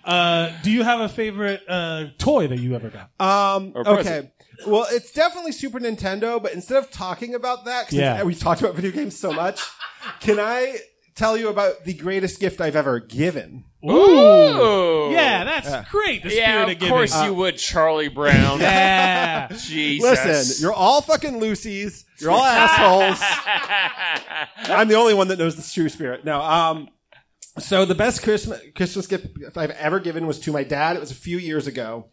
S1: Uh, do you have a favorite uh, toy that you ever got?
S18: Um,
S1: Or
S18: okay.
S1: present.
S18: Well, it's definitely Super Nintendo, but instead of talking about that, because
S1: Yeah.
S18: we've talked about video games so much, can I tell you about the greatest gift I've ever given?
S2: Ooh.
S1: Yeah, that's great. The
S2: yeah,
S1: spirit
S2: of
S1: of giving.
S2: course you
S1: Uh,
S2: would, Charlie Brown.
S1: Yeah.
S2: Jesus.
S18: Listen, you're all fucking Lucy's. You're all assholes. I'm the only one that knows the true spirit. No, um, so the best Christmas Christmas gift I've ever given was to my dad. It was a few years ago.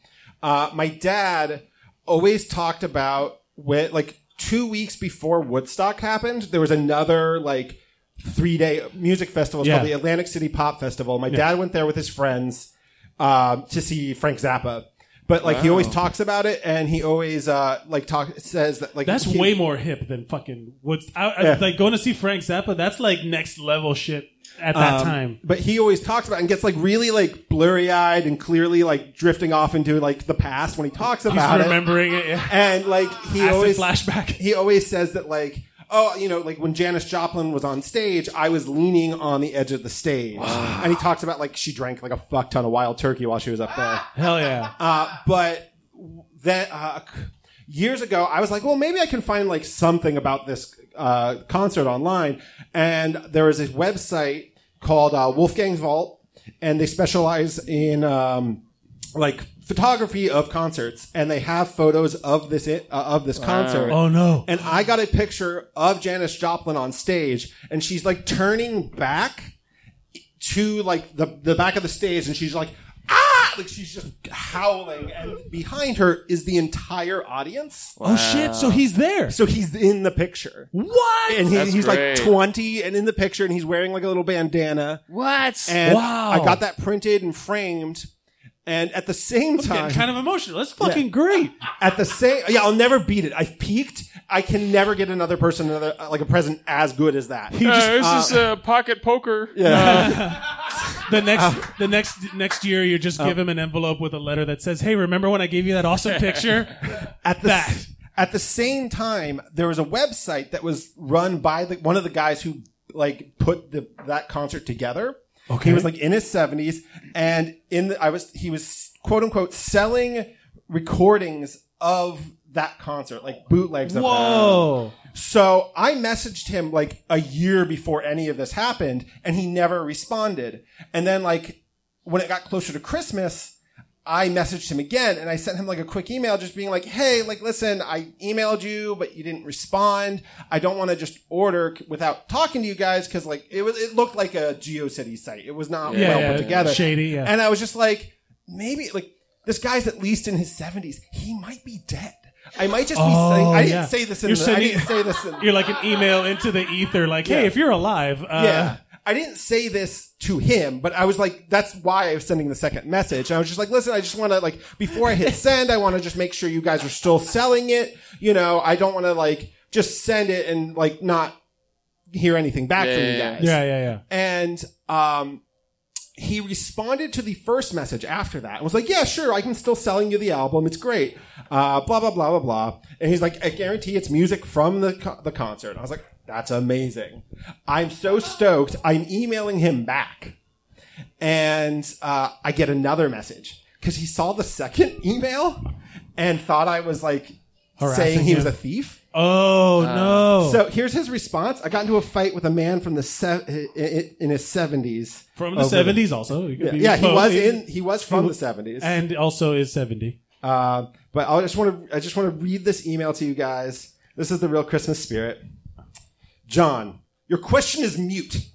S18: Uh, my dad always talked about when, like two weeks before Woodstock happened, there was another like three day music festival It's
S1: Yeah.
S18: called the Atlantic City Pop Festival. My
S1: Yeah.
S18: dad went there with his friends um, to see Frank Zappa. But like he
S1: Wow.
S18: always talks about it, and he always uh like talk says that like
S1: that's
S18: he-
S1: way more hip than fucking what's I, I,
S18: Yeah.
S1: like going to see Frank Zappa. That's like next level shit at that
S18: Um,
S1: time.
S18: But he always talks about it and gets like really like blurry eyed and clearly like drifting off into like the past when he talks about it.
S1: remembering it, yeah.
S18: and like he
S1: Acid
S18: always
S1: flashback.
S18: He always says that like. Oh, you know, like when Janis Joplin was on stage, I was leaning on the edge of the stage, and he talks about like she drank like a fuck ton of wild turkey while she was up there.
S1: Hell yeah!
S18: Uh, but that uh, c- years ago, I was like, well, maybe I can find like something about this uh, concert online, and there is a website called uh, Wolfgang's Vault, and they specialize in um, like photography of concerts, and they have photos of this it, uh, of this concert.
S1: Oh, no.
S18: And I got a picture of Janis Joplin on stage, and she's like turning back to like the the back of the stage, and she's like ah, like she's just howling, and behind her is the entire audience.
S1: Oh shit! So he's there.
S18: So he's in the picture.
S1: What?
S18: And he,
S1: That's
S18: he's
S1: great.
S18: like 20 and in the picture and he's wearing like a little bandana.
S2: What?
S18: And
S1: Wow.
S18: I got that printed and framed. And at the same
S1: I'm getting
S18: time,
S1: kind of emotional. That's fucking great.
S18: At the same, yeah, I'll never beat it. I've peaked. I can never get another person another uh, like a present as good as that.
S2: Uh, this
S18: Uh,
S2: is uh, pocket poker.
S18: Yeah.
S1: Uh,
S18: Uh,
S1: The next, the next, next year, you just give him an envelope with a letter that says, "Hey, remember when I gave you that awesome picture?"
S18: at the s- at the same time there was a website that was run by the, one of the guys who like put the that concert together
S1: Okay.
S18: he was like in his 70s and in the, i was he was quote unquote selling recordings of that concert, like bootlegs of that.
S3: Whoa.
S18: So I messaged him like a year before any of this happened, and he never responded. And then like when it got closer to Christmas, I messaged him again and I sent him like a quick email just being like, Hey, like, listen, I emailed you, but you didn't respond. I don't want to just order c- without talking to you guys. Cause like it was, it looked like a GeoCity site. It was not
S1: Yeah,
S18: well
S1: yeah,
S18: put together.
S1: shady, yeah.
S18: And I was just like, maybe like this guy's at least in his seventies. He might be dead. I might just be
S1: Oh,
S18: saying, I didn't
S1: yeah.
S18: say this in
S1: You're
S18: the,
S1: sending-
S18: I didn't say this in
S1: You're like an email into the ether, like, hey,
S18: Yeah.
S1: if you're alive, uh,
S18: yeah. I didn't say this to him, but I was like, that's why I was sending the second message. I was just like, listen, I just want to like, before I hit send, I want to just make sure you guys are still selling it. You know, I don't want to like just send it and like not hear anything back from you
S1: Yeah.
S18: guys.
S1: Yeah, yeah, yeah.
S18: And, um, he responded to the first message after that and was like, "Yeah, sure, I can still selling you the album. It's great." Uh, blah blah blah blah blah. And he's like, "I guarantee it's music from the co- the concert." I was like, "That's amazing! I'm so stoked! I'm emailing him back." And uh, I get another message because he saw the second email and thought I was like
S1: Harassing
S18: saying he
S1: him.
S18: was a thief.
S1: Oh no!
S18: So here's his response. I got into a fight with a man from the se- i- i- in his 70s.
S1: from the
S18: Over-
S1: seventies, also. It could
S18: Yeah,
S1: be
S18: yeah, he
S1: both.
S18: was in he was from
S1: wa-
S18: the 70s.
S1: and also is seventy.
S18: Uh, but I just want to I just want to read this email to you guys. This is the real Christmas spirit. John, your question is mute.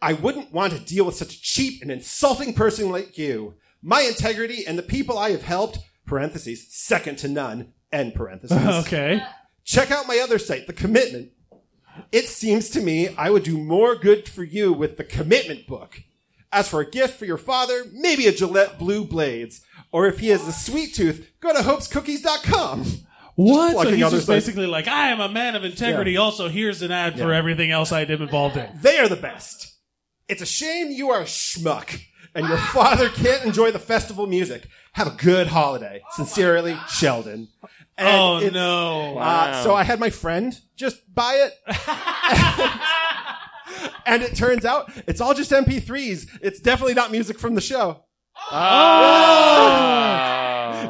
S18: I wouldn't want to deal with such a cheap and insulting person like you. My integrity and the people I have helped, parentheses, second to none, end parentheses.
S1: Okay.
S18: Check out my other site, The Commitment. It seems to me I would do more good for you with the commitment book. As for a gift for your father, maybe a Gillette Blue Blades. Or if he has a sweet tooth, go to hopescookies.com.
S1: What? Oh, So
S18: plugging
S1: he's
S18: other
S1: just
S18: sites.
S1: basically like, I am a man of integrity.
S18: Yeah.
S1: Also, here's an ad for
S18: Yeah.
S1: everything else I did involved in.
S18: They are the best. It's a shame you are a schmuck and your father can't enjoy the festival music. Have a good holiday. Sincerely, Sheldon.
S1: Oh,
S18: it's-
S1: no.
S18: uh,
S1: Wow.
S18: so I had my friend just buy it. and it turns out it's all just MP3s. It's definitely not music from the show.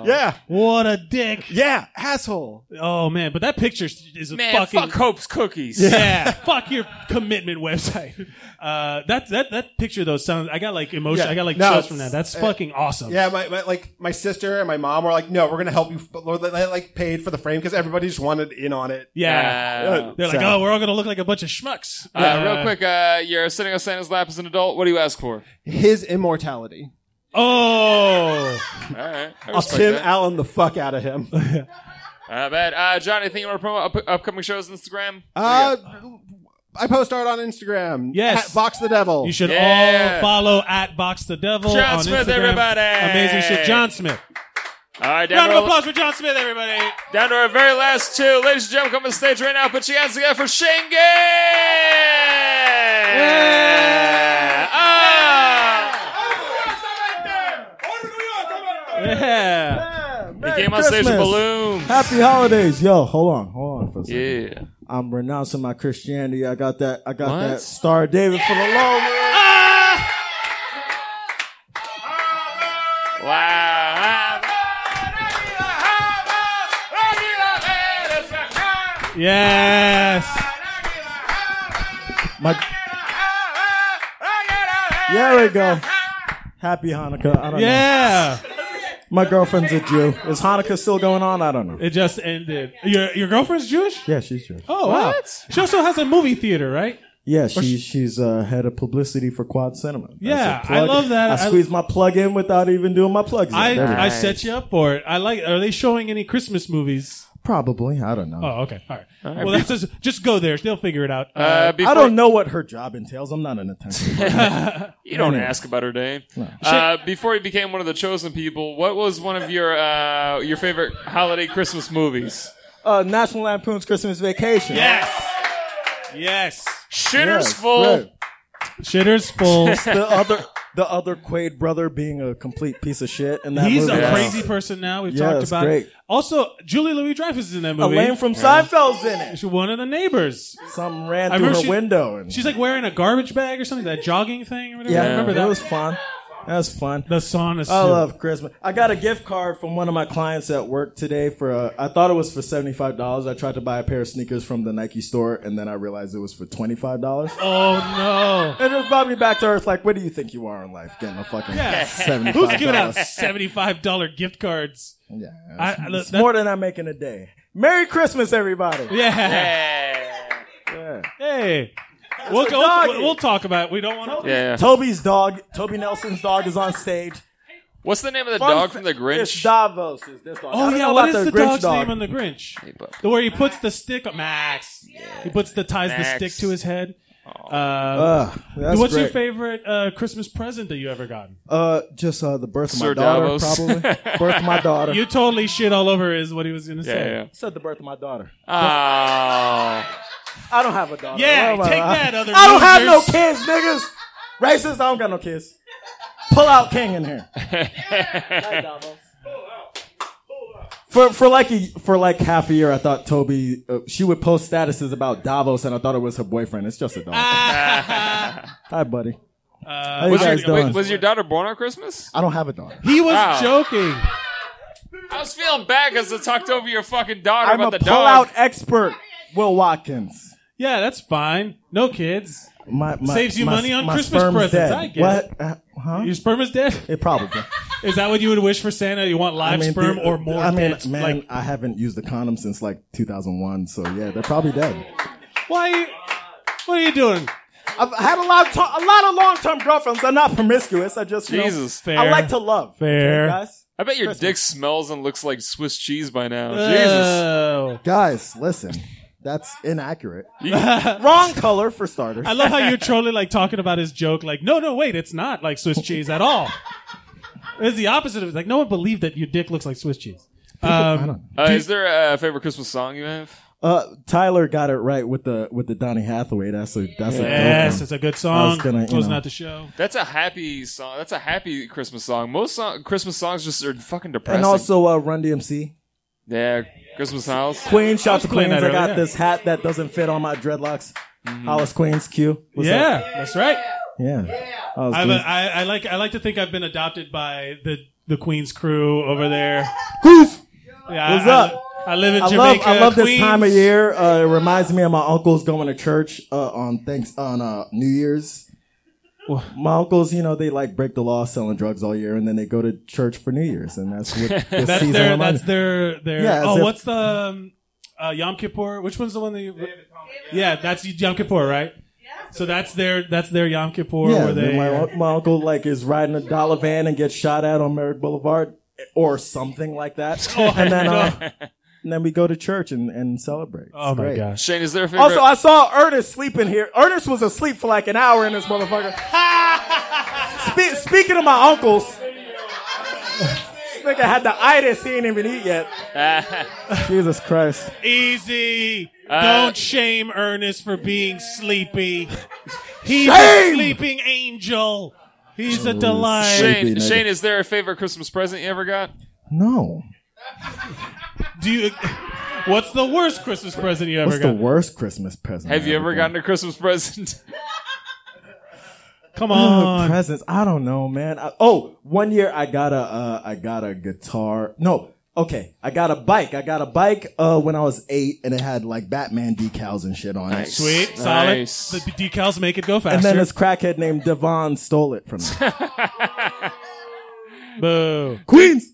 S18: Yeah.
S1: What a dick.
S18: Yeah, asshole.
S1: Oh man, but that picture is a
S2: Man,
S1: fucking
S2: fuck Hope's cookies.
S1: Yeah, fuck your commitment website. Uh, that that that picture though sounds. I got like emotion.
S18: Yeah.
S1: I got like
S18: No,
S1: chills from that. That's
S18: uh,
S1: fucking awesome.
S18: Yeah, my, my like my sister and my mom were like, "No, we're gonna help you." But they they, like paid for the frame because everybody just wanted in on it.
S1: Yeah.
S18: Uh,
S1: They're like,
S18: so-
S1: oh, we're all gonna look like a bunch of schmucks.
S2: Uh, real quick, uh, you're sitting on Santa's lap as an adult. What do you ask for?
S18: his immortality.
S1: Oh,
S2: All right, I
S18: I'll
S2: respect
S18: Tim
S2: that.
S18: Allen the fuck out of him.
S2: Uh, bad. Uh, John, anything you want to promote? Up- upcoming shows, Instagram.
S18: uh, I post art on Instagram.
S1: Yes.
S18: at Box the Devil.
S1: You should all follow at Box the Devil.
S2: John
S1: on
S2: Smith,
S1: Instagram.
S2: everybody.
S1: Amazing shit, John Smith.
S2: All right,
S1: Round
S2: down to
S1: of
S2: our,
S1: applause for John Smith, everybody.
S2: down to our very last two, ladies and gentlemen. Come on stage right now. Put your hands together for Shane Gay. Ah!
S1: Yeah.
S2: he came on stage with balloons.
S19: Happy holidays, yo. Hold on, hold on for a second.
S2: Yeah.
S19: I'm renouncing my Christianity. I got that. I got
S2: What?
S19: that Star David for the low.
S2: Wow.
S1: Yes.
S19: My, there we go. Happy Hanukkah. I don't
S1: Yeah.
S19: know. My girlfriend's a Jew. Is Hanukkah still going on? I don't know.
S1: It just ended. Your your girlfriend's Jewish?
S19: Yeah, she's Jewish.
S1: Oh wow. She also has a movie theater, right?
S19: Yeah, she, she's uh, head of publicity for Quad Cinema. That's
S1: Yeah,
S19: a
S1: I
S19: plug.
S1: love that.
S19: I
S1: I-
S19: squeezed my plug in without even doing my plugs. in.
S1: I
S19: There we go.
S1: I set you up for it. I like. Are they showing any Christmas movies?
S19: Probably. I don't know.
S1: Oh, okay. All right.
S19: right.
S1: Well, that's just just go there. They'll figure it
S2: Uh,
S1: out.
S19: I don't know what her job entails. I'm not an attorney.
S2: You don't
S19: Anyway.
S2: ask about her name. Uh, before you became one of the chosen people, what was one of your uh, your favorite holiday Christmas movies?
S19: Uh, National Lampoon's Christmas Vacation.
S1: Yes. Yes.
S2: Shitter's
S19: Yes,
S2: full.
S19: right.
S1: Shitter's full.
S19: the other, the other Quaid brother being a complete piece of shit, and that
S1: He's
S19: movie.
S1: a crazy person now. We've
S19: Yeah,
S1: talked
S19: it's
S1: about
S19: great.
S1: it. Also, Julie Louis Dreyfus is in that movie.
S19: Elaine from Seinfeld's in it.
S1: She's one of the neighbors.
S19: Something ran
S1: I
S19: through
S1: remember
S19: her
S1: she-
S19: window. And,
S1: She's like wearing a garbage bag or something. That jogging thing or whatever.
S19: yeah,
S1: I remember that.
S19: It was fun. That's fun.
S1: The sauna suit.
S19: I love Christmas. I got a gift card from one of my clients at work today for uh, I thought it was for seventy five dollars. I tried to buy a pair of sneakers from the Nike store and then I realized it was for twenty five dollars.
S1: Oh
S19: no! And it brought me back to earth. Like, what do you think you are in life? Getting a fucking
S1: Yeah.
S19: seventy five.
S1: Who's giving out seventy-five dollar gift cards?
S19: Yeah,
S1: I,
S19: It's,
S1: I, look,
S19: it's
S1: that-
S19: more than I make in a day. Merry Christmas, everybody.
S1: Yeah.
S19: Yeah.
S1: Hey. We'll,
S19: a
S1: we'll,
S19: doggy.
S1: we'll talk about it. We don't want to.
S2: Yeah.
S19: Toby's dog, Toby Nelson's dog, is on stage.
S2: What's the name of the
S19: Fun
S2: dog
S19: fa-
S2: from the
S19: It's
S2: Grinch?
S19: Davos. Is this dog. I
S1: Oh
S19: don't
S1: yeah,
S19: know
S1: what
S19: about
S1: is the,
S19: Grinch
S1: dog's
S19: dog.
S1: name on the Grinch? the where he puts the stick on Max. He puts the ties
S19: Max.
S1: the stick to his head. Uh,
S19: Ugh, that's
S1: what's your
S19: great.
S1: favorite uh, Christmas present that you ever gotten?
S19: Uh, just uh, the birth of my daughter, probably. birth of my daughter.
S1: You totally shit all over is what he was gonna say.
S19: I Said the birth of my daughter.
S2: Oh.
S19: I don't have a daughter.
S1: Ah. Yeah,
S19: Why am I-
S1: take that, other
S19: I don't have no
S1: losers.
S19: kids, niggas. Racist. I don't got no kids. Pull out king in here. For for like a, for like half a year, I thought Toby uh, she would post statuses about Davos, and I thought it was her boyfriend. It's just a dog.
S1: Ah.
S19: Hi, buddy. How you
S2: was,
S19: guys
S2: your, wait,
S19: doing?
S2: was your daughter born on Christmas?
S19: I don't have a daughter.
S1: He was
S2: Wow.
S1: joking.
S2: I was feeling bad because I talked over your fucking daughter
S19: I'm a
S2: about the
S19: pullout
S2: dog.
S19: expert, Will Watkins.
S1: Yeah, that's fine. No kids.
S19: My, my-
S1: Saves you
S19: my-
S1: money on
S19: my
S1: Christmas
S19: sperm's
S1: presents.
S19: dead.
S1: I get
S19: What?
S1: it.
S19: Uh, huh?
S1: Your sperm is dead.
S19: It probably.
S1: Is that what you would wish for Santa? You want live sperm
S19: the-
S1: or more?
S19: I mean,
S1: dead?
S19: man,
S1: Like,
S19: I haven't used a condom since like 2001, so yeah, they're probably dead.
S1: Why? what are you doing?
S19: I've had a lot of to- a lot of long term girlfriends. They're not promiscuous. I just you know,
S2: Jesus.
S19: I
S2: Fair.
S19: like to love.
S1: Fair.
S19: Okay, guys.
S2: I bet your dick smells and looks like Swiss cheese by
S1: Oh,
S2: now.
S1: Uh,
S19: Guys, listen, that's inaccurate.
S2: Yeah.
S19: Wrong color for starters.
S1: I love how you're trolling, like talking about his joke. Like, no, no, wait, it's not like Swiss cheese at all. It's the opposite of it. Like, no one believed that your dick looks like Swiss cheese.
S19: I
S1: Um,
S19: don't
S2: Jesus. Uh, is there a favorite Christmas song you have?
S19: Uh, Tyler got it right with the with the Donny Hathaway. That's a that's a good
S1: Yes,
S19: one.
S1: it's a good
S19: I was
S1: song.
S19: gonna, you
S1: Closing
S19: know.
S1: out the show.
S2: That's a happy song. That's a happy Christmas song. Most song- Christmas songs just are fucking depressing.
S19: and also uh, Run DMC.
S2: yeah, Christmas house.
S19: Queen, shout to Queens.
S2: playing that
S19: I got
S2: earlier.
S19: this hat that doesn't fit on my dreadlocks.
S1: Mhm.
S19: Hollis Queens, Q. What's
S1: yeah,
S19: up?
S1: that's right.
S19: Yeah. Hollis
S1: I've,
S19: Queens.
S1: I, I like. I like to think I've been adopted by the the Queen's crew over there.
S19: Who's?
S1: Yeah,
S19: What's
S1: I,
S19: up?
S1: I, live in
S19: I love,
S1: Jamaica.
S19: I love this
S1: Queens.
S19: time of year. Uh, it reminds me of my uncles going to church uh, on thanks on uh, New Year's. My uncles, you know, they like break the law selling drugs all year, and then they go to church for New Year's, and that's what this
S1: that's
S19: season
S1: their.
S19: reminds
S1: That's
S19: me.
S1: their. Their.
S19: Yeah, as
S1: oh,
S19: if-
S1: what's the um, uh, Yom Kippur? Which one's the one that you? yeah, that's Yom Kippur, right? So that's their. That's their Yom Kippur.
S19: Yeah,
S1: where they,
S19: then my, my uncle like is riding a dollar van and gets shot at on Merritt Boulevard or something like that,
S2: Oh,
S19: and then
S2: no.
S19: uh, and then we go to church and, and celebrate.
S1: Oh my gosh.
S2: Shane, is there a favorite?
S19: Also, I saw Ernest sleeping here. Ernest was asleep for like an hour in this motherfucker. Spe- speaking of my uncles, this nigga had the itis. He ain't even eat yet. Jesus Christ.
S1: Easy.
S19: Uh,
S1: Don't shame Ernest for being sleepy. He's a
S2: Shame!
S1: sleeping angel. He's a
S19: Ooh,
S1: delight.
S2: Shane,
S19: Sleepy nigga.
S2: Shane, is there a favorite Christmas present you ever got?
S19: No.
S1: Do you? What's the worst Christmas present you ever
S19: What's
S1: got?
S19: the worst Christmas present?
S2: Have you ever gotten a Christmas present?
S1: Come
S19: Oh,
S1: on.
S19: presents. I don't know, man. I, oh, one year I got a, uh, I got a guitar. No, okay, I got a bike. I got a bike uh, when I was eight, and it had like Batman decals and shit on it.
S1: Sweet, solid. The d- decals make it go faster.
S19: And then this crackhead named Devon stole it from me.
S1: Boo.
S19: Queens.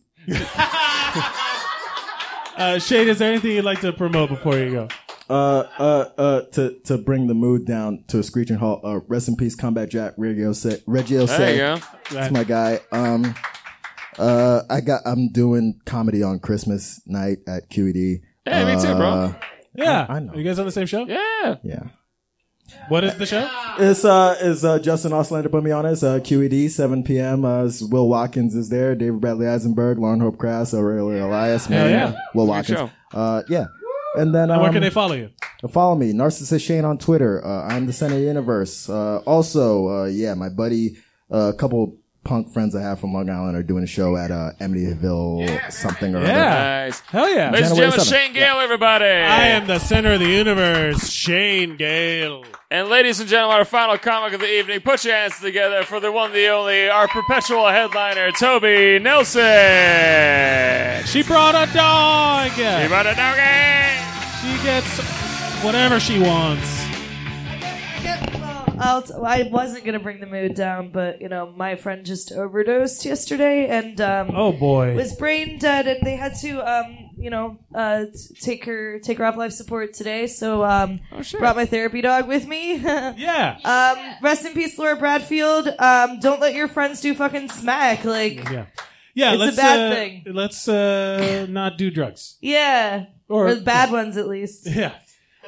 S1: uh, Shane, is there anything you'd like to promote before you go?
S19: uh, uh, uh, to to bring the mood down to a screeching halt. Uh, rest in peace, Combat Jack Reggio said. Reggio
S2: There
S19: said.
S2: you go.
S19: That's my guy. Um, uh, I got. I'm doing comedy on Christmas night at QED.
S1: Hey, me too, bro.
S19: Uh,
S1: Yeah.
S19: I- I know.
S1: Are you guys on the same show?
S2: Yeah.
S19: Yeah.
S1: What is the show?
S19: It's uh is uh Justin Oslander put me on it. It's uh, QED 7 p.m. Uh, it's Will Watkins is there. David Bradley Eisenberg, Lauren Hope Crass, Aurelia Elias,
S1: Hell
S19: man,
S1: yeah.
S19: Will
S1: It's a good
S19: Watkins. Uh, yeah. And then
S1: And
S19: um,
S1: where can they follow you?
S5: Uh,
S19: Follow me, Narcissist Shane on Twitter. Uh, I'm the center of the universe. Uh, also, uh, yeah, my buddy, uh, a couple
S5: punk friends I have from Long Island are doing a show at uh, Amityville something or other.
S2: Nice.
S1: Hell yeah.
S2: Ladies and
S5: January
S2: gentlemen,
S5: 7th.
S2: Shane Gale, everybody.
S1: I am the center of the universe, Shane Gale.
S2: And ladies and gentlemen, our final comic of the evening. Put your hands together for the one, the only, our perpetual headliner, Toby Nelson.
S1: She brought a dog.
S2: She brought a dog.
S1: She gets whatever she wants.
S20: I'll t- I wasn't gonna bring the mood down, but you know, my friend just overdosed yesterday, and um,
S1: Oh, boy.
S20: was brain dead, and they had to um, you know, uh, t- take her take her off life support today. So um, brought my therapy dog with me.
S1: Oh, yeah.
S20: Um, rest in peace, Laura Bradfield. Um, don't let your friends do fucking smack. Like,
S1: Yeah. Yeah,
S20: It's a
S1: let's
S20: bad
S1: uh,
S20: thing.
S1: Let's uh, not do drugs.
S20: yeah,
S1: Or-
S20: or, the bad ones at least.
S1: Yeah.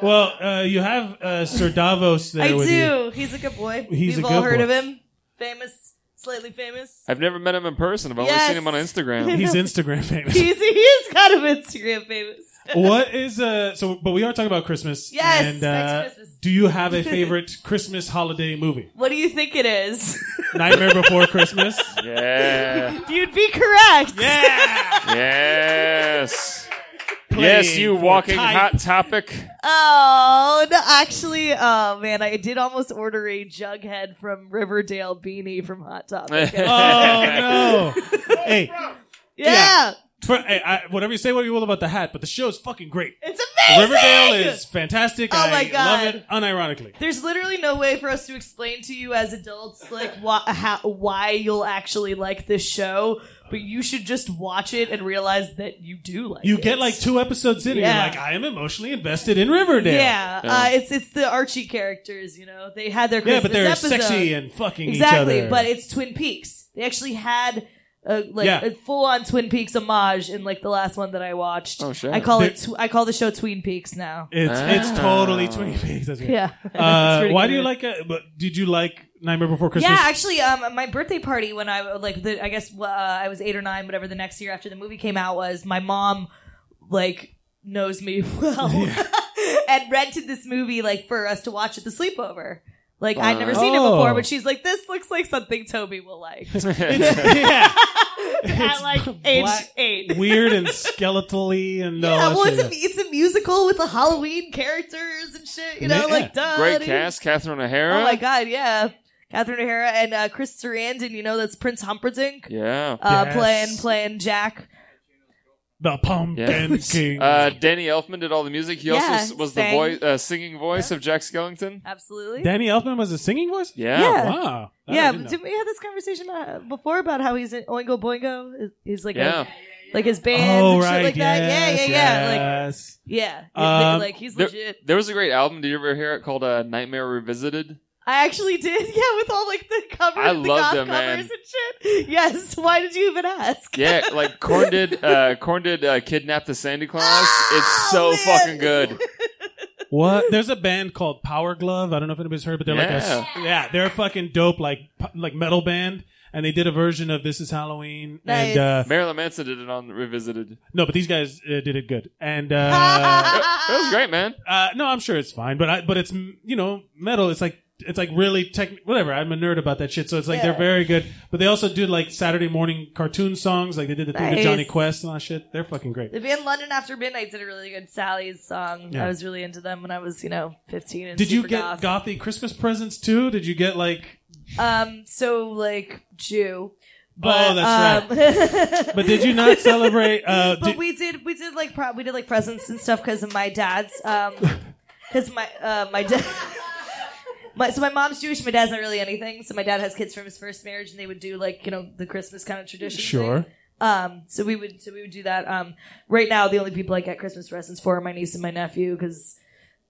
S1: Well, uh, you have uh, Sir Davos there
S20: I
S1: with
S20: do.
S1: you.
S20: He's a good boy.
S1: He's
S20: We've
S1: a
S20: all
S1: good
S20: heard
S1: boy.
S20: of him. Famous, slightly famous.
S2: I've never met him in person. I've only
S20: Yes.
S2: seen him on Instagram.
S1: He's Instagram famous.
S20: He's, he is kind of Instagram famous.
S1: what is uh? So, but we are talking about Christmas.
S20: Yes,
S1: And,
S20: back to
S1: uh, do you have a favorite Christmas holiday movie?
S20: What do you think it is?
S1: Nightmare Before Christmas.
S2: Yeah.
S20: You'd be correct.
S1: Yeah.
S2: Yes.
S1: Playing
S2: yes, you
S1: for
S2: walking
S20: type.
S2: hot topic.
S20: Oh, no, actually, oh man, I did almost order a Jughead from Riverdale beanie from Hot Topic.
S1: oh no! hey,
S20: Yeah.
S1: tw- hey, I, whatever you say, what you will about the hat, but the show is fucking great.
S20: It's amazing.
S1: Riverdale is fantastic.
S20: Oh,
S1: I
S20: my God.
S1: love it unironically.
S20: There's literally no way for us to explain to you as adults like why, how, why you'll actually like this show, but you should just watch it and realize that you do like
S1: You
S20: it.
S1: get like two episodes in,
S20: Yeah.
S1: and you're like, I am emotionally invested in Riverdale.
S20: Yeah, Uh, it's it's the Archie characters. You know, they had their
S1: Yeah,
S20: Christmas
S1: but they're
S20: episode.
S1: sexy and fucking each
S20: exactly.
S1: other.
S20: But it's Twin Peaks. They actually had a, like
S1: Yeah.
S20: a full on Twin Peaks homage in like the last one that I watched.
S1: Oh, sure. Ah.
S20: I call
S1: They-
S20: it tw- I call the show Tween Peaks now.
S1: It's it's totally Twin Peaks. That's great.
S20: Yeah. It's
S1: Uh,
S20: pretty
S1: why do
S20: good.
S1: you like? A, but did you like Nightmare Before Christmas?
S20: Yeah, actually, um, at my birthday party when I like, the, I guess uh, I was eight or nine, whatever. The next year after the movie came out was my mom, like knows me well, and rented this movie like for us to watch at the sleepover. Like I'd never seen it
S1: Oh.
S20: before, but she's like, "This looks like something Toby will like."
S1: yeah.
S20: at like age
S1: black-
S20: eight.
S1: Weird and skeletally and
S2: Oh,
S1: all
S20: yeah,
S1: that
S20: well,
S1: shit.
S20: it's a, it's a musical with the Halloween characters and shit. You know,
S2: Yeah.
S20: like duh.
S2: Great
S20: dude.
S2: cast, Catherine O'Hara.
S20: Oh my god, yeah. Catherine O'Hara and uh, Chris Sarandon, you know, that's Prince Humperdinck.
S2: Yeah.
S20: Uh,
S2: Yes.
S20: Playing playing Jack.
S1: The Pumpkin King.
S2: Uh, Danny Elfman did all the music. He also
S20: Yeah,
S2: s- was the
S20: sang.
S2: voice, uh, singing voice of Jack Skellington.
S20: Absolutely.
S1: Danny Elfman was a singing voice.
S2: Yeah.
S20: Yeah.
S1: Wow. That I
S20: yeah,
S1: didn't know.
S20: did we have this conversation uh, before about how he's in Oingo Boingo? Is- He's like,
S2: Yeah.
S20: a, like his band
S2: Oh,
S20: and
S2: right,
S20: shit like that. Yeah,
S2: yes,
S20: yeah, yeah.
S1: yes.
S20: Like, yeah.
S2: Um,
S20: like he's
S2: there,
S20: legit.
S2: there was a great album. Did you ever hear it called uh, Nightmare Revisited?
S20: I actually did, yeah, with all like the covers,
S2: I
S20: the
S2: loved
S20: goth
S2: him,
S20: covers
S2: man.
S20: and shit. Yes. Why did you even ask?
S2: Yeah, like Corn did. Uh, Corn did uh, kidnap the Sandy Claus.
S20: Ah,
S2: It's so fucking good.
S1: What? There's a band called Power Glove. I don't know if anybody's heard, but they're like a
S2: Yeah.
S1: yeah, they're a fucking dope like pu- like metal band, and they did a version of This Is Halloween. And uh,
S2: Marilyn Manson did it on Revisited.
S1: no, but these guys uh, did it good, and uh,
S2: That was great, man.
S1: uh, no, I'm sure it's fine. But I, but it's mm, you know metal. It's like it's like really tech. Whatever. I'm a nerd about that shit, so it's like they're
S20: Yeah.
S1: very good. But they also do like Saturday morning cartoon songs. Like they did the thing to
S20: Nice.
S1: Johnny Quest and all that shit. They're fucking great.
S20: The band London After Midnight did a really good Sally's song.
S1: Yeah.
S20: I was really into them when I was, you know, 15 and
S1: Did you
S20: super
S1: get
S20: goth.
S1: gothy Christmas presents too? Did you get like?
S20: um so like Jew.
S1: oh, that's
S20: um,
S1: right. but did you not celebrate? Uh,
S20: But
S1: did-
S20: we did we did like pro- we did like presents and stuff cuz of my dad's um cuz my uh my dad My, so my mom's Jewish, my dad's not really anything. So my dad has kids from his first marriage, and they would do like you know the Christmas kind of tradition. thing.
S1: Sure.
S20: Um, so we would so we would do that. Um, right now the only people I get Christmas presents for are my niece and my nephew because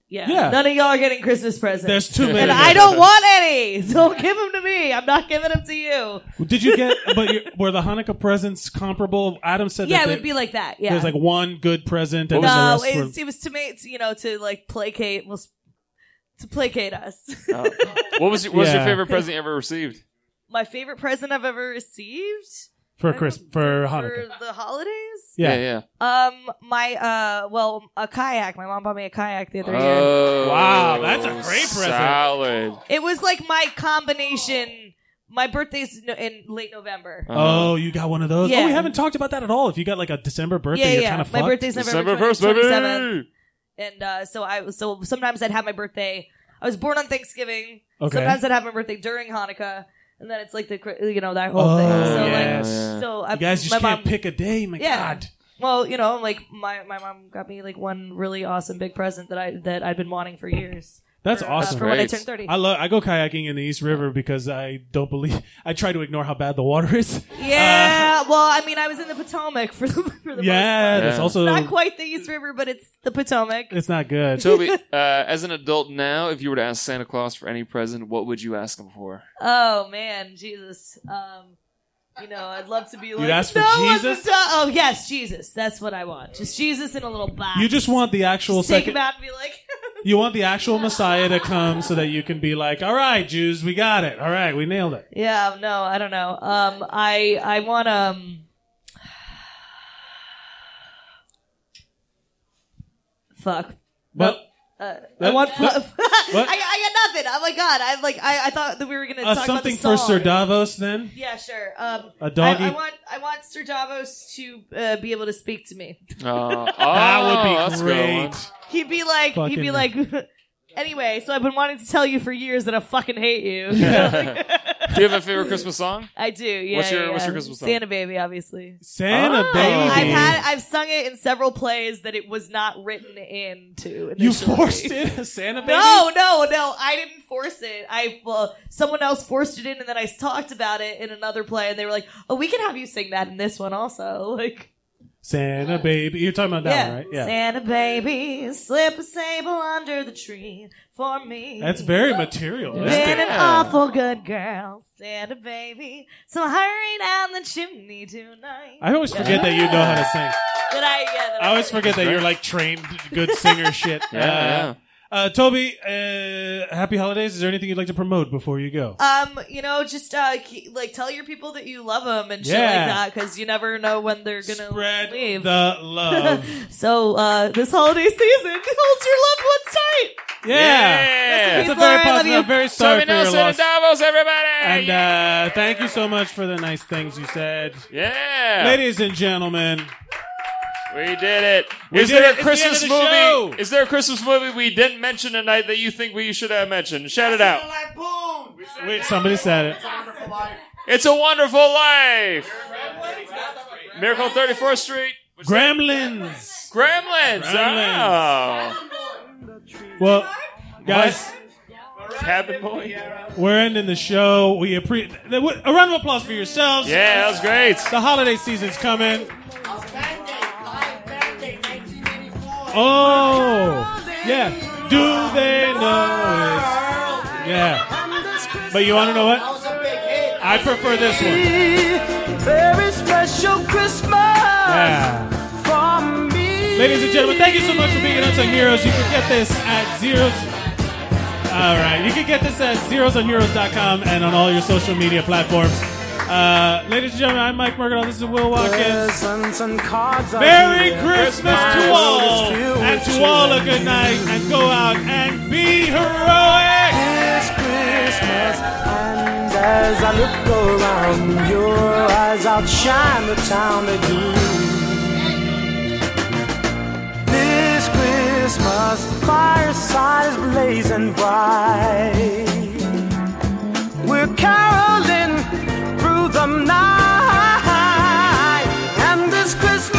S20: yeah,
S1: Yeah.
S20: none of y'all are getting Christmas presents.
S1: There's too many.
S20: and I don't want any. Don't give them to me. I'm not giving them to you.
S1: Did you get? But you, were the Hanukkah presents comparable? Adam said
S20: yeah,
S1: that
S20: it
S1: they-
S20: would be like that. Yeah,
S1: There's like one good present and
S20: no,
S1: then the
S20: it's,
S1: rest
S20: it was to make you know to like placate well, s- to placate us.
S2: Uh, what was your, what was your
S1: Yeah.
S2: favorite present you ever received?
S20: my favorite present I've ever received
S1: were for Christmas for Hanukkah.
S20: for the holidays.
S1: Yeah.
S2: yeah. yeah.
S20: Um, my uh, well, a kayak. My mom bought me a kayak the other year.
S2: Oh,
S1: Wow, that's a great present.
S2: Solid.
S20: It was like my combination my birthday's no- in late November.
S1: Oh, you got one of those?
S20: Uh-huh. Yeah.
S1: Oh, we haven't talked about that at all. If you got like a December birthday,
S20: yeah,
S1: you're
S20: yeah.
S1: kind of
S20: my
S1: fucked.
S20: birthday's November first, baby. And uh, so I so sometimes I'd have my birthday. I was born on Thanksgiving.
S1: Okay.
S20: Sometimes I'd have my birthday during Hanukkah, and then it's like the cri- you know that whole thing. Oh, So like so I,
S1: Oh, you guys just
S20: my
S1: can't
S20: mom
S1: pick a day. My God.
S20: Well, you know, like my, my mom got me like one really awesome big present that I that I'd been wanting for years.
S1: That's
S20: For, uh,
S1: awesome.
S20: for when I turned thirty.
S1: I love. I go kayaking in the East River because I don't believe. I try to ignore how bad the water is.
S20: yeah. well, I mean, I was in the Potomac for the for the
S1: Uh, Yeah,
S20: most part.
S1: that's also-
S20: it's not quite the East River, but it's the Potomac.
S1: It's not good.
S2: Toby, uh, as an adult now, if you were to ask Santa Claus for any present, what would you ask him for?
S20: Oh man, Jesus. Um, you know, I'd love to be like
S1: ask for
S20: "No, I'm
S1: Jesus?"
S20: the- Oh yes, Jesus. That's what I want. Just Jesus in a little box.
S1: You just want the actual
S20: Just take
S1: second.
S20: him out and be like,
S1: You want the actual Messiah to come so that you can be like, all right, Jews, we got it. All right, we nailed it.
S20: Yeah, no, I don't know. Um, I I want um. Fuck.
S1: But
S20: Uh, I
S1: What?
S20: want.
S1: What? What?
S20: I, I got nothing. Oh my god! I like. I, I thought that we were gonna
S1: uh,
S20: talk
S1: something
S20: about the
S1: for
S20: song.
S1: Sir Davos then.
S20: Yeah, sure. Um,
S1: A doggy-
S20: I, I want. I want Sir Davos to uh, be able to speak to me.
S1: that would
S2: Oh. that's
S1: be
S2: a good
S1: great.
S20: He'd be like. he'd be
S1: Fucking-
S20: like. anyway, so I've been wanting to tell you for years that I fucking hate you.
S2: Do you have a favorite Christmas song?
S20: I do. Yeah.
S2: What's your-
S20: yeah,
S2: what's your
S20: yeah.
S2: Christmas song?
S20: Santa Baby, obviously.
S1: Santa
S2: Oh.
S1: baby.
S20: I've had I've sung it in several plays that it was not written into.
S1: you
S20: initially.
S1: forced it, Santa baby.
S20: No, no, no! I didn't force it. I well, someone else forced it in, and then I s- talked about it in another play, and they were like, "Oh, we can have you sing that in this one also." Like,
S1: Santa baby. You're talking about that
S20: yeah,
S1: one, right? Yeah.
S20: Santa baby, slip a sable under the tree for me.
S1: That's very materialistic.
S20: Been an awful good girl, Santa baby. So hurry down the chimney tonight.
S1: I always forget that you know how to sing.
S20: Did I? Yeah, that
S1: I always forget that you're like trained good singer shit.
S2: Yeah,
S1: uh,
S2: yeah.
S1: Uh, Toby, uh, happy holidays. Is there anything you'd like to promote before you go?
S20: Um, you know, just uh, keep, like tell your people that you love them and shit
S1: Yeah.
S20: like that, because you never know when they're gonna leave.
S1: The love.
S20: so uh, this holiday season, hold your loved ones tight.
S1: Yeah. It's a very positive. I'm very sorry for your loss.
S2: Davos, everybody.
S1: And uh, thank you so much for the nice things you said.
S2: Yeah.
S1: Ladies and gentlemen,
S2: We did it.
S1: We
S2: Is
S1: did
S2: there
S1: it.
S2: a
S1: It's the end
S2: Christmas
S1: of the
S2: movie?
S1: show.
S2: Is there a Christmas movie we didn't mention tonight that you think we should have mentioned? Shout it out.
S1: wait, somebody said it.
S2: It's a Wonderful Life. Miracle on 34th Street.
S1: Gremlins.
S2: Gremlins.
S1: Gremlins.
S2: Oh.
S1: Well, guys.
S2: Cabin Boy.
S1: We're ending the show. We appreciate a round of applause for yourselves.
S2: Yeah, that was great.
S1: The holiday season's coming. Oh, yeah. Do they know it? Yeah. But you want to know what? I prefer this one.
S12: Very special Christmas
S1: Yeah.
S12: from me.
S1: Ladies and gentlemen, thank you so much for being Unsung Heroes. You can get this at zeros. All right. You can get this at zerosonheroes.com and on all your social media platforms. Uh, ladies and gentlemen, I'm Mike Mercado. This is Will Watkins. Merry Christmas to all, and to all a good night, and go out and be heroic.
S12: This Christmas, and as I look around, your eyes outshine the town they do. This Christmas, the fireside is blazing bright. We're caroling through the night, and this Christmas.